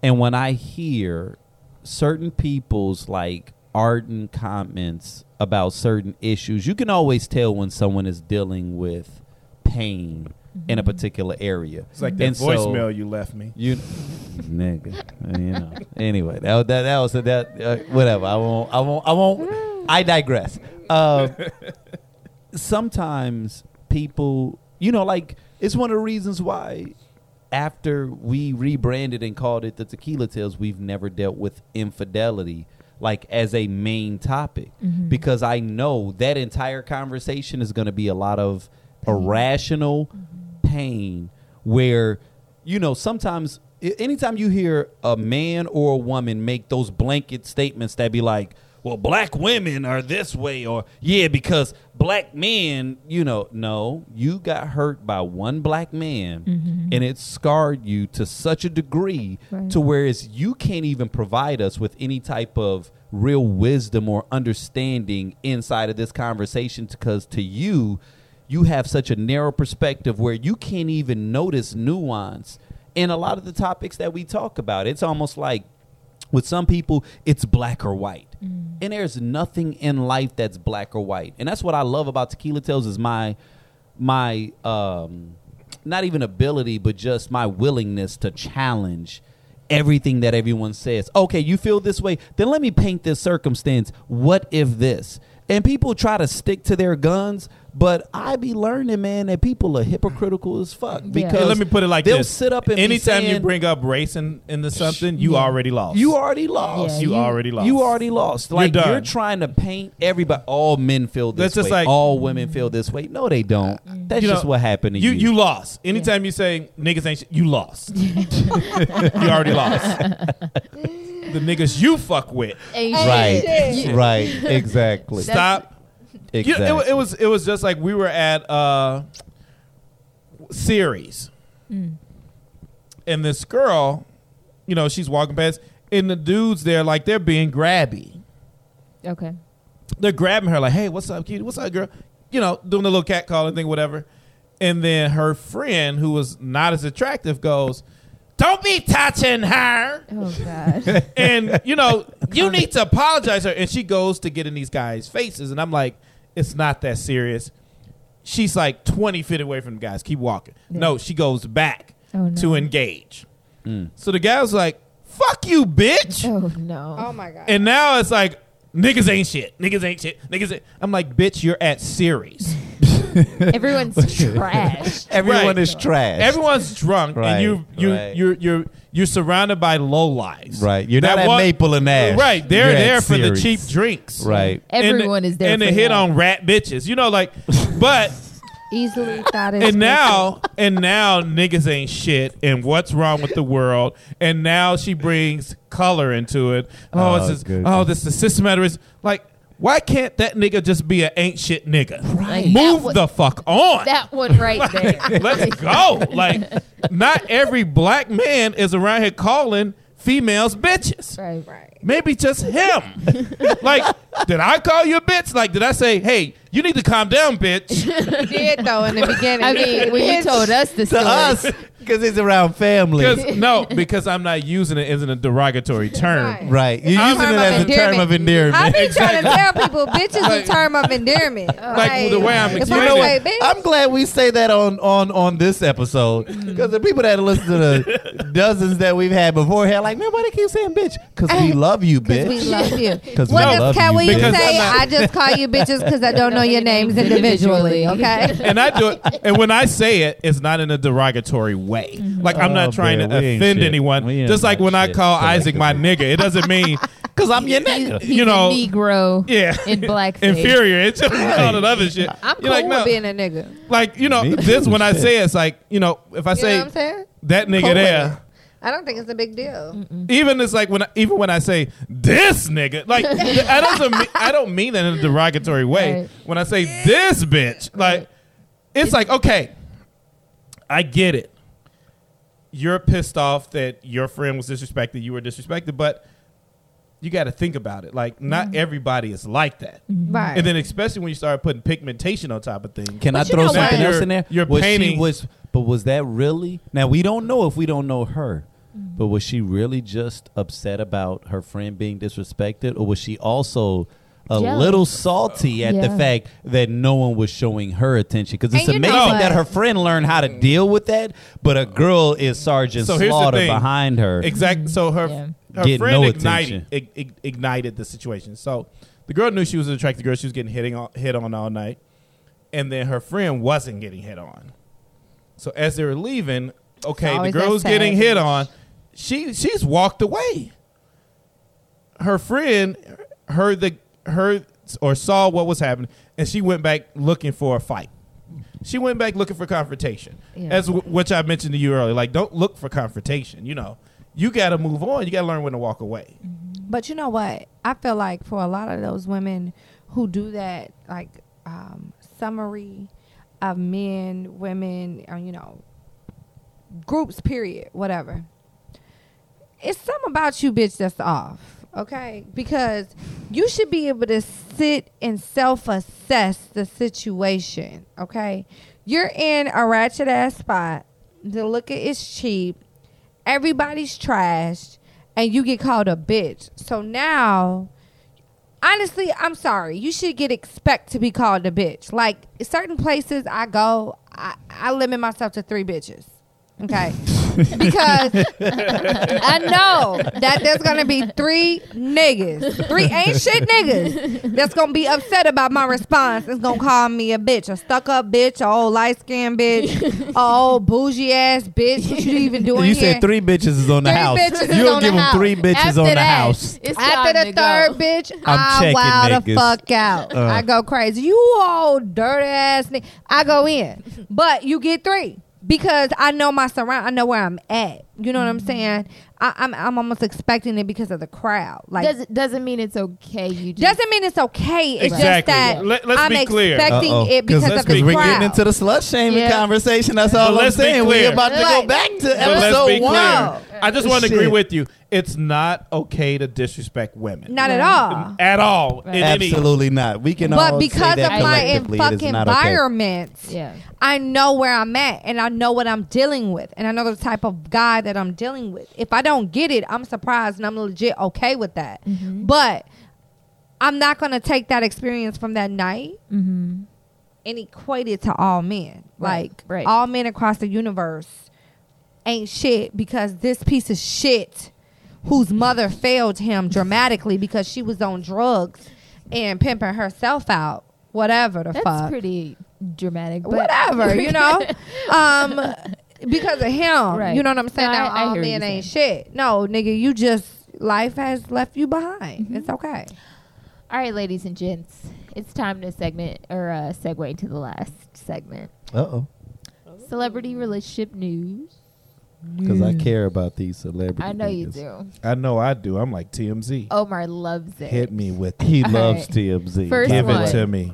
S4: and when I hear certain people's like ardent comments about certain issues, you can always tell when someone is dealing with pain in a particular area.
S2: It's like that
S4: And so-
S2: voicemail you left me.
S4: you, nigga. You know. Anyway, that wa- that that was that. Uh, whatever. I won't. I won't. I won't. I digress. Uh, sometimes people, you know, like it's one of the reasons why after we rebranded and called it the Tequila Tales, we've never dealt with infidelity like as a main topic because I know that entire conversation is going to be a lot of irrational pain where you know sometimes i- anytime you hear a man or a woman make those blanket statements that be like well black women are this way or yeah because black men you know no you got hurt by one black man and it scarred you to such a degree
S5: Right.
S4: to whereas you can't even provide us with any type of real wisdom or understanding inside of this conversation because to you you have such a narrow perspective where you can't even notice nuance in a lot of the topics that we talk about it's almost like with some people it's black or white and there's nothing in life that's black or white and that's what i love about tequila tales is my my um not even ability but just my willingness to challenge everything that everyone says okay you feel this way then let me paint this circumstance what if this and people try to stick to their guns but I be learning, man, that people are hypocritical as fuck. Because
S2: Hey, let me put it like
S4: they'll
S2: this:
S4: sit up and be
S2: anytime you
S4: saying,
S2: bring up race in, into something, you already lost.
S4: you already lost.
S2: You already lost.
S4: You already lost. Like you're,
S2: done.
S4: trying to paint everybody. All men feel this
S2: That's just
S4: way.
S2: like-
S4: all women feel this way. No, they don't. That's
S2: You
S4: just
S2: know,
S4: what happened to you.
S2: You you lost. Anytime you say niggas ain't shit, you lost. you already lost. the niggas you fuck with.
S4: right, right, exactly,
S2: Stop. You- it
S4: exactly.
S2: wa- it, was it was just like we were at uh series. And this girl, you know, she's walking past and the dudes there like they're being grabby.
S1: Okay.
S2: they're grabbing her like, "Hey, what's up, cutie? What's up, girl?" You know, doing the little cat calling thing, whatever. And then her friend, who was not as attractive, goes, "Don't be touching her."
S1: Oh God.
S2: and you know, you need to apologize to her. And she goes to get in these guys' faces, and I'm like, "It's not that serious." She's like 20 feet away from the guys. Keep walking. No, she goes back
S1: Oh, no. Mm.
S2: to engage. So the guy was like, "Fuck you, bitch."
S1: oh no.
S3: Oh my god.
S2: And now it's like niggas ain't shit. Niggas ain't shit. Niggas. Ain't. I'm like, bitch, you're at series.
S1: Everyone's trash.
S4: Everyone
S2: Right.
S4: is trash.
S2: Everyone's drunk,
S4: Right,
S2: and you you
S4: right.
S2: you're you're you're surrounded by low lives.
S4: right. You're not at Maple and Ash.
S2: Right. They're
S4: You're at
S2: there for the
S4: Ceres.
S2: cheap drinks.
S4: Right.
S2: And the-
S1: Everyone is there
S2: And
S1: for
S2: the hit
S1: that.
S2: on rat bitches. You know, like, but
S3: Easily thought it's
S2: and now and now niggas ain't shit and what's wrong with the world and now she brings color into it oh,
S4: Oh,
S2: it's this,
S4: goodness.
S2: oh this the system is like why can't that nigga just be an ain't shit nigga
S1: Right.
S2: move
S1: That
S2: the fuck on
S1: That one right there.
S2: let's go like not every black man is around here calling females bitches
S1: right.
S3: right.
S2: Maybe just him. like, did I call you a bitch? Like, did I say, hey, you need to calm down, bitch?
S3: He did though in the beginning.
S1: I mean, when you
S3: Bitch.
S1: told us the
S4: to
S1: story,
S4: us because it's around family.
S2: Because no, because I'm not using it as a derogatory term.
S4: Right. You're
S2: I'm-
S4: using it
S2: Term
S4: as a term of endearment.
S3: I be trying to tell people bitches in term of endearment.
S2: Like, the way I'm
S3: if
S2: explaining
S3: I say
S2: it,
S3: bitch,
S4: I'm glad we say that on on on this episode because the people that listen to the dozens that we've had before here, like, man, why they keep saying bitch? Because we love you, bitch.
S3: we love you.
S4: 'Cause we
S3: What if
S4: love
S3: can
S4: you,
S3: we
S2: bitch.
S3: say
S2: Because I'm not-
S3: I just call you bitches because I don't know your names individually? Okay.
S2: And I do it, and when I say it, it's not in a derogatory way.
S3: Mm-hmm.
S2: Like I'm
S4: Oh,
S2: not trying
S4: man,
S2: to
S4: we ain't
S2: offend
S4: shit.
S2: anyone.
S4: We ain't
S2: Just like
S4: not
S2: when I
S4: shit
S2: call Isaac my nigga, it doesn't mean
S4: Because I'm your
S1: he's,
S4: nigga.
S1: he's
S2: You know-
S1: a Negro
S2: yeah
S1: in blackface.
S2: inferior. It's just all that other shit.
S3: I'm
S2: You're
S3: cool
S2: like,
S3: with
S2: no.
S3: being a nigga. You
S2: like you know
S4: Me
S2: this
S4: too,
S2: when I
S4: shit.
S2: say it's like you know if I
S3: know
S2: say
S3: what I'm saying?
S2: that nigga
S3: Cool with
S2: there.
S3: it. I don't think it's a big deal.
S2: Even it's like when I, even when I say this nigga, like I doesn't mean, I don't mean that in a derogatory way.
S1: Right.
S2: When I say this bitch, like it's like okay, I get it. You're pissed off that your friend was disrespected, you were disrespected, but you got to think about it. Like not everybody is like that,
S3: Right.
S2: and then especially when you start putting pigmentation on top of things.
S4: Can I
S1: But you
S4: throw
S1: know
S4: something
S1: what?
S4: else in there?
S2: You're- you're
S4: was She
S2: painting-
S4: was, but was that really? Now we don't know if we don't know her. But was she really just upset about her friend being disrespected, or was she also a
S1: Jealous.
S4: little salty at the
S1: Yeah.
S4: fact that no one was showing her attention? Because it's
S3: And you know
S4: amazing
S2: what?
S4: that her friend learned how to deal with that, but a girl is Sergeant
S2: So here's the
S4: Slaughter
S2: thing.
S4: behind her.
S2: Exactly. So her
S1: Yeah.
S2: her
S4: Get
S2: friend
S4: no
S2: ignited ig- ig- ignited the situation. So the girl knew she was an attractive girl. She was getting hitting on, hit on all night, and then her friend wasn't getting hit on. So as they were leaving, okay, the
S3: always that
S2: girl's
S3: sad
S2: getting
S3: bitch.
S2: hit on. She she's walked away. Her friend heard the heard or saw what was happening, and she went back looking for a fight. She went back looking for confrontation,
S5: Yeah.
S2: as w- which I mentioned to you earlier. Like, don't look for confrontation. You know, you got to move on. You got to learn when to walk away.
S3: But you know what? I feel like for a lot of those women who do that, like um, summary of men, women, or, you know, groups, period, whatever. It's something about you, bitch, that's off. Okay, because you should be able to sit and self-assess the situation. Okay, you're in a ratchet ass spot. The liquor is cheap. Everybody's trashed, and you get called a bitch. So now, honestly, I'm sorry. You should get expect to be called a bitch. Like certain places I go, I, I limit myself to three bitches. Okay. because I know that there's gonna be three niggas, three ain't shit niggas that's gonna be upset about my response. It's gonna call me a bitch, a stuck up bitch, a old light skinned bitch, a old bougie ass bitch. What you even doing
S4: You
S3: here?
S4: said three bitches is on the
S3: Three
S4: house.
S3: bitches is
S4: You'll
S3: on
S4: give
S3: the
S4: them three
S3: house.
S4: bitches
S1: After
S4: on the
S1: that,
S4: house.
S1: It's
S3: After
S1: time
S3: the
S1: to
S3: third
S1: go.
S3: bitch,
S4: I'm
S3: I
S4: checking
S3: wow the
S4: niggas. Uh.
S3: fuck out. I go crazy. You old dirty ass nigga. I go in, but you get three because I know my surround. I know where I'm at. You know what
S1: Mm-hmm.
S3: I'm saying? I, I'm I'm almost expecting it because of the crowd. Like
S1: doesn't doesn't mean it's okay. You just
S3: doesn't mean it's okay. It's just
S2: Exactly.
S3: that
S2: Let- let's
S3: I'm
S2: be clear.
S3: expecting
S4: Uh-oh.
S3: it because of the
S2: be
S4: we're
S2: clear.
S3: crowd.
S4: getting into the slut shaming
S1: Yeah.
S4: conversation. That's all I'm
S2: let's be
S4: saying.
S2: clear.
S4: We're about to go
S1: Right.
S4: back to
S2: But let's be
S4: episode
S2: clear.
S4: one.
S2: I just want to agree
S4: Shit.
S2: with you. It's not okay to disrespect women.
S3: Not at
S4: Mm-hmm.
S3: all.
S2: at all. In any-
S4: Absolutely not. We can all
S3: but
S4: say
S3: because of
S4: that
S3: my in-
S4: collectively, it is
S3: fucking
S4: not okay.
S3: environment,
S1: Yeah.
S3: I know where I'm at and I know what I'm dealing with and I know the type of guy that I'm dealing with. If I don't get it, I'm surprised and I'm legit okay with that.
S1: Mm-hmm.
S3: But I'm not going to take that experience from that night
S1: Mm-hmm.
S3: and equate it to all men.
S1: Right,
S3: Like
S1: right.
S3: all men across the universe ain't shit because this piece of shit whose mother failed him dramatically because she was on drugs and pimping herself out, whatever the
S1: That's
S3: fuck
S1: pretty dramatic. But
S3: whatever, you know. um, because of him,
S1: Right.
S3: you know what I'm saying?
S1: No,
S3: now
S1: I- I
S3: all
S1: hear
S3: men
S1: you
S3: ain't shit. No, nigga, you just life has left you behind.
S1: Mm-hmm.
S3: It's okay.
S1: All right, ladies and gents, it's time to segment or uh, segue to the last segment.
S4: Uh oh.
S1: Celebrity relationship news.
S4: Because I care about these celebrities.
S1: Mm. I know you do.
S2: I know I do. I'm like TMZ.
S1: Omar loves it.
S2: Hit me with it.
S4: He
S1: All
S4: loves
S1: right.
S4: TMZ.
S1: First
S2: Give
S4: Give
S1: one.
S4: it
S2: it
S4: to
S2: to me.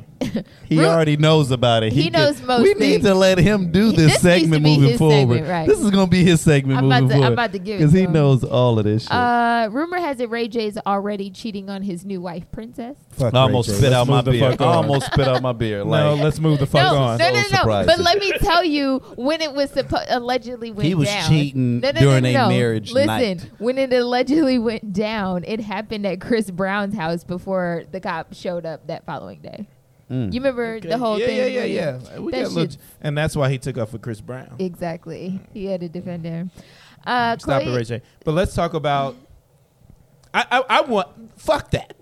S4: He
S1: Ru-
S4: already knows about it.
S1: He knows most
S4: We need
S1: things.
S4: to let him do
S1: This
S4: this
S1: needs to
S4: segment
S1: be
S4: moving
S1: his
S4: forward.
S1: segment, right.
S4: This is going to be his segment
S1: I'm about
S4: moving
S1: to- I'm
S4: forward.
S1: about to give it
S4: Because
S1: to
S4: he
S1: him.
S4: knows all of this shit.
S1: Uh, rumor has it Ray J's already cheating on his new wife, Princess.
S2: Fuck
S4: I almost
S2: Ray J.
S4: spit
S2: Let's
S4: out my
S2: move the
S4: beer.
S2: fuck
S4: I
S2: on.
S4: almost spit out my beer.
S2: No,
S4: Like
S2: let's move the fuck
S1: no,
S2: on.
S1: no, no,
S4: So
S1: no,
S4: surprised.
S1: But let me tell you when it was suppo- allegedly went down.
S4: was cheating
S1: No, no, no,
S4: during a
S1: no.
S4: marriage
S1: Listen,
S4: night.
S1: when it allegedly went down, it happened at Chris Brown's house before the cop showed up that following day.
S4: Mm.
S1: You remember the whole
S2: yeah,
S1: thing?
S2: Yeah,
S1: where-
S2: yeah, yeah. We
S1: That
S2: got leg-
S1: shit's-
S2: and that's why he took up for Chris Brown.
S1: Exactly. He had to defend him. Uh,
S2: Stop
S1: Khloe-
S2: it, Ray J. But let's talk about. I, I, I want. Fuck that.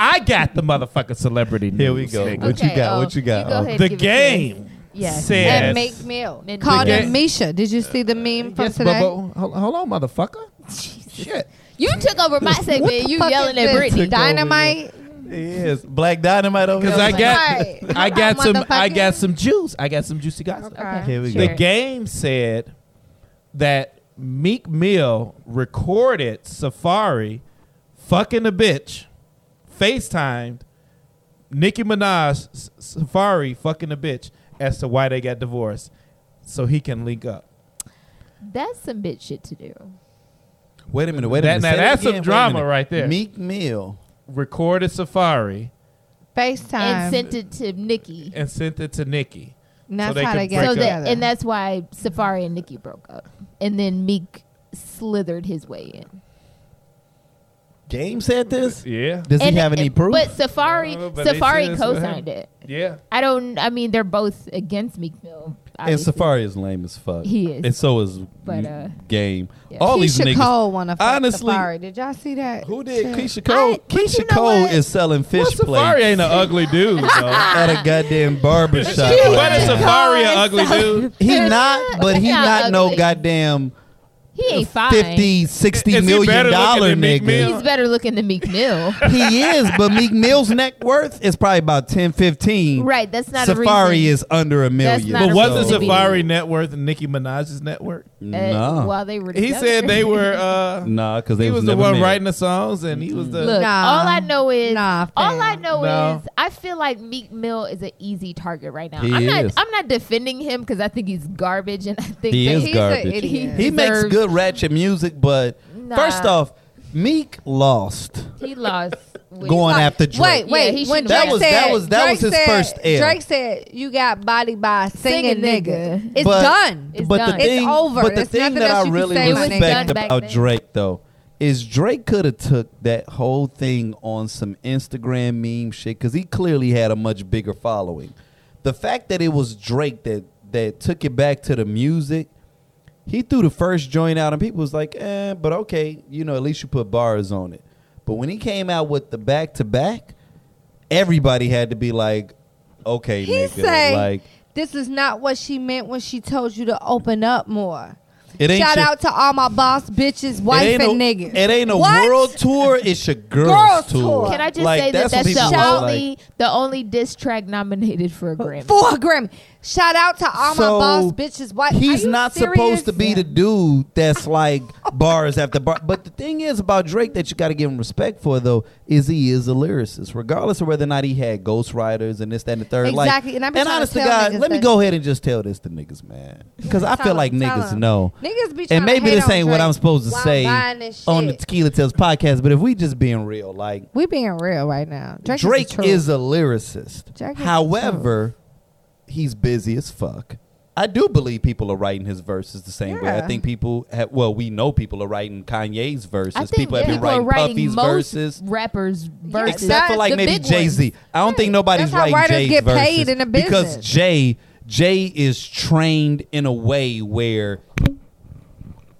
S2: I got the motherfucking celebrity news.
S4: Here we go.
S2: nigga.
S4: What you
S1: Okay,
S4: got?
S1: oh,
S4: what you got?
S1: you go
S4: oh.
S1: ahead.
S2: The
S1: Give it to
S2: game
S1: Yes.
S2: said.
S3: And make meal.
S1: Make
S3: Called
S2: meal.
S3: him Misha. Did you see the meme from
S2: yes,
S3: today?
S2: Bubba. Hold, hold on, motherfucker. Shit.
S1: You took over my segment. You
S3: Fuck
S1: yelling
S3: is
S1: at
S3: this?
S1: Brittany.
S3: Dynamite.
S4: Yes, Black Dynamite
S1: Oh
S4: over
S2: Because
S4: here.
S2: I got,
S3: Right.
S2: I got
S3: Come on,
S2: some, I got
S3: motherfucker.
S2: some juice. I got some juicy gossip.
S3: Okay.
S4: Here we
S1: Sure.
S4: go.
S2: The game said that Meek Mill recorded Safari fucking a bitch, FaceTimed Nicki Minaj S- Safari fucking a bitch as to why they got divorced, so he can link up.
S1: That's some bitch shit to do.
S4: Wait a minute. Wait a
S2: That- now
S4: minute. Say it
S2: that's some
S4: again. Wait a
S2: drama
S4: minute.
S2: right there.
S4: Meek Mill.
S2: Recorded Safari
S1: And
S3: FaceTime.
S1: sent it to Nikki.
S2: and sent it to Nicki.
S3: And
S2: so
S3: that's
S2: they
S3: how
S2: can
S3: they get
S2: break
S1: So
S2: up.
S1: that,
S3: together.
S1: and that's why Safari and Nikki broke up. And then Meek slithered his way in.
S4: Game said this.
S2: Yeah.
S4: Does
S1: And-
S4: he have any
S1: and-
S4: proof?
S1: But Safari,
S2: No, but they
S1: Safari
S2: said it's with him.
S1: co-signed it.
S2: Yeah.
S1: I don't. I mean, they're both against Meek Mill.
S4: and
S1: obviously.
S4: Safari is lame as fuck.
S1: He is.
S4: And so is
S1: But, uh,
S4: Game.
S1: yeah.
S4: All these
S3: Keisha
S4: niggas.
S3: Cole won a
S4: Honestly-
S3: Safari. Did y'all see that?
S4: Who did
S3: shit?
S4: Keisha Cole?
S1: but
S4: Keisha
S1: you know
S4: Cole
S1: what?
S4: is selling fish
S2: Well, Safari
S4: plates
S2: ain't an ugly dude, though.
S4: at
S1: Ah.
S4: a goddamn barber shop.
S2: Why
S4: right
S2: does
S4: now.
S2: Safari an ugly dude?
S4: he not, but he
S1: He's
S4: not
S1: not
S4: no
S1: ugly.
S4: goddamn
S1: He ain't fine.
S4: 50, 60
S2: Is he
S4: million
S2: better looking
S4: dollar
S2: than Meek
S4: nigga.
S2: Mill?
S1: He's better looking than Meek Mill.
S4: he is, but Meek Mill's net worth is probably about 10, 15.
S1: right. That's not a
S4: Safari
S1: reason.
S4: is under a million.
S1: not
S2: But
S1: a
S2: wasn't
S1: reason to be-
S2: Safari net worth Nicki Minaj's net worth?
S4: no.
S1: Uh, While they were,
S2: He
S1: together.
S2: said they were. Uh,
S4: Nah, because they
S2: he was the
S4: never
S2: one
S4: married.
S2: writing the songs, and he was the.
S1: Look,
S3: Nah.
S1: all I know is
S3: Nah,
S1: all I
S3: fam.
S1: know
S2: No.
S1: is I feel like Meek Mill is an easy target right now.
S4: He
S1: I'm
S4: is.
S1: not I'm not defending him because I think he's garbage and I think
S4: He
S1: that
S4: is
S3: He's
S4: garbage.
S3: an idiot.
S4: He makes
S1: deserves-
S4: good ratchet music, but
S1: Nah.
S4: first off, Meek lost
S1: he lost. with-
S4: going
S3: Like,
S4: after Drake.
S3: Wait, wait.
S1: Yeah, he
S3: when
S1: shouldn't
S3: Drake
S1: have. That was-
S3: said,
S4: that was- that
S3: Drake
S4: was his
S3: said-
S4: first L.
S3: Drake said, "You got bodied by a
S1: Singing
S3: singing, nigga.
S1: nigga.
S3: It's
S4: But-
S3: done.
S1: It's
S4: but
S1: done.
S4: the
S1: It's
S4: thing,
S3: over.
S4: But the
S3: There's
S4: thing
S3: nothing
S4: that
S3: else
S4: I
S3: you can
S4: really
S3: say,
S1: my nigga. It
S4: respect
S1: was done
S4: about
S1: back then.
S4: Drake though is Drake could have took that whole thing on some Instagram meme shit because he clearly had a much bigger following. The fact that it was Drake that that took it back to the music, he threw the first joint out and people was like, eh, but okay, you know, at least you put bars on it. But when he came out with the back to back, everybody had to be like, okay,
S3: He
S4: nigga,
S3: say,
S4: like
S3: "This is not what she meant when she told you to open up more."
S4: it ain't
S3: Shout
S4: your-
S3: out to all my boss bitches,
S4: It
S3: wife
S4: ain't
S3: and
S4: no-
S3: niggas.
S4: It ain't a
S3: What?
S4: world tour. It's your girls,
S3: Girls
S4: tour.
S3: tour.
S1: Can I just
S4: Like,
S1: say that
S4: what
S1: that's
S4: people
S1: the
S4: was
S1: only
S4: like.
S1: the only diss track nominated for a Grammy?
S3: for a Grammy. Shout out to all
S4: So,
S3: my boss bitches, wife.
S4: He's
S3: Are you
S4: not
S3: serious?
S4: supposed to be the dude that's like bars after bar. But the thing is about Drake that you got to give him respect for though is he is a lyricist, regardless of whether or not he had ghostwriters and this, that, and the third. Like,
S3: Exactly, and I be trying to
S4: honest
S3: tell
S4: God,
S3: niggas
S4: let me
S3: that-
S4: go ahead and just tell this to niggas, man, because I
S3: Tell
S4: feel
S3: 'em,
S4: like
S3: tell
S4: niggas
S3: 'em.
S4: know.
S3: Niggas be trying
S4: And maybe
S3: to hate
S4: this
S3: on
S4: ain't what
S3: Drake
S4: I'm supposed to
S3: while
S4: say
S3: buying this
S4: on the
S3: shit.
S4: Tequila Tales podcast, but if we just being real, like
S3: we being real right now. Drake,
S4: Drake,
S3: is,
S4: is,
S3: the truth.
S4: a lyricist.
S3: Drake is the
S4: However, he's busy as fuck. I do believe people are writing his verses the same way. I
S3: Yeah.
S4: think people, have, well, we know people are writing Kanye's verses.
S1: I think
S4: people have been
S1: people are
S4: writing,
S1: writing
S4: Puffy's
S1: most
S4: verses,
S1: rappers verses.
S4: except for like
S1: The
S4: maybe
S1: big
S4: Jay Z. I don't think nobody's
S3: That's how
S4: writing
S3: writers
S4: Jay's
S3: get
S4: verses
S3: paid in the
S4: because
S3: business.
S4: Jay Jay is trained in a way where,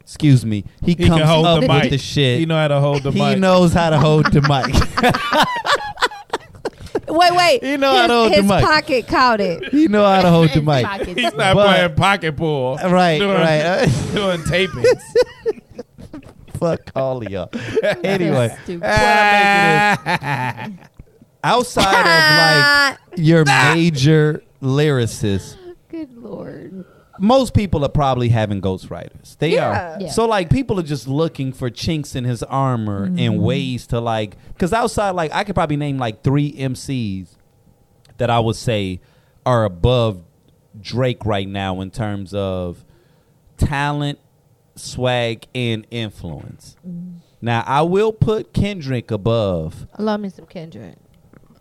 S4: excuse me,
S2: He
S4: he, comes
S2: can hold
S4: up
S2: the
S4: with
S2: mic.
S4: the shit.
S2: He know how to hold the
S4: He
S2: mic.
S4: knows how to hold the mic.
S3: Wait, wait.
S4: You know
S3: his,
S4: I don't do
S3: his
S4: much.
S3: pocket caught it.
S4: he know how to hold the mic.
S1: Pockets.
S2: He's not
S4: But-
S2: playing pocket pool.
S4: Right,
S2: doing,
S4: right.
S2: doing tapings.
S4: fuck all of y'all. Anyway, Ah.
S1: Stupid.
S4: outside of like your major lyricists,
S1: Good lord.
S4: most people are probably having ghostwriters. They
S3: Yeah.
S4: are.
S1: Yeah.
S4: So like people are just looking for chinks in his armor and ways to like cuz outside like I could probably name like 3 MCs that I would say are above Drake right now in terms of talent, swag and influence. Now, I will put Kendrick above
S3: Love me some Kendrick.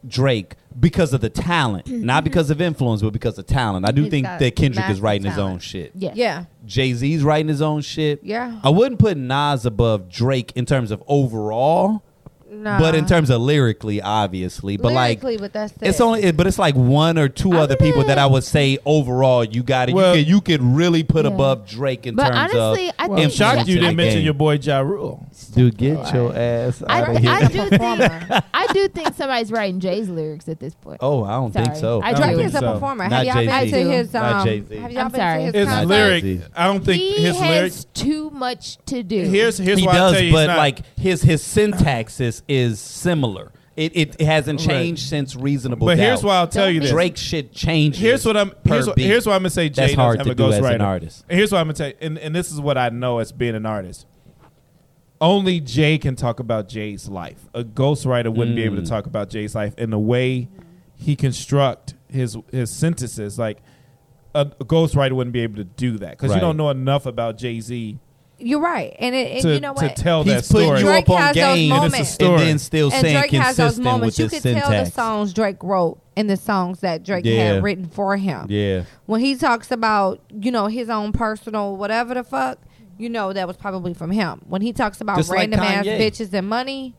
S4: Drake because of the talent,
S1: Mm-hmm.
S4: not because of influence, but because of talent. I do
S3: He's
S4: think
S3: got
S4: that Kendrick is
S3: massive
S4: writing his
S3: talent.
S4: own shit.
S1: Yeah.
S3: Yeah.
S4: Jay Z's writing his own shit.
S3: Yeah.
S4: I wouldn't put Nas above Drake in terms of overall,
S3: Nah.
S4: but in terms of lyrically, obviously. But
S3: Lyrically,
S4: like,
S3: but that's
S4: it's
S3: it.
S4: only, it, but it's like one or 2 other people that I would say overall, you got it.
S2: Well-
S4: you, could, you could really put
S1: Yeah.
S4: above Drake in
S1: But
S4: terms
S1: honestly,
S4: of.
S1: I
S2: Well, I'm
S1: think
S2: shocked you
S4: Influence
S2: didn't
S4: the
S2: mention
S4: game.
S2: your boy Ja Rule.
S4: Dude, get your ass
S1: I,
S4: outta
S1: I do think
S3: Performer.
S1: I do think somebody's writing Jay's lyrics at this point.
S4: Oh, I don't think
S1: Sorry.
S4: so.
S1: I
S2: don't
S3: Drake
S2: think
S3: is a
S2: so.
S3: performer.
S4: Not
S3: Have y'all been
S4: Jay-Z.
S3: to his?
S4: Not
S3: Um,
S4: Jay-Z.
S3: Have y'all
S1: I'm
S3: been
S1: sorry.
S3: to his
S2: His
S4: Not
S3: concert?
S2: lyric.
S4: Jay-Z.
S2: I don't think
S1: he
S2: his
S1: has
S2: lyrics.
S1: too much to do.
S2: Here's here's
S4: he
S2: why I
S4: does,
S2: tell you
S4: but
S2: he's not-
S4: like his his syntax is, is similar. It, it hasn't
S2: Right.
S4: changed since reasonable.
S2: But here's
S4: Doubt.
S2: why I'll tell you this.
S4: Drake shit changes.
S2: Here's what I'm.
S4: per
S2: Here's, what,
S4: beat.
S2: here's why I'm gonna say
S4: That's
S2: Jay
S4: hard
S2: doesn't have
S4: to
S2: a
S4: do as an
S2: ghostwriter.
S4: artist.
S2: Here's what I'm gonna say, and, and this is what I know as being an artist. Only Jay can talk about Jay's life. A ghostwriter wouldn't be able to
S4: Mm.
S2: talk about Jay's life in the way he construct his his sentences. Like a, a ghostwriter wouldn't be able to do that because
S4: Right.
S2: you don't know enough about Jay Z
S3: You're right, and it, and
S2: to,
S3: you know
S2: to
S3: what?
S2: tell that
S4: he's putting
S2: story.
S4: you
S3: Drake
S4: up on
S3: has those
S4: game
S3: moments.
S4: and,
S3: And
S4: then still
S3: and
S4: saying
S3: Drake has those
S4: consistent with
S3: moments. You
S4: this
S3: could
S4: syntax.
S3: tell the songs Drake wrote and the songs that Drake
S4: Yeah.
S3: had written for him.
S4: Yeah,
S3: When he talks about you know his own personal whatever the fuck, you know that was probably from him. When he talks about
S4: Just like
S3: random ass
S4: Kanye.
S3: bitches and money,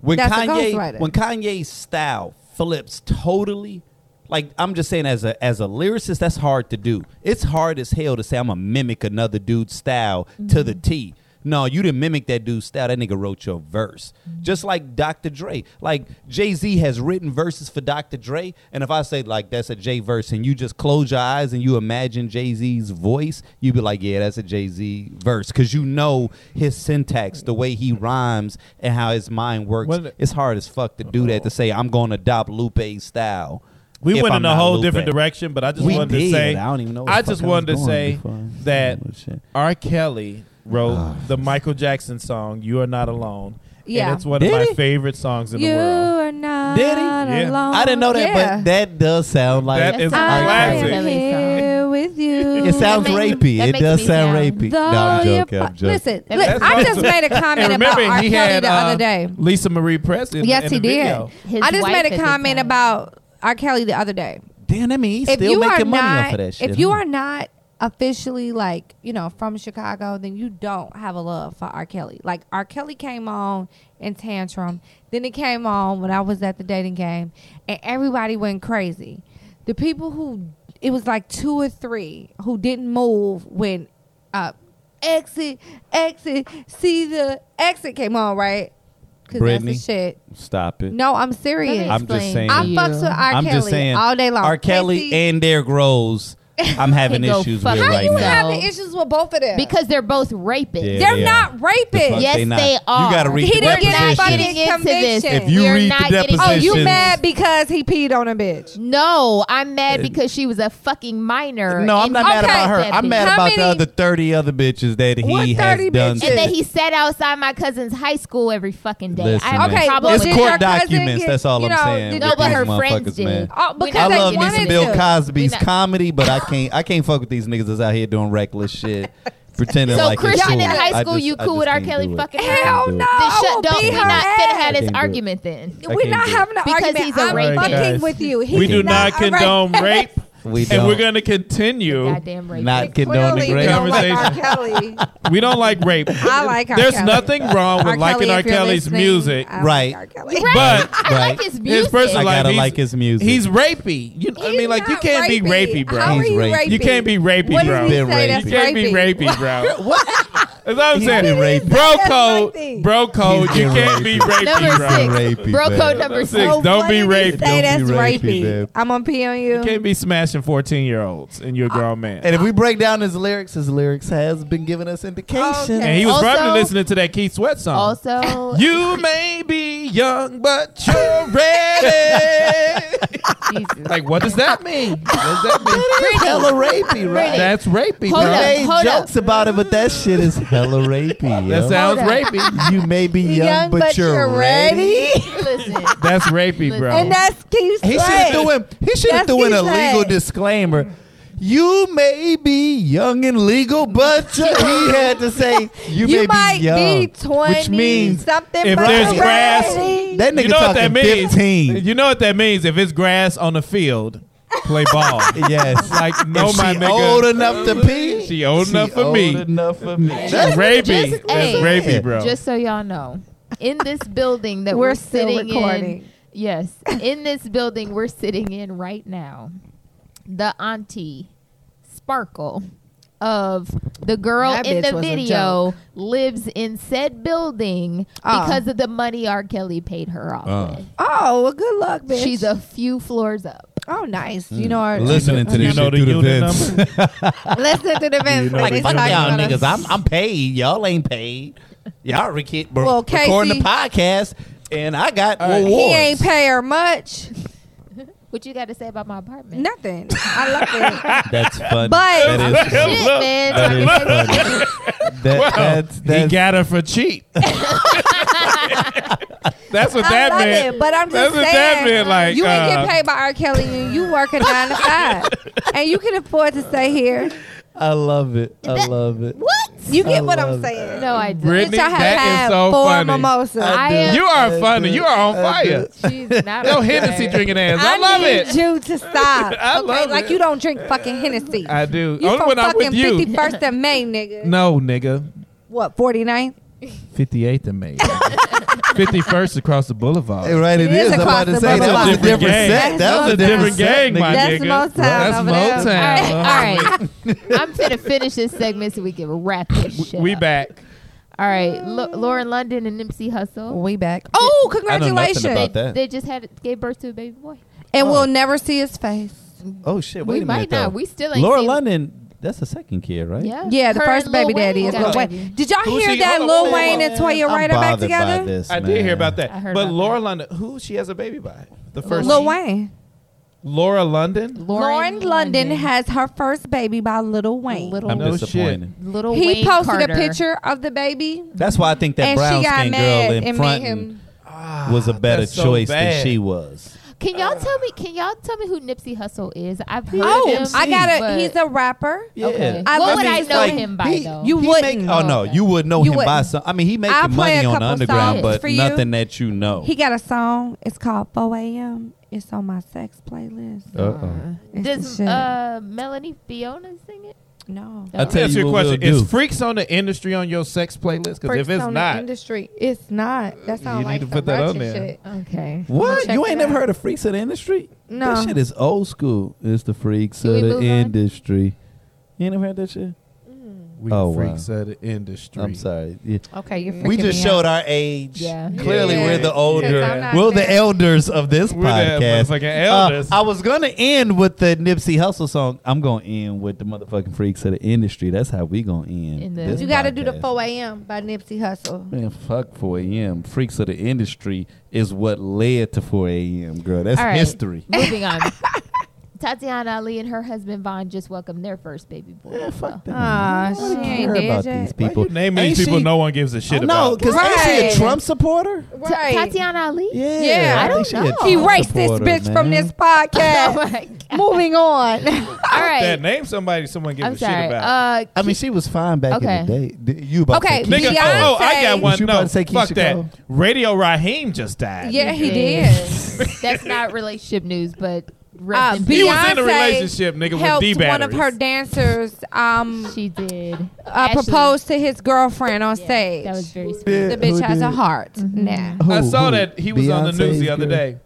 S4: when
S3: That's a
S4: Kanye
S3: ghostwriter.
S4: when Kanye's style flips totally, like I'm just saying as a as a lyricist, that's hard to do. It's hard as hell to say I'm gonna mimic another dude's style to the T. No, you didn't mimic that dude's style. That nigga wrote your verse. Just like Dr. Dre. Like Jay Z has written verses for Dr. Dre. And if I say, like, that's a Jay verse, and you just close your eyes and you imagine Jay Z's voice, you'd be like, yeah, that's a Jay Z verse. Because you know his syntax, the way he rhymes, and how his mind works.
S2: Well,
S4: it's hard as fuck to do that, to say, I'm going to adopt Lupe's style.
S2: We
S4: if
S2: went
S4: I'm
S2: in a
S4: not
S2: whole
S4: Lupe.
S2: different direction, but I just
S4: We
S2: wanted
S4: did.
S2: to say
S4: I don't even know where
S2: I
S4: the
S2: just
S4: fuck I was
S2: wanted to
S4: going
S2: say
S4: before I-
S2: that
S4: Oh, shit.
S2: R. Kelly wrote
S4: Ah,
S2: the Michael Jackson song "You Are Not Alone."
S3: Yeah.
S2: and it's one
S4: Did
S2: of my
S4: he?
S2: favorite songs in
S3: you
S2: the world.
S3: are not
S4: Did he?
S2: Yeah.
S3: alone.
S4: I didn't know that,
S3: Oh, Yeah.
S4: but that does sound like
S2: That is a
S4: R.
S3: I
S2: classic.
S3: am here with you.
S4: It sounds
S1: That makes-
S4: rapey.
S1: that
S4: It
S1: makes
S4: does
S1: me
S4: sound
S1: sound-
S4: rapey.
S3: Though
S4: No, I'm
S3: your
S4: joking.
S3: pa-
S4: I'm joking.
S3: Listen,
S1: That
S3: look,
S2: makes
S3: I
S2: sense.
S3: just made a comment
S2: And
S3: about
S2: remember,
S3: R.
S2: he
S3: Kelly
S2: had
S3: the
S2: uh,
S3: other day.
S2: Lisa Marie Press. In,
S3: Yes,
S2: in
S3: he
S2: the
S3: did.
S2: video.
S1: His
S3: I just
S1: wife
S3: made
S1: at
S3: a
S1: the
S3: comment
S1: time.
S3: about R. Kelly the other day.
S4: Damn, that mean he's
S3: if
S4: still
S3: you are
S4: making money
S3: not,
S4: off of that shit.
S3: if you
S4: huh?
S3: are not officially like you know from Chicago, then you don't have a love for R. Kelly. Like R. Kelly came on in Tantrum, then it came on when I was at the dating game, and everybody went crazy. The people who it was like two or three who didn't move when uh, exit, exit, see the exit came on right. Cause
S4: Brittany.
S3: that's the shit.
S4: Stop it.
S3: No, I'm serious.
S4: I'm just saying.
S3: I fucks with R.
S4: I'm
S3: Kelly
S4: just saying.
S3: all day long.
S4: R. Kelly
S3: Casey-
S4: and Derrick Rose, I'm having
S1: Go
S4: issues
S1: fuck
S4: with
S1: yourself.
S4: right
S3: you
S4: now.
S3: having issues with both of them
S1: because they're both rapists.
S4: Yeah.
S3: they're
S4: they
S3: not rapists.
S4: Fuck,
S1: Yes,
S4: not.
S1: they are.
S4: You got to read
S3: He
S4: the
S3: didn't get
S4: deposition.
S3: that fucking
S1: Getting into this.
S3: conviction.
S4: If you
S1: You're
S4: read
S1: not
S4: the
S1: getting-
S3: oh,
S4: deposition,
S3: you mad because he peed on a bitch?
S1: No, I'm mad because she was a fucking minor.
S4: No, I'm
S1: and
S4: not
S1: he
S4: mad about
S1: fucked
S4: her.
S1: that
S4: I'm
S1: bitch.
S4: mad
S3: How
S4: about the
S3: many-
S4: other 30 other bitches that
S3: What
S4: he has
S3: 30
S4: done.
S3: bitches?
S1: And then
S4: shit.
S1: he sat outside my cousin's high school every fucking day.
S4: Listen,
S1: I have
S4: man.
S1: a
S3: Okay,
S1: problem
S4: It's
S3: did
S1: with
S3: your
S4: court
S3: cousin
S4: documents.
S3: get-
S4: That's all
S3: you
S4: I'm
S3: know,
S4: saying.
S3: did
S1: No,
S4: with
S1: but
S4: these
S1: her
S4: motherfuckers,
S1: friends
S4: man.
S1: did.
S3: Oh,
S1: We're
S3: because
S4: I
S1: not
S3: they
S4: love me some
S3: wanted
S4: Bill
S3: to.
S4: Cosby's
S1: We're not-
S4: comedy, but I can't. I can't fuck with these niggas that's out here doing reckless shit, pretending
S1: So
S4: like it's
S1: Christian
S4: cool.
S1: in high
S4: I
S1: school,
S4: just-
S1: you
S4: I
S1: cool
S4: just
S1: with R.
S4: can't
S1: Kelly
S4: do it.
S1: fucking
S4: I can't
S3: Hell
S4: do it.
S3: no.
S1: Then
S3: I will
S1: shut don't
S3: beat
S1: we
S3: her
S1: not finna have this
S4: ass. I can't do it.
S1: argument then.
S4: I
S3: We're
S4: can't
S3: not
S4: do it.
S3: having an
S1: Because
S3: argument.
S1: he's a
S3: I'm
S1: rapist.
S3: fucking
S2: Guys,
S3: with you. He
S2: we
S3: is
S2: do not
S3: a rapist.
S2: condone rape,
S4: We
S2: and we're
S4: don't.
S2: going to continue.
S1: Goddamn rapist.
S4: Not condoning
S3: Clearly, we
S4: rape.
S3: don't like R.
S2: Conversation.
S3: Kelly.
S2: We don't like rape.
S3: I like R.
S2: There's
S3: Kelly.
S2: nothing wrong with
S3: R.
S2: liking
S3: Kelly,
S2: R.
S3: if you're
S2: Kelly's
S3: listening, uh,
S2: music,
S3: I like
S4: Right.
S3: R. Kelly.
S2: but
S1: I like
S4: Right.
S1: his music.
S2: his personal
S4: I
S2: life,
S4: gotta
S2: he's-
S4: like his music.
S2: He's rapey. You, I mean, like you
S3: He's
S2: can't be
S3: not
S2: rapey, bro.
S3: How are
S4: He's
S3: you
S4: rapey.
S3: rapey?
S2: You can't be rapey,
S3: What
S2: bro.
S3: did he
S4: Been
S3: say
S4: raped.
S3: that's
S2: You can't be rapey, bro. what? That's what I'm
S4: He's
S2: saying.
S4: been rapey.
S2: Bro
S3: That's
S2: code,
S3: rapey.
S2: bro code. You
S4: been
S2: can't be
S4: rapey.
S2: rapey,
S1: Number
S2: bro.
S1: six.
S4: Rapey,
S1: Bro
S4: babe.
S1: code number
S2: Six.
S1: six.
S3: Oh,
S2: Don't
S3: what
S2: be
S3: did he
S2: rapey.
S3: Say that's
S4: Don't be rapey,
S3: rapey.
S4: babe.
S3: I'm gonna pee on
S2: You
S3: you.
S2: can't be smashing 14 year olds and you're a grown man.
S4: And if we break down his lyrics, his lyryx has been giving us indications.
S3: Okay.
S2: And he was
S1: Also-
S2: probably listening to that Keith Sweat song.
S1: Also,
S2: you may be young, but you're ready. like, what does that mean? What does that mean?
S4: That's hella rapey, right?
S1: Pretty.
S2: That's rapey,
S1: Hold
S2: bro.
S1: up,
S4: Made
S1: hold up.
S4: jokes about it, but that shit is hella rapey.
S2: That
S4: Yo.
S2: sounds
S1: Hold
S2: rapey.
S4: you may be young, but, you're, ready.
S1: listen.
S2: That's rapey, bro.
S3: And that's Keith
S4: He should
S3: Sweat.
S4: have doing. He should have
S3: That's
S4: doing a
S3: his way.
S4: legal disclaimer. You may be young and legal, but you, he had to say you,
S3: You
S4: may
S3: might
S4: be young,
S3: be 20
S4: which means
S3: something.
S2: if
S3: but
S2: there's
S3: you're
S2: grass-
S3: ready.
S4: that nigga
S2: you know what
S4: talking
S2: that means.
S4: fifteen.
S2: You know what that means. If it's grass on the field, play ball.
S4: yes,
S2: like, no,
S4: If
S2: my
S4: she
S2: nigga.
S4: old enough to pee.
S2: She old enough for
S4: old
S2: me.
S4: Enough for me.
S2: That's rapey.
S1: Just-
S2: That's
S1: hey,
S2: rapey, bro.
S1: Just so y'all know, in this building that
S3: We're
S1: we're,
S3: still
S1: sitting
S3: recording.
S1: in, yes, in this building we're sitting in right now, the auntie Sparkle of the girl
S3: That
S1: in
S3: bitch
S1: the
S3: was a
S1: video lives in said building
S3: Oh.
S1: because of the money R. Kelly paid her off
S4: Oh.
S1: with.
S3: Oh, well, good luck, bitch.
S1: She's a few floors up.
S3: oh, nice.
S4: Mm.
S3: You know, our,
S4: Listening to
S2: You
S4: this
S2: know
S4: shit
S2: the
S4: through the
S2: unit
S4: vents.
S3: listen to the events.
S2: know
S4: like
S2: It's
S4: fuck
S2: like
S4: y'all niggas. I'm I'm paid. Y'all ain't paid. Y'all re- keep- re-
S3: Well,
S4: recording
S3: Casey-
S4: the podcast, and I got
S2: right.
S4: rewards.
S3: He ain't pay her much.
S1: What you got to say about my apartment?
S3: Nothing. I love it.
S4: That's funny.
S3: But-
S4: that is funny.
S1: Shit, man.
S4: That is
S1: Talking shit.
S4: funny. That-
S2: Wow.
S4: that's,
S2: he
S4: that's,
S2: got her for cheap. that's what
S3: I
S2: that
S3: love
S2: meant.
S3: it, but I'm
S2: That's
S3: just
S2: what
S3: saying.
S2: that meant. Like
S3: you ain't
S2: uh,
S3: get paid by R. Kelly, and you work a nine to five, and you can afford to stay here.
S4: I love it. I love it.
S3: What? You get
S4: I
S3: what
S4: love
S3: I'm
S4: it.
S3: saying?
S1: No, I didn't.
S2: Brittany,
S3: Bitch, I have
S2: that is
S3: had
S2: so
S3: four
S2: funny.
S3: mimosas.
S1: I am.
S2: You are
S4: I
S2: funny.
S4: do.
S2: You are on
S4: I
S2: fire.
S1: She's not
S2: No
S1: a
S2: Hennessy
S1: player.
S2: drinking ass. I,
S3: I
S2: love
S3: need
S2: it.
S3: you to stop.
S2: I
S3: okay?
S2: love
S3: like
S2: it.
S3: you don't drink fucking Hennessy.
S2: I do.
S3: you
S2: Only
S3: from
S2: when I'm
S3: fucking
S2: with you.
S3: 51st of May, nigga.
S2: No, nigga.
S3: What, 49?
S2: 58th of May. Fifty First across the boulevard.
S7: Hey, right, it
S3: It is
S7: is. I'm
S3: across
S7: about to
S3: the
S7: say that
S2: boulevard.
S7: was a different
S2: Gang.
S7: set. That was a different set,
S2: gang,
S7: nigga.
S2: my
S3: That's
S2: nigga.
S3: Motown over there.
S2: That's Motown. uh-huh.
S1: All right, all right. I'm finna finish this segment so we can wrap this shit.
S2: We
S1: up.
S2: back.
S1: All right, Lo- Lauren London and Nipsey Hussle.
S3: We back. Oh,
S7: I know nothing
S3: congratulations!
S7: about that.
S1: They just had gave birth to a baby boy.
S3: And we'll never see his face.
S7: Oh shit! Wait
S1: we
S7: a
S1: might
S7: minute.
S1: not.
S7: though.
S1: We still ain't.
S4: Laura
S1: seen-
S4: London, that's the second kid, right?
S1: Yeah.
S3: Yeah, the
S1: Her
S3: first
S1: and Lil
S3: baby daddy is
S1: got
S3: Lil
S1: a
S3: Wayne.
S1: baby.
S3: Did y'all
S2: Who's
S3: hear
S2: he?
S3: that
S2: Hold on,
S3: Lil
S2: hold on,
S3: Wayne and
S2: hold on.
S3: Toya
S4: I'm
S3: Ryder back
S4: bothered by
S3: together?
S4: this.
S2: I did hear
S4: man.
S2: about that.
S1: I heard
S2: but
S1: about
S2: Laura London, who she has a baby by? The first
S3: Lil Wayne.
S2: Laura London?
S3: Lauren London has her first baby by Lil Wayne.
S1: little
S4: I'm
S2: No
S4: disappointed.
S1: little.
S3: he
S1: Wayne
S3: posted
S1: Carter.
S3: a picture of the baby,
S4: That's why I think that
S3: and
S4: brown
S3: she got
S4: skin
S3: mad
S4: girl in
S3: and
S4: front
S3: made him.
S4: was a
S2: Ah,
S4: better
S2: that's so
S4: choice than
S2: bad.
S4: she was.
S1: Can y'all tell me? Can y'all tell me who Nipsey Hussle is? I've heard
S3: Oh,
S1: him.
S3: I got
S1: but-
S3: a. He's a rapper.
S4: Yeah.
S1: Okay.
S3: I
S1: what
S3: love
S1: would
S3: him.
S1: I
S3: He's
S1: know
S3: like-
S1: him by
S4: he-
S1: though?
S3: You
S4: He
S3: wouldn't.
S4: Make, oh no, you would know
S3: You
S4: him by
S3: wouldn't.
S4: some. I mean, he
S3: I'll
S4: making
S3: play
S4: money
S3: a
S4: on the
S3: couple
S4: underground,
S3: songs
S4: but
S3: for you.
S4: nothing that you know.
S3: He got a song. It's called 4 a.m. It's on my sex playlist.
S4: Uh-oh.
S3: It's the
S1: Does
S3: shit.
S1: uh, Melanie Fiona sing it?
S3: no.
S4: I
S2: Let me
S4: tell
S2: ask
S4: you
S2: you a
S4: what we'll
S2: question.
S4: do.
S2: Is Freaks on the Industry on your sex playlist? Because if
S3: Freaks
S2: it's
S3: on the
S2: not,
S3: industry, it's not. That sounds
S2: need
S3: like
S2: to
S3: some
S2: put that on
S3: ratchet
S2: there.
S3: Shit.
S1: Okay.
S4: What?
S3: check
S4: You
S3: it
S4: ain't never
S3: out.
S4: heard of Freaks of the Industry?
S3: No.
S4: That shit is old school.
S7: It's the freaks
S1: Can we
S7: of
S1: move
S7: the
S1: on?
S7: industry. You ain't never heard that shit?
S2: we
S4: Oh,
S2: Freaks of the Industry.
S4: I'm sorry. Yeah.
S3: Okay, you're freaking
S4: We just
S3: me
S4: showed
S3: out.
S4: our age.
S1: Yeah.
S4: Clearly,
S3: Yeah.
S4: we're the older.
S3: Because I'm not
S4: We're the
S3: there.
S4: elders of this
S2: We're the
S4: podcast.
S2: motherfucking
S4: Uh,
S2: elders.
S4: I was gonna end with the Nipsey Hussle song. I'm gonna end with the motherfucking freaks of the industry. That's how we gonna end.
S1: In the-
S4: this
S3: You got to do the
S4: podcast.
S3: 4 a.m. by Nipsey Hussle.
S7: Man, fuck 4 a.m. Freaks of the industry is what led to 4 a.m. Girl, that's
S1: All right.
S4: history.
S1: Moving on. Tatiana Ali and her husband Vaughn just welcomed their first baby boy.
S4: Yeah,
S1: as well.
S4: fuck that.
S3: Aw,
S4: Nobody
S3: she
S4: care
S3: ain't dead
S4: about
S3: yet.
S4: these
S2: Why
S4: people.
S2: you name these
S4: Ain't
S2: people
S4: she- Oh,
S2: no one gives a shit
S4: no,
S2: about.
S4: because ain't
S3: Right.
S4: she a Trump supporter?
S1: Ta-
S3: Right.
S1: Tatiana Ali.
S4: Yeah,
S3: Yeah. I
S4: think
S1: don't
S4: she a
S1: know.
S4: Trump
S3: He erased this
S4: Oh, supporter,
S3: bitch from
S4: man.
S3: this podcast.
S1: Oh my God.
S3: Moving on.
S1: All
S2: That
S1: right.
S2: name somebody someone gives
S1: I'm
S2: a
S1: sorry.
S2: shit about.
S1: Uh,
S4: I mean, she was fine back
S1: Okay.
S4: in the day. D- You about
S3: Okay,
S4: to say
S2: Nigga,
S4: Keisha
S3: Beyonce-
S4: Cole.
S2: oh, oh, I got
S4: Was
S2: one.
S4: you about
S2: No,
S4: to say
S2: fuck
S4: Keisha
S2: that.
S4: Cole?
S2: Radio Raheem just died.
S3: yeah, he
S1: It
S3: did.
S1: is. That's not relationship news, but
S4: Ah,
S3: Uh,
S1: rest in
S2: He
S1: peace.
S2: was in a
S3: Beyonce
S2: relationship, nigga, with
S3: helped
S2: D
S3: one of
S2: batteries.
S3: her dancers um,
S1: she did.
S3: uh,
S1: Ashley-
S3: propose to his girlfriend on
S1: Yeah,
S3: stage.
S1: That was very sweet.
S4: Yeah,
S3: the bitch
S4: who
S3: has a
S4: did?
S3: heart. Nah.
S2: oh. I
S7: Who-
S2: saw
S7: who?
S2: that he was on the news
S7: Beyonce's
S2: the other
S7: girl?
S2: day.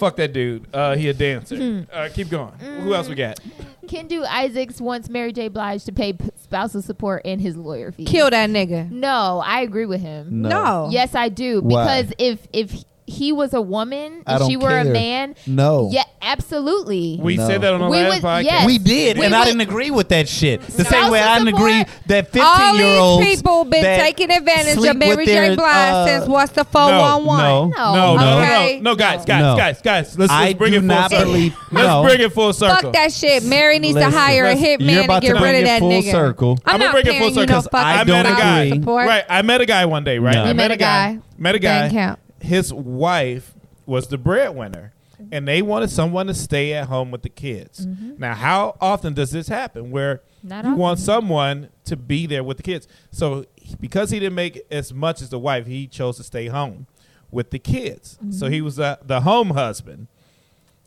S2: Fuck that dude. Uh, he a dancer.
S3: Hmm.
S2: Uh, keep going. Who else we got?
S1: Kendu Isaacs wants Mary J. Blige to pay p- spousal support and his lawyer fees.
S3: Kill that nigga.
S1: No, I agree with him.
S4: No.
S3: No.
S1: Yes, I do.
S4: Why?
S1: Because if if he was a woman
S4: I
S1: and she
S4: don't
S1: were a
S4: care.
S1: man,
S4: No.
S1: yeah, absolutely.
S2: We
S4: No.
S2: said that on the
S1: We
S2: last
S1: was-
S2: podcast.
S1: yes.
S4: We did,
S1: We
S4: and
S1: would-
S4: I didn't agree with that shit. The
S1: No.
S4: same way I didn't
S1: Spousal
S4: agree that
S3: All
S4: fifteen-year-olds
S3: these people been taking advantage of Mary J. Blige since what's the 411?
S4: No,
S1: No.
S2: No, no,
S3: Okay.
S2: no, no, no, guys, guys,
S4: No.
S2: guys, guys. Let's,
S4: I
S2: let's bring
S4: do
S2: it full
S4: not
S2: circle.
S4: believe-
S2: let's
S4: no.
S2: bring it full circle.
S3: Fuck that shit. Mary needs
S4: Listen,
S3: to hire a
S4: listen, you're
S3: hitman
S4: about
S3: and
S4: to
S3: get
S4: bring
S3: rid of
S4: it
S3: that
S4: full
S3: nigga.
S4: circle.
S3: I'm,
S2: I'ma
S3: not
S2: bring it
S3: paying
S2: full
S3: you no
S2: circle 'cause
S3: fucking
S4: I
S2: I met a
S4: don't
S2: guy.
S4: agree.
S3: support.
S2: Right, I met a guy one day. Right,
S4: No.
S2: I
S4: You
S2: met, a guy. Met a
S3: Didn't
S2: guy.
S3: count.
S2: His wife was the breadwinner, and they wanted someone to stay at home with the kids. Now, how often does this happen? Where
S1: Mm-hmm. Not
S2: you
S1: often.
S2: want someone to be there with the kids? So, he- because he didn't make as much as the wife, he chose to stay home with the kids. So
S1: Mm-hmm.
S2: he was uh, the home husband,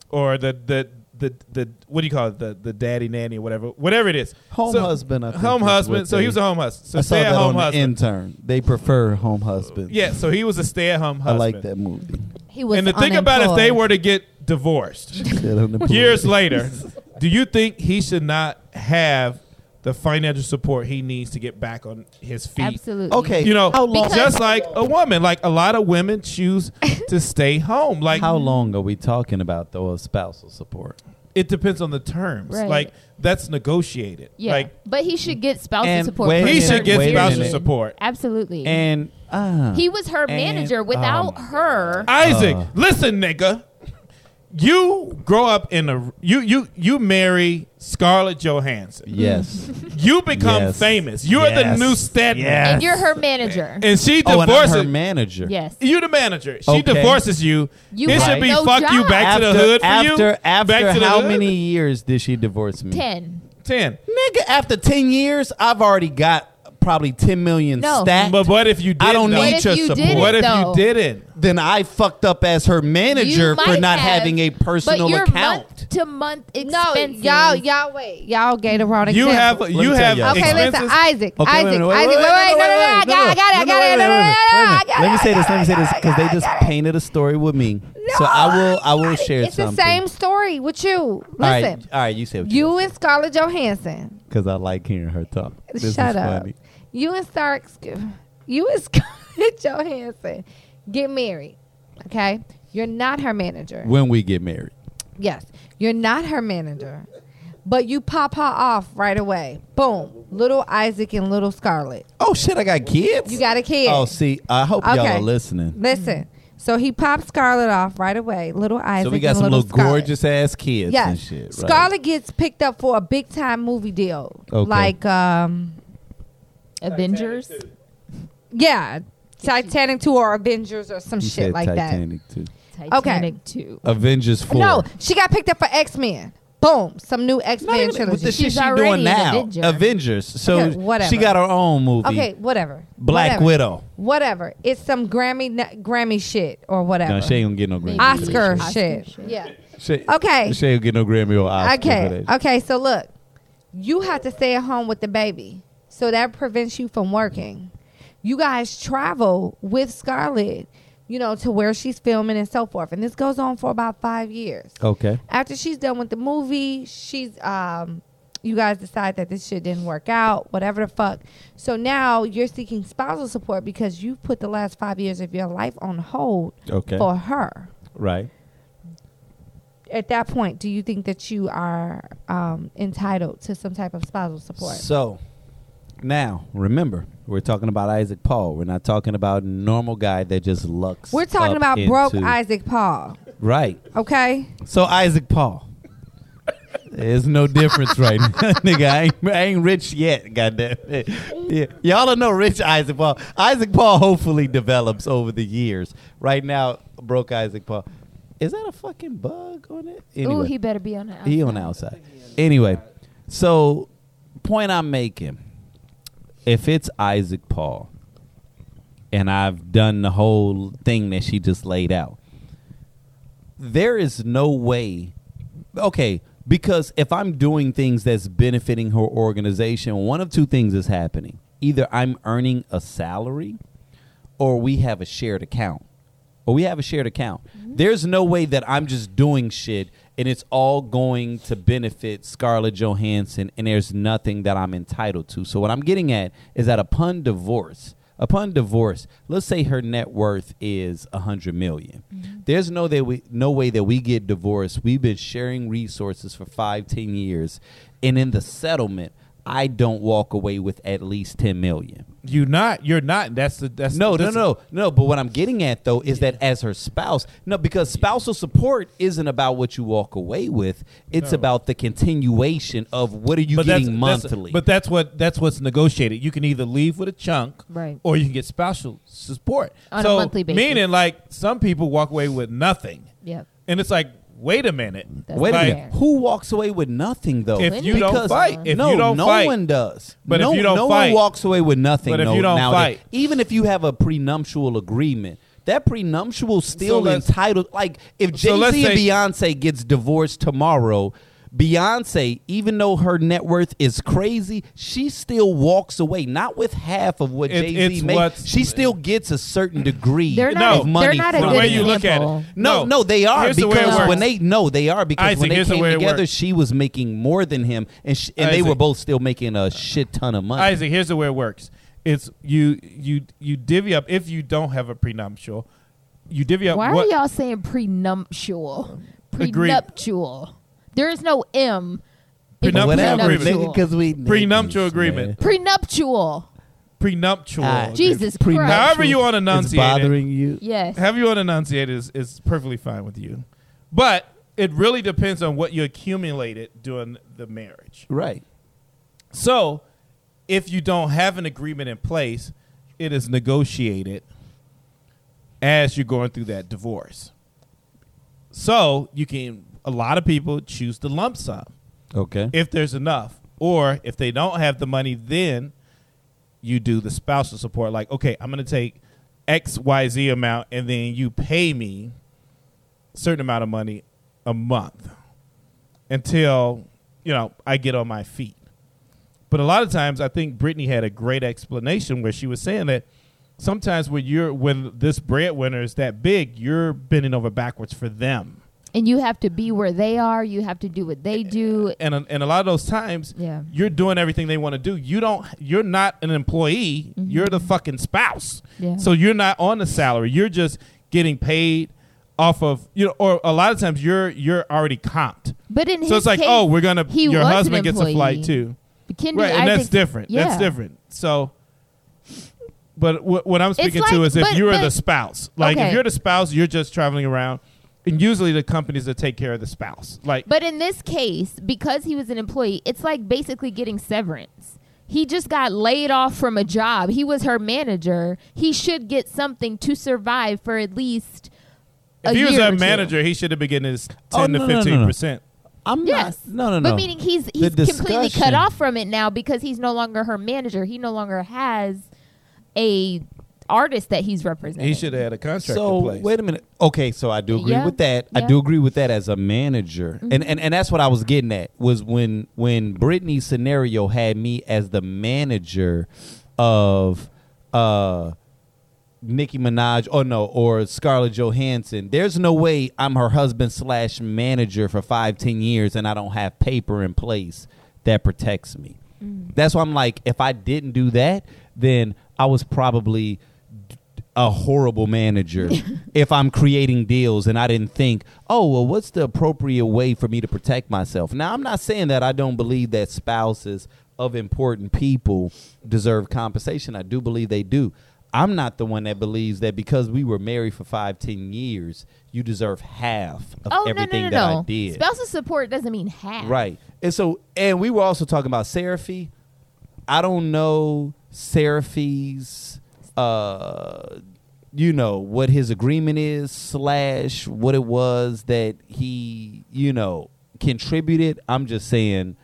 S2: or the the. The, the what do you call it the the daddy nanny or whatever whatever it is
S4: Home
S2: So-
S4: husband, I think
S2: home
S4: is what
S2: husband so he
S4: they-
S2: was a home husband so
S4: I saw
S2: stay at
S4: that
S2: home
S4: on the
S2: husband
S4: intern. They prefer home husband.
S2: yeah, so he was a stay-at-home
S4: I
S2: husband.
S4: like that movie.
S3: He was
S2: and to think about if they were to get divorced
S4: Shit on the
S2: years
S4: board.
S2: later, do you think he should not have the financial support he needs to get back on his feet?
S1: Absolutely.
S4: Okay,
S2: You know,
S4: how long?
S2: just like a woman, like a lot of women choose to stay home. Like
S4: how long are we talking about though of spousal support?
S2: it depends on the terms.
S1: Right.
S2: Like that's negotiated.
S1: Yeah.
S2: Like
S1: but he should get spousal
S4: And
S1: support.
S4: wait
S1: for
S4: a
S2: he
S1: his
S2: should
S4: minute,
S2: get
S4: wait a
S2: spousal
S4: minute.
S2: support.
S1: Absolutely.
S4: And uh,
S1: he was her manager.
S4: and-
S1: Without
S4: oh.
S1: her,
S2: Isaac,
S4: Uh.
S2: listen, nigga. You grow up in a you you you marry Scarlett Johansson.
S4: yes. Oh,
S2: You become
S4: Yes.
S2: famous. You're
S4: Yes.
S2: the new Stedman.
S4: Yes.
S1: and you're her manager.
S2: And she
S4: oh, and I'm
S2: divorces
S4: her manager.
S1: yes.
S2: you, the manager. She
S4: Okay.
S2: divorces you.
S1: You
S2: it
S1: have
S2: should be
S1: no
S2: fuck you
S1: job.
S2: back to the
S4: After-
S2: hood for
S4: after,
S2: you.
S4: After
S2: back to the
S4: how
S2: hood.
S4: many years did she divorce me?
S1: Ten.
S2: Ten.
S4: Nigga, after 10 years, I've already got probably 10 million
S1: No.
S4: stacked.
S2: But what if you did?
S4: I don't
S1: What
S4: need
S1: if
S4: your
S1: you
S4: support.
S1: did it,
S2: What if
S1: though?
S2: you didn't?
S4: then I fucked up as her manager
S1: You
S4: for
S1: might
S4: not
S1: have,
S4: having a
S1: but
S4: personal
S1: your
S4: account.
S1: month to month
S3: No,
S1: expenses.
S3: y'all, y'all wait. Y'all gave the wrong
S2: You
S3: example.
S2: have
S4: me
S2: you
S4: tell
S2: have
S4: y'all.
S3: Okay, listen,
S2: expenses.
S3: Isaac.
S7: Okay,
S3: Isaac.
S7: wait a minute,
S3: Isaac. Wait, wait, no, no, no, I got it. I got it. I got it. No, no, no, I got it.
S4: Let me say this. Let me say this because they just painted a story with me. so I will. I will share
S3: It's
S4: something.
S3: the same story with you.
S4: All right,
S3: Listen,
S4: all right. You say what you
S3: you and Scarlett Johansson.
S4: because I like hearing her talk. This is
S3: Shut up.
S4: funny.
S3: You and Star, you and Scarlett Johansson get married. Okay, you're not her manager.
S4: When we get married,
S3: Yes, you're not her manager, but you pop her off right away. Boom, little Isaac and little Scarlett.
S4: oh shit, I got kids.
S3: You got a kid.
S4: Oh, see, I hope y'all
S3: Okay.
S4: are listening.
S3: Listen, so he pops Scarlett off right away. Little Isaac.
S4: So we got
S3: and
S4: some
S3: little
S4: little
S3: Scarlett.
S4: gorgeous ass kids
S3: Yes.
S4: and shit. Right?
S3: Scarlett gets picked up for a big time movie deal.
S4: Okay.
S3: Like um
S1: Avengers.
S3: yeah, Titanic 2 or Avengers or some
S4: You
S3: shit
S4: said
S3: like that.
S4: Titanic too.
S1: Titanic two.
S4: Avengers four.
S3: No, she got picked up for X-Men. Boom, some new
S4: Not
S3: X-Men
S4: even with
S3: trilogy.
S4: the shit
S1: She's
S4: she
S1: already
S4: doing
S1: an
S4: now.
S1: Avenger.
S4: Avengers. So
S3: Okay, whatever.
S4: she got her own movie.
S3: okay, whatever.
S4: Black
S3: Whatever.
S4: Widow.
S3: Whatever. It's some Grammy Grammy shit or whatever.
S4: No, she ain't gonna get no Grammy.
S1: Maybe.
S3: Oscar,
S1: Oscar
S3: shit.
S1: shit.
S3: Yeah.
S4: She,
S3: Okay.
S4: She ain't get no Grammy or Oscar.
S3: Okay.
S4: for that.
S3: Okay, so look. You have to stay at home with the baby. So that prevents you from working. You guys travel with Scarlett, you know, to where she's filming and so forth. And this goes on for about 5 years.
S4: Okay.
S3: After she's done with the movie, she's um you guys decide that this shit didn't work out, whatever the fuck. So now you're seeking spousal support because you've put the last 5 years of your life on hold
S4: Okay.
S3: for her
S4: Right.
S3: at that point, do you think that you are um, entitled to some type of spousal support?
S4: So now remember, we're talking about Isaac Paul. We're not talking about normal guy that just lucks.
S3: We're talking
S4: up
S3: about broke
S4: into-
S3: Isaac Paul,
S4: Right.
S3: okay?
S4: So Isaac Paul. There's no difference right now, nigga. I ain't, I ain't rich yet, goddamn it. Yeah. Y'all don't know rich Isaac Paul. Isaac Paul hopefully develops over the years. Right now, broke Isaac Paul. Is that a fucking bug on it?
S1: Ooh,
S4: Anyway.
S1: he better be on the
S4: He on the outside. Anyway, so point I'm making, if it's Isaac Paul, and I've done the whole thing that she just laid out, there is no way. Okay, because if I'm doing things that's benefiting her organization, one of two things is happening: either I'm earning a salary, or we have a shared account. Or we have a shared account. There's no way that I'm just doing shit and it's all going to benefit Scarlett Johansson and there's nothing that I'm entitled to. So what I'm getting at is that upon divorce, upon divorce, let's say her net worth is a hundred million.
S2: Mm-hmm.
S4: There's no that we no way that we get divorced. We've been sharing resources for five, ten years, and in the settlement, I don't walk away with at least ten million.
S2: You not. You're not. That's the. That's
S4: No,
S2: the,
S4: no, no, no. But what I'm getting at though is that as her spouse, no, because spousal support isn't about what you walk away with. It's about the continuation of what are you getting monthly.
S2: but that's what that's what's negotiated. You can either leave with a chunk,
S1: Right.
S2: or you can get spousal support
S1: On a
S2: so,
S1: monthly basis.
S2: Meaning, like some people walk away with nothing,
S1: Yep.
S2: and it's like, wait a minute,
S1: That's
S4: Wait a
S2: like,
S1: fair.
S4: minute. Who walks away with nothing though?
S2: If you don't
S4: Because-
S2: fight, if
S4: no,
S2: you don't
S4: no
S2: fight.
S4: one does.
S2: But if
S4: no,
S2: you don't
S4: no
S2: fight-
S4: one walks away with nothing.
S2: But if
S4: no,
S2: you don't
S4: nowadays.
S2: fight-
S4: even if you have a prenuptial agreement, that prenuptial still
S2: let's-
S4: entitled. Like if Jay
S2: So let's
S4: Z and
S2: say-
S4: Beyonce gets divorced tomorrow. Beyonce, even though her net worth is crazy, she still walks away not with half of what
S2: It-
S4: Jay Z
S2: it's
S4: makes.
S2: what's-
S4: She still gets a certain degree
S1: They're
S4: of
S1: not-
S2: no,
S1: they're
S4: money.
S1: not a
S2: the
S4: from
S1: good
S4: it.
S2: way you look at
S1: example.
S2: it.
S4: No, no, they are
S2: Here's the way it
S4: because
S2: works.
S4: when they no, they are because
S2: Isaac,
S4: when they
S2: here's the
S4: came
S2: way it
S4: together,
S2: works.
S4: she was making more than him, and sh- and they
S2: Isaac.
S4: were both still making a shit ton of money.
S2: Isaac, here's the way it works. It's you you you divvy up if you don't have a prenuptial. You divvy up.
S1: Why
S2: what,
S1: are y'all saying prenuptial?
S2: Agree.
S1: Prenuptial. There is no M. in
S2: Prenuptial agreement.
S1: prenuptial.
S4: because we
S2: Prenuptial
S4: Uh,
S2: agreement.
S1: Prenuptial.
S2: Prenuptial.
S4: Ah,
S1: Jesus
S4: Pre-
S1: Christ.
S2: However you want to
S4: It's
S2: enunciate it,
S4: bothering you.
S1: Yes.
S2: however you want to enunciate it is, is perfectly fine with you. But it really depends on what you accumulated during the marriage.
S4: Right.
S2: So, if you don't have an agreement in place, it is negotiated as you're going through that divorce. So, you can, a lot of people choose the lump sum
S4: Okay.
S2: if there's enough. Or if they don't have the money, then you do the spousal support. Like, okay, I'm going to take X Y Z amount, and then you pay me a certain amount of money a month until you know I get on my feet. But a lot of times, I think Brittany had a great explanation where she was saying that sometimes when you're when this breadwinner is that big, you're bending over backwards for them.
S1: and you have to be where they are. You have to do what they do.
S2: and a, and a lot of those times
S1: Yeah.
S2: you're doing everything they want to do you don't you're not an employee you're the fucking spouse
S1: Mm-hmm. Yeah.
S2: so you're not on the salary you're just getting paid off of you know or a lot of times you're you're already comped
S1: But in
S2: so
S1: his
S2: it's like
S1: case,
S2: oh we're gonna
S1: he
S2: your
S1: was an
S2: husband gets a
S1: employee.
S2: flight too
S1: Kendra,
S2: right and
S1: I
S2: that's
S1: think-
S2: different that's
S1: yeah.
S2: different so but wh- what i'm speaking to
S1: like-
S2: is if
S1: but-
S2: you are
S1: but-
S2: the spouse like if
S1: Okay.
S2: you're the spouse you're just traveling around and usually the companies that take care of the spouse like
S1: But in this case, because he was an employee, it's like basically getting severance. He just got laid off from a job. He was her manager. He should get something to survive for at least.
S2: If
S1: a
S2: he was
S1: year
S2: a
S1: or two.
S2: manager, he should have been getting his ten
S4: Oh, no,
S2: to
S4: no, no, no.
S2: fifteen percent.
S4: I'm
S1: Yes.
S4: not. No, no, no.
S1: But meaning he's he's completely cut
S4: discussion-
S1: off from it now because he's no longer her manager. He no longer has a artist that he's representing.
S2: He should have had a contract
S4: so
S2: in place.
S4: wait a minute. Okay, so I do agree
S1: Yeah.
S4: with that. I
S1: Yeah. Mm-hmm.
S4: do agree with that as a manager, and, and and that's what I was getting at was when when Brittany's scenario had me as the manager of uh Nicki Minaj, or no, or Scarlett Johansson. There's no way I'm her husband slash manager for five, ten years, and I don't have paper in place that protects me. That's why I'm like, if I didn't do that, then I was probably d- a horrible manager. if I'm creating deals and I didn't think, oh well, what's the appropriate way for me to protect myself? Now I'm not saying that I don't believe that spouses of important people deserve compensation. I do believe they do. I'm not the one that believes that because we were married for five, ten years, you deserve half of
S1: oh
S4: everything
S1: no no no
S4: that
S1: no!
S4: I did.
S1: Spousal support doesn't mean half.
S4: Right. And so, and we were also talking about Seraphy. I don't know Seraphy's, uh, you know, what his agreement is, slash, what it was that he, you know, contributed. I'm just saying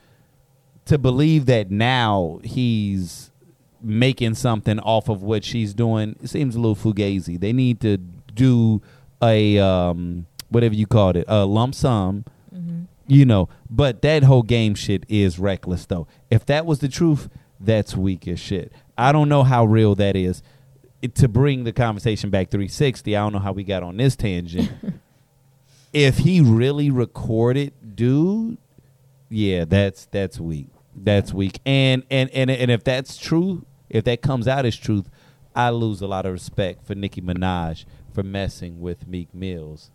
S4: to believe that now he's making something off of what she's doing it seems a little fugazi. They need to do a um, whatever you called it, a lump sum. You know, but that whole game shit is reckless though. If that was the truth, that's weak as shit. I don't know how real that is. It- to bring the conversation back 360, I don't know how we got on this tangent. if he really recorded, dude, yeah, that's that's weak. That's weak. And and and and if that's true, if that comes out as truth, I lose a lot of respect for Nicki Minaj for messing with Meek Mills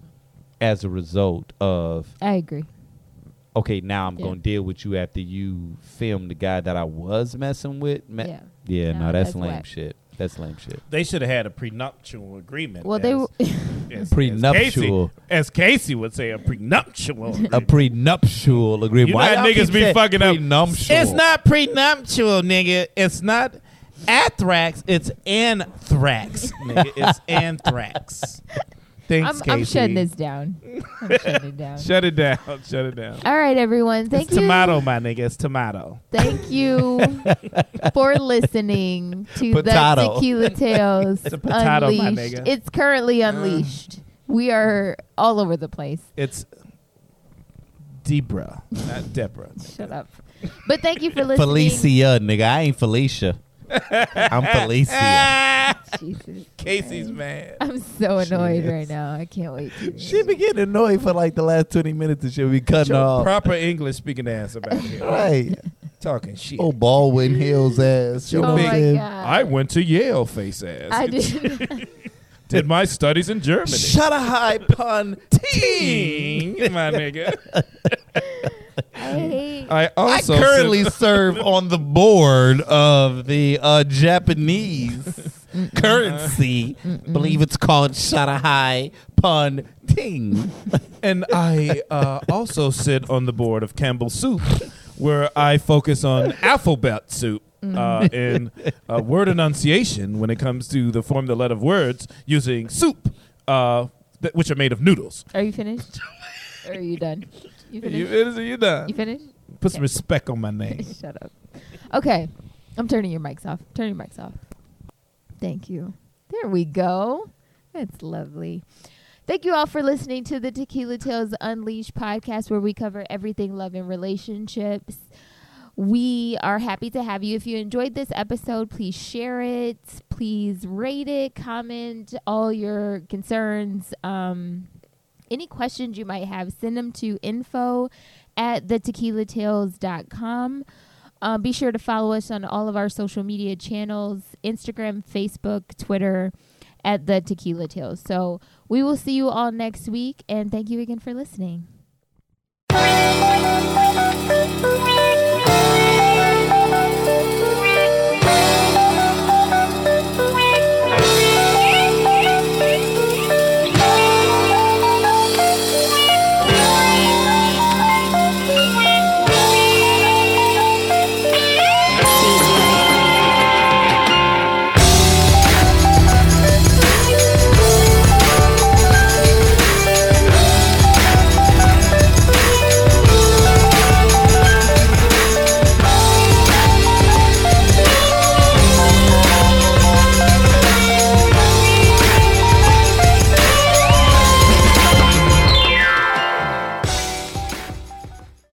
S4: as a result of
S1: I agree.
S4: okay, now I'm
S1: Yeah.
S4: gonna deal with you after you filmed the guy that I was messing with. Ma-
S1: Yeah.
S4: yeah, no,
S1: No,
S4: that's,
S1: that's
S4: lame
S1: whack.
S4: shit. That's lame shit.
S2: they should have had a prenuptial agreement.
S1: Well, they
S2: as-
S1: were.
S2: as- as
S4: Prenuptial.
S2: Casey- as Casey would say, a prenuptial.
S4: A
S2: agreement.
S4: prenuptial agreement.
S2: You know
S4: Why
S2: how
S4: y'all
S2: niggas
S4: keep
S2: be
S4: saying
S2: fucking up.
S4: prenuptial?
S2: It's not prenuptial, nigga. It's not anthrax. It's anthrax, nigga. It's anthrax. Thanks,
S1: I'm,
S2: Casey.
S1: I'm shutting this down. I'm shutting it down.
S2: Shut it down. Shut it down.
S1: All right, everyone. Thank
S2: it's
S1: you.
S2: tomato, my nigga. It's tomato.
S1: Thank you for listening to
S4: Potato.
S1: the Tequila Tales
S2: It's a potato, my
S1: Unleashed.
S2: nigga. Uh.
S1: It's currently unleashed. We are all over the place.
S2: It's Debra, not Deborah.
S1: Shut up. But thank you for listening.
S4: Felicia, nigga. I ain't Felicia. I'm Felicia.
S1: Jesus.
S2: Casey's mad.
S1: I'm so annoyed
S4: Jeez.
S1: right now. I can't wait. To
S4: she be getting annoyed for like the last 20 minutes and she'll be cutting off.
S2: Proper English speaking ass about here.
S4: right.
S2: Talking shit.
S7: Oh, Baldwin Hills ass. You
S1: oh
S7: know what I'm
S1: my
S7: saying?
S1: god.
S2: I went to Yale face ass.
S1: I did.
S2: Did my studies in Germany.
S4: Shut a high pun.
S2: Ting, my nigga.
S1: I hate.
S2: I
S4: I
S2: also
S4: currently
S2: sit-
S4: serve on the board of the uh, Japanese currency. Believe it's called Shanghai Pun Ting.
S2: and I uh, also sit on the board of Campbell Soup, where I focus on alphabet soup. Uh, and uh, word enunciation when it comes to the form, the letter of words using soup, uh, th- which are made of noodles.
S1: Are you finished? or are you done? You
S2: You,
S1: finished?
S2: you done.
S1: You finished?
S2: Put some respect on my name.
S1: Shut up. Okay. I'm turning your mics off. Turn your mics off. Thank you. There we go. That's lovely. Thank you all for listening to the Tequila Tales Unleashed podcast, where we cover everything love and relationships. We are happy to have you. If you enjoyed this episode, please share it. Please rate it, comment all your concerns. Um, any questions you might have, send them to info at thetequilatales.com. Uh, be sure to follow us on all of our social media channels Instagram, Facebook, Twitter, at the Tequila Tales. So we will see you all next week, and thank you again for listening.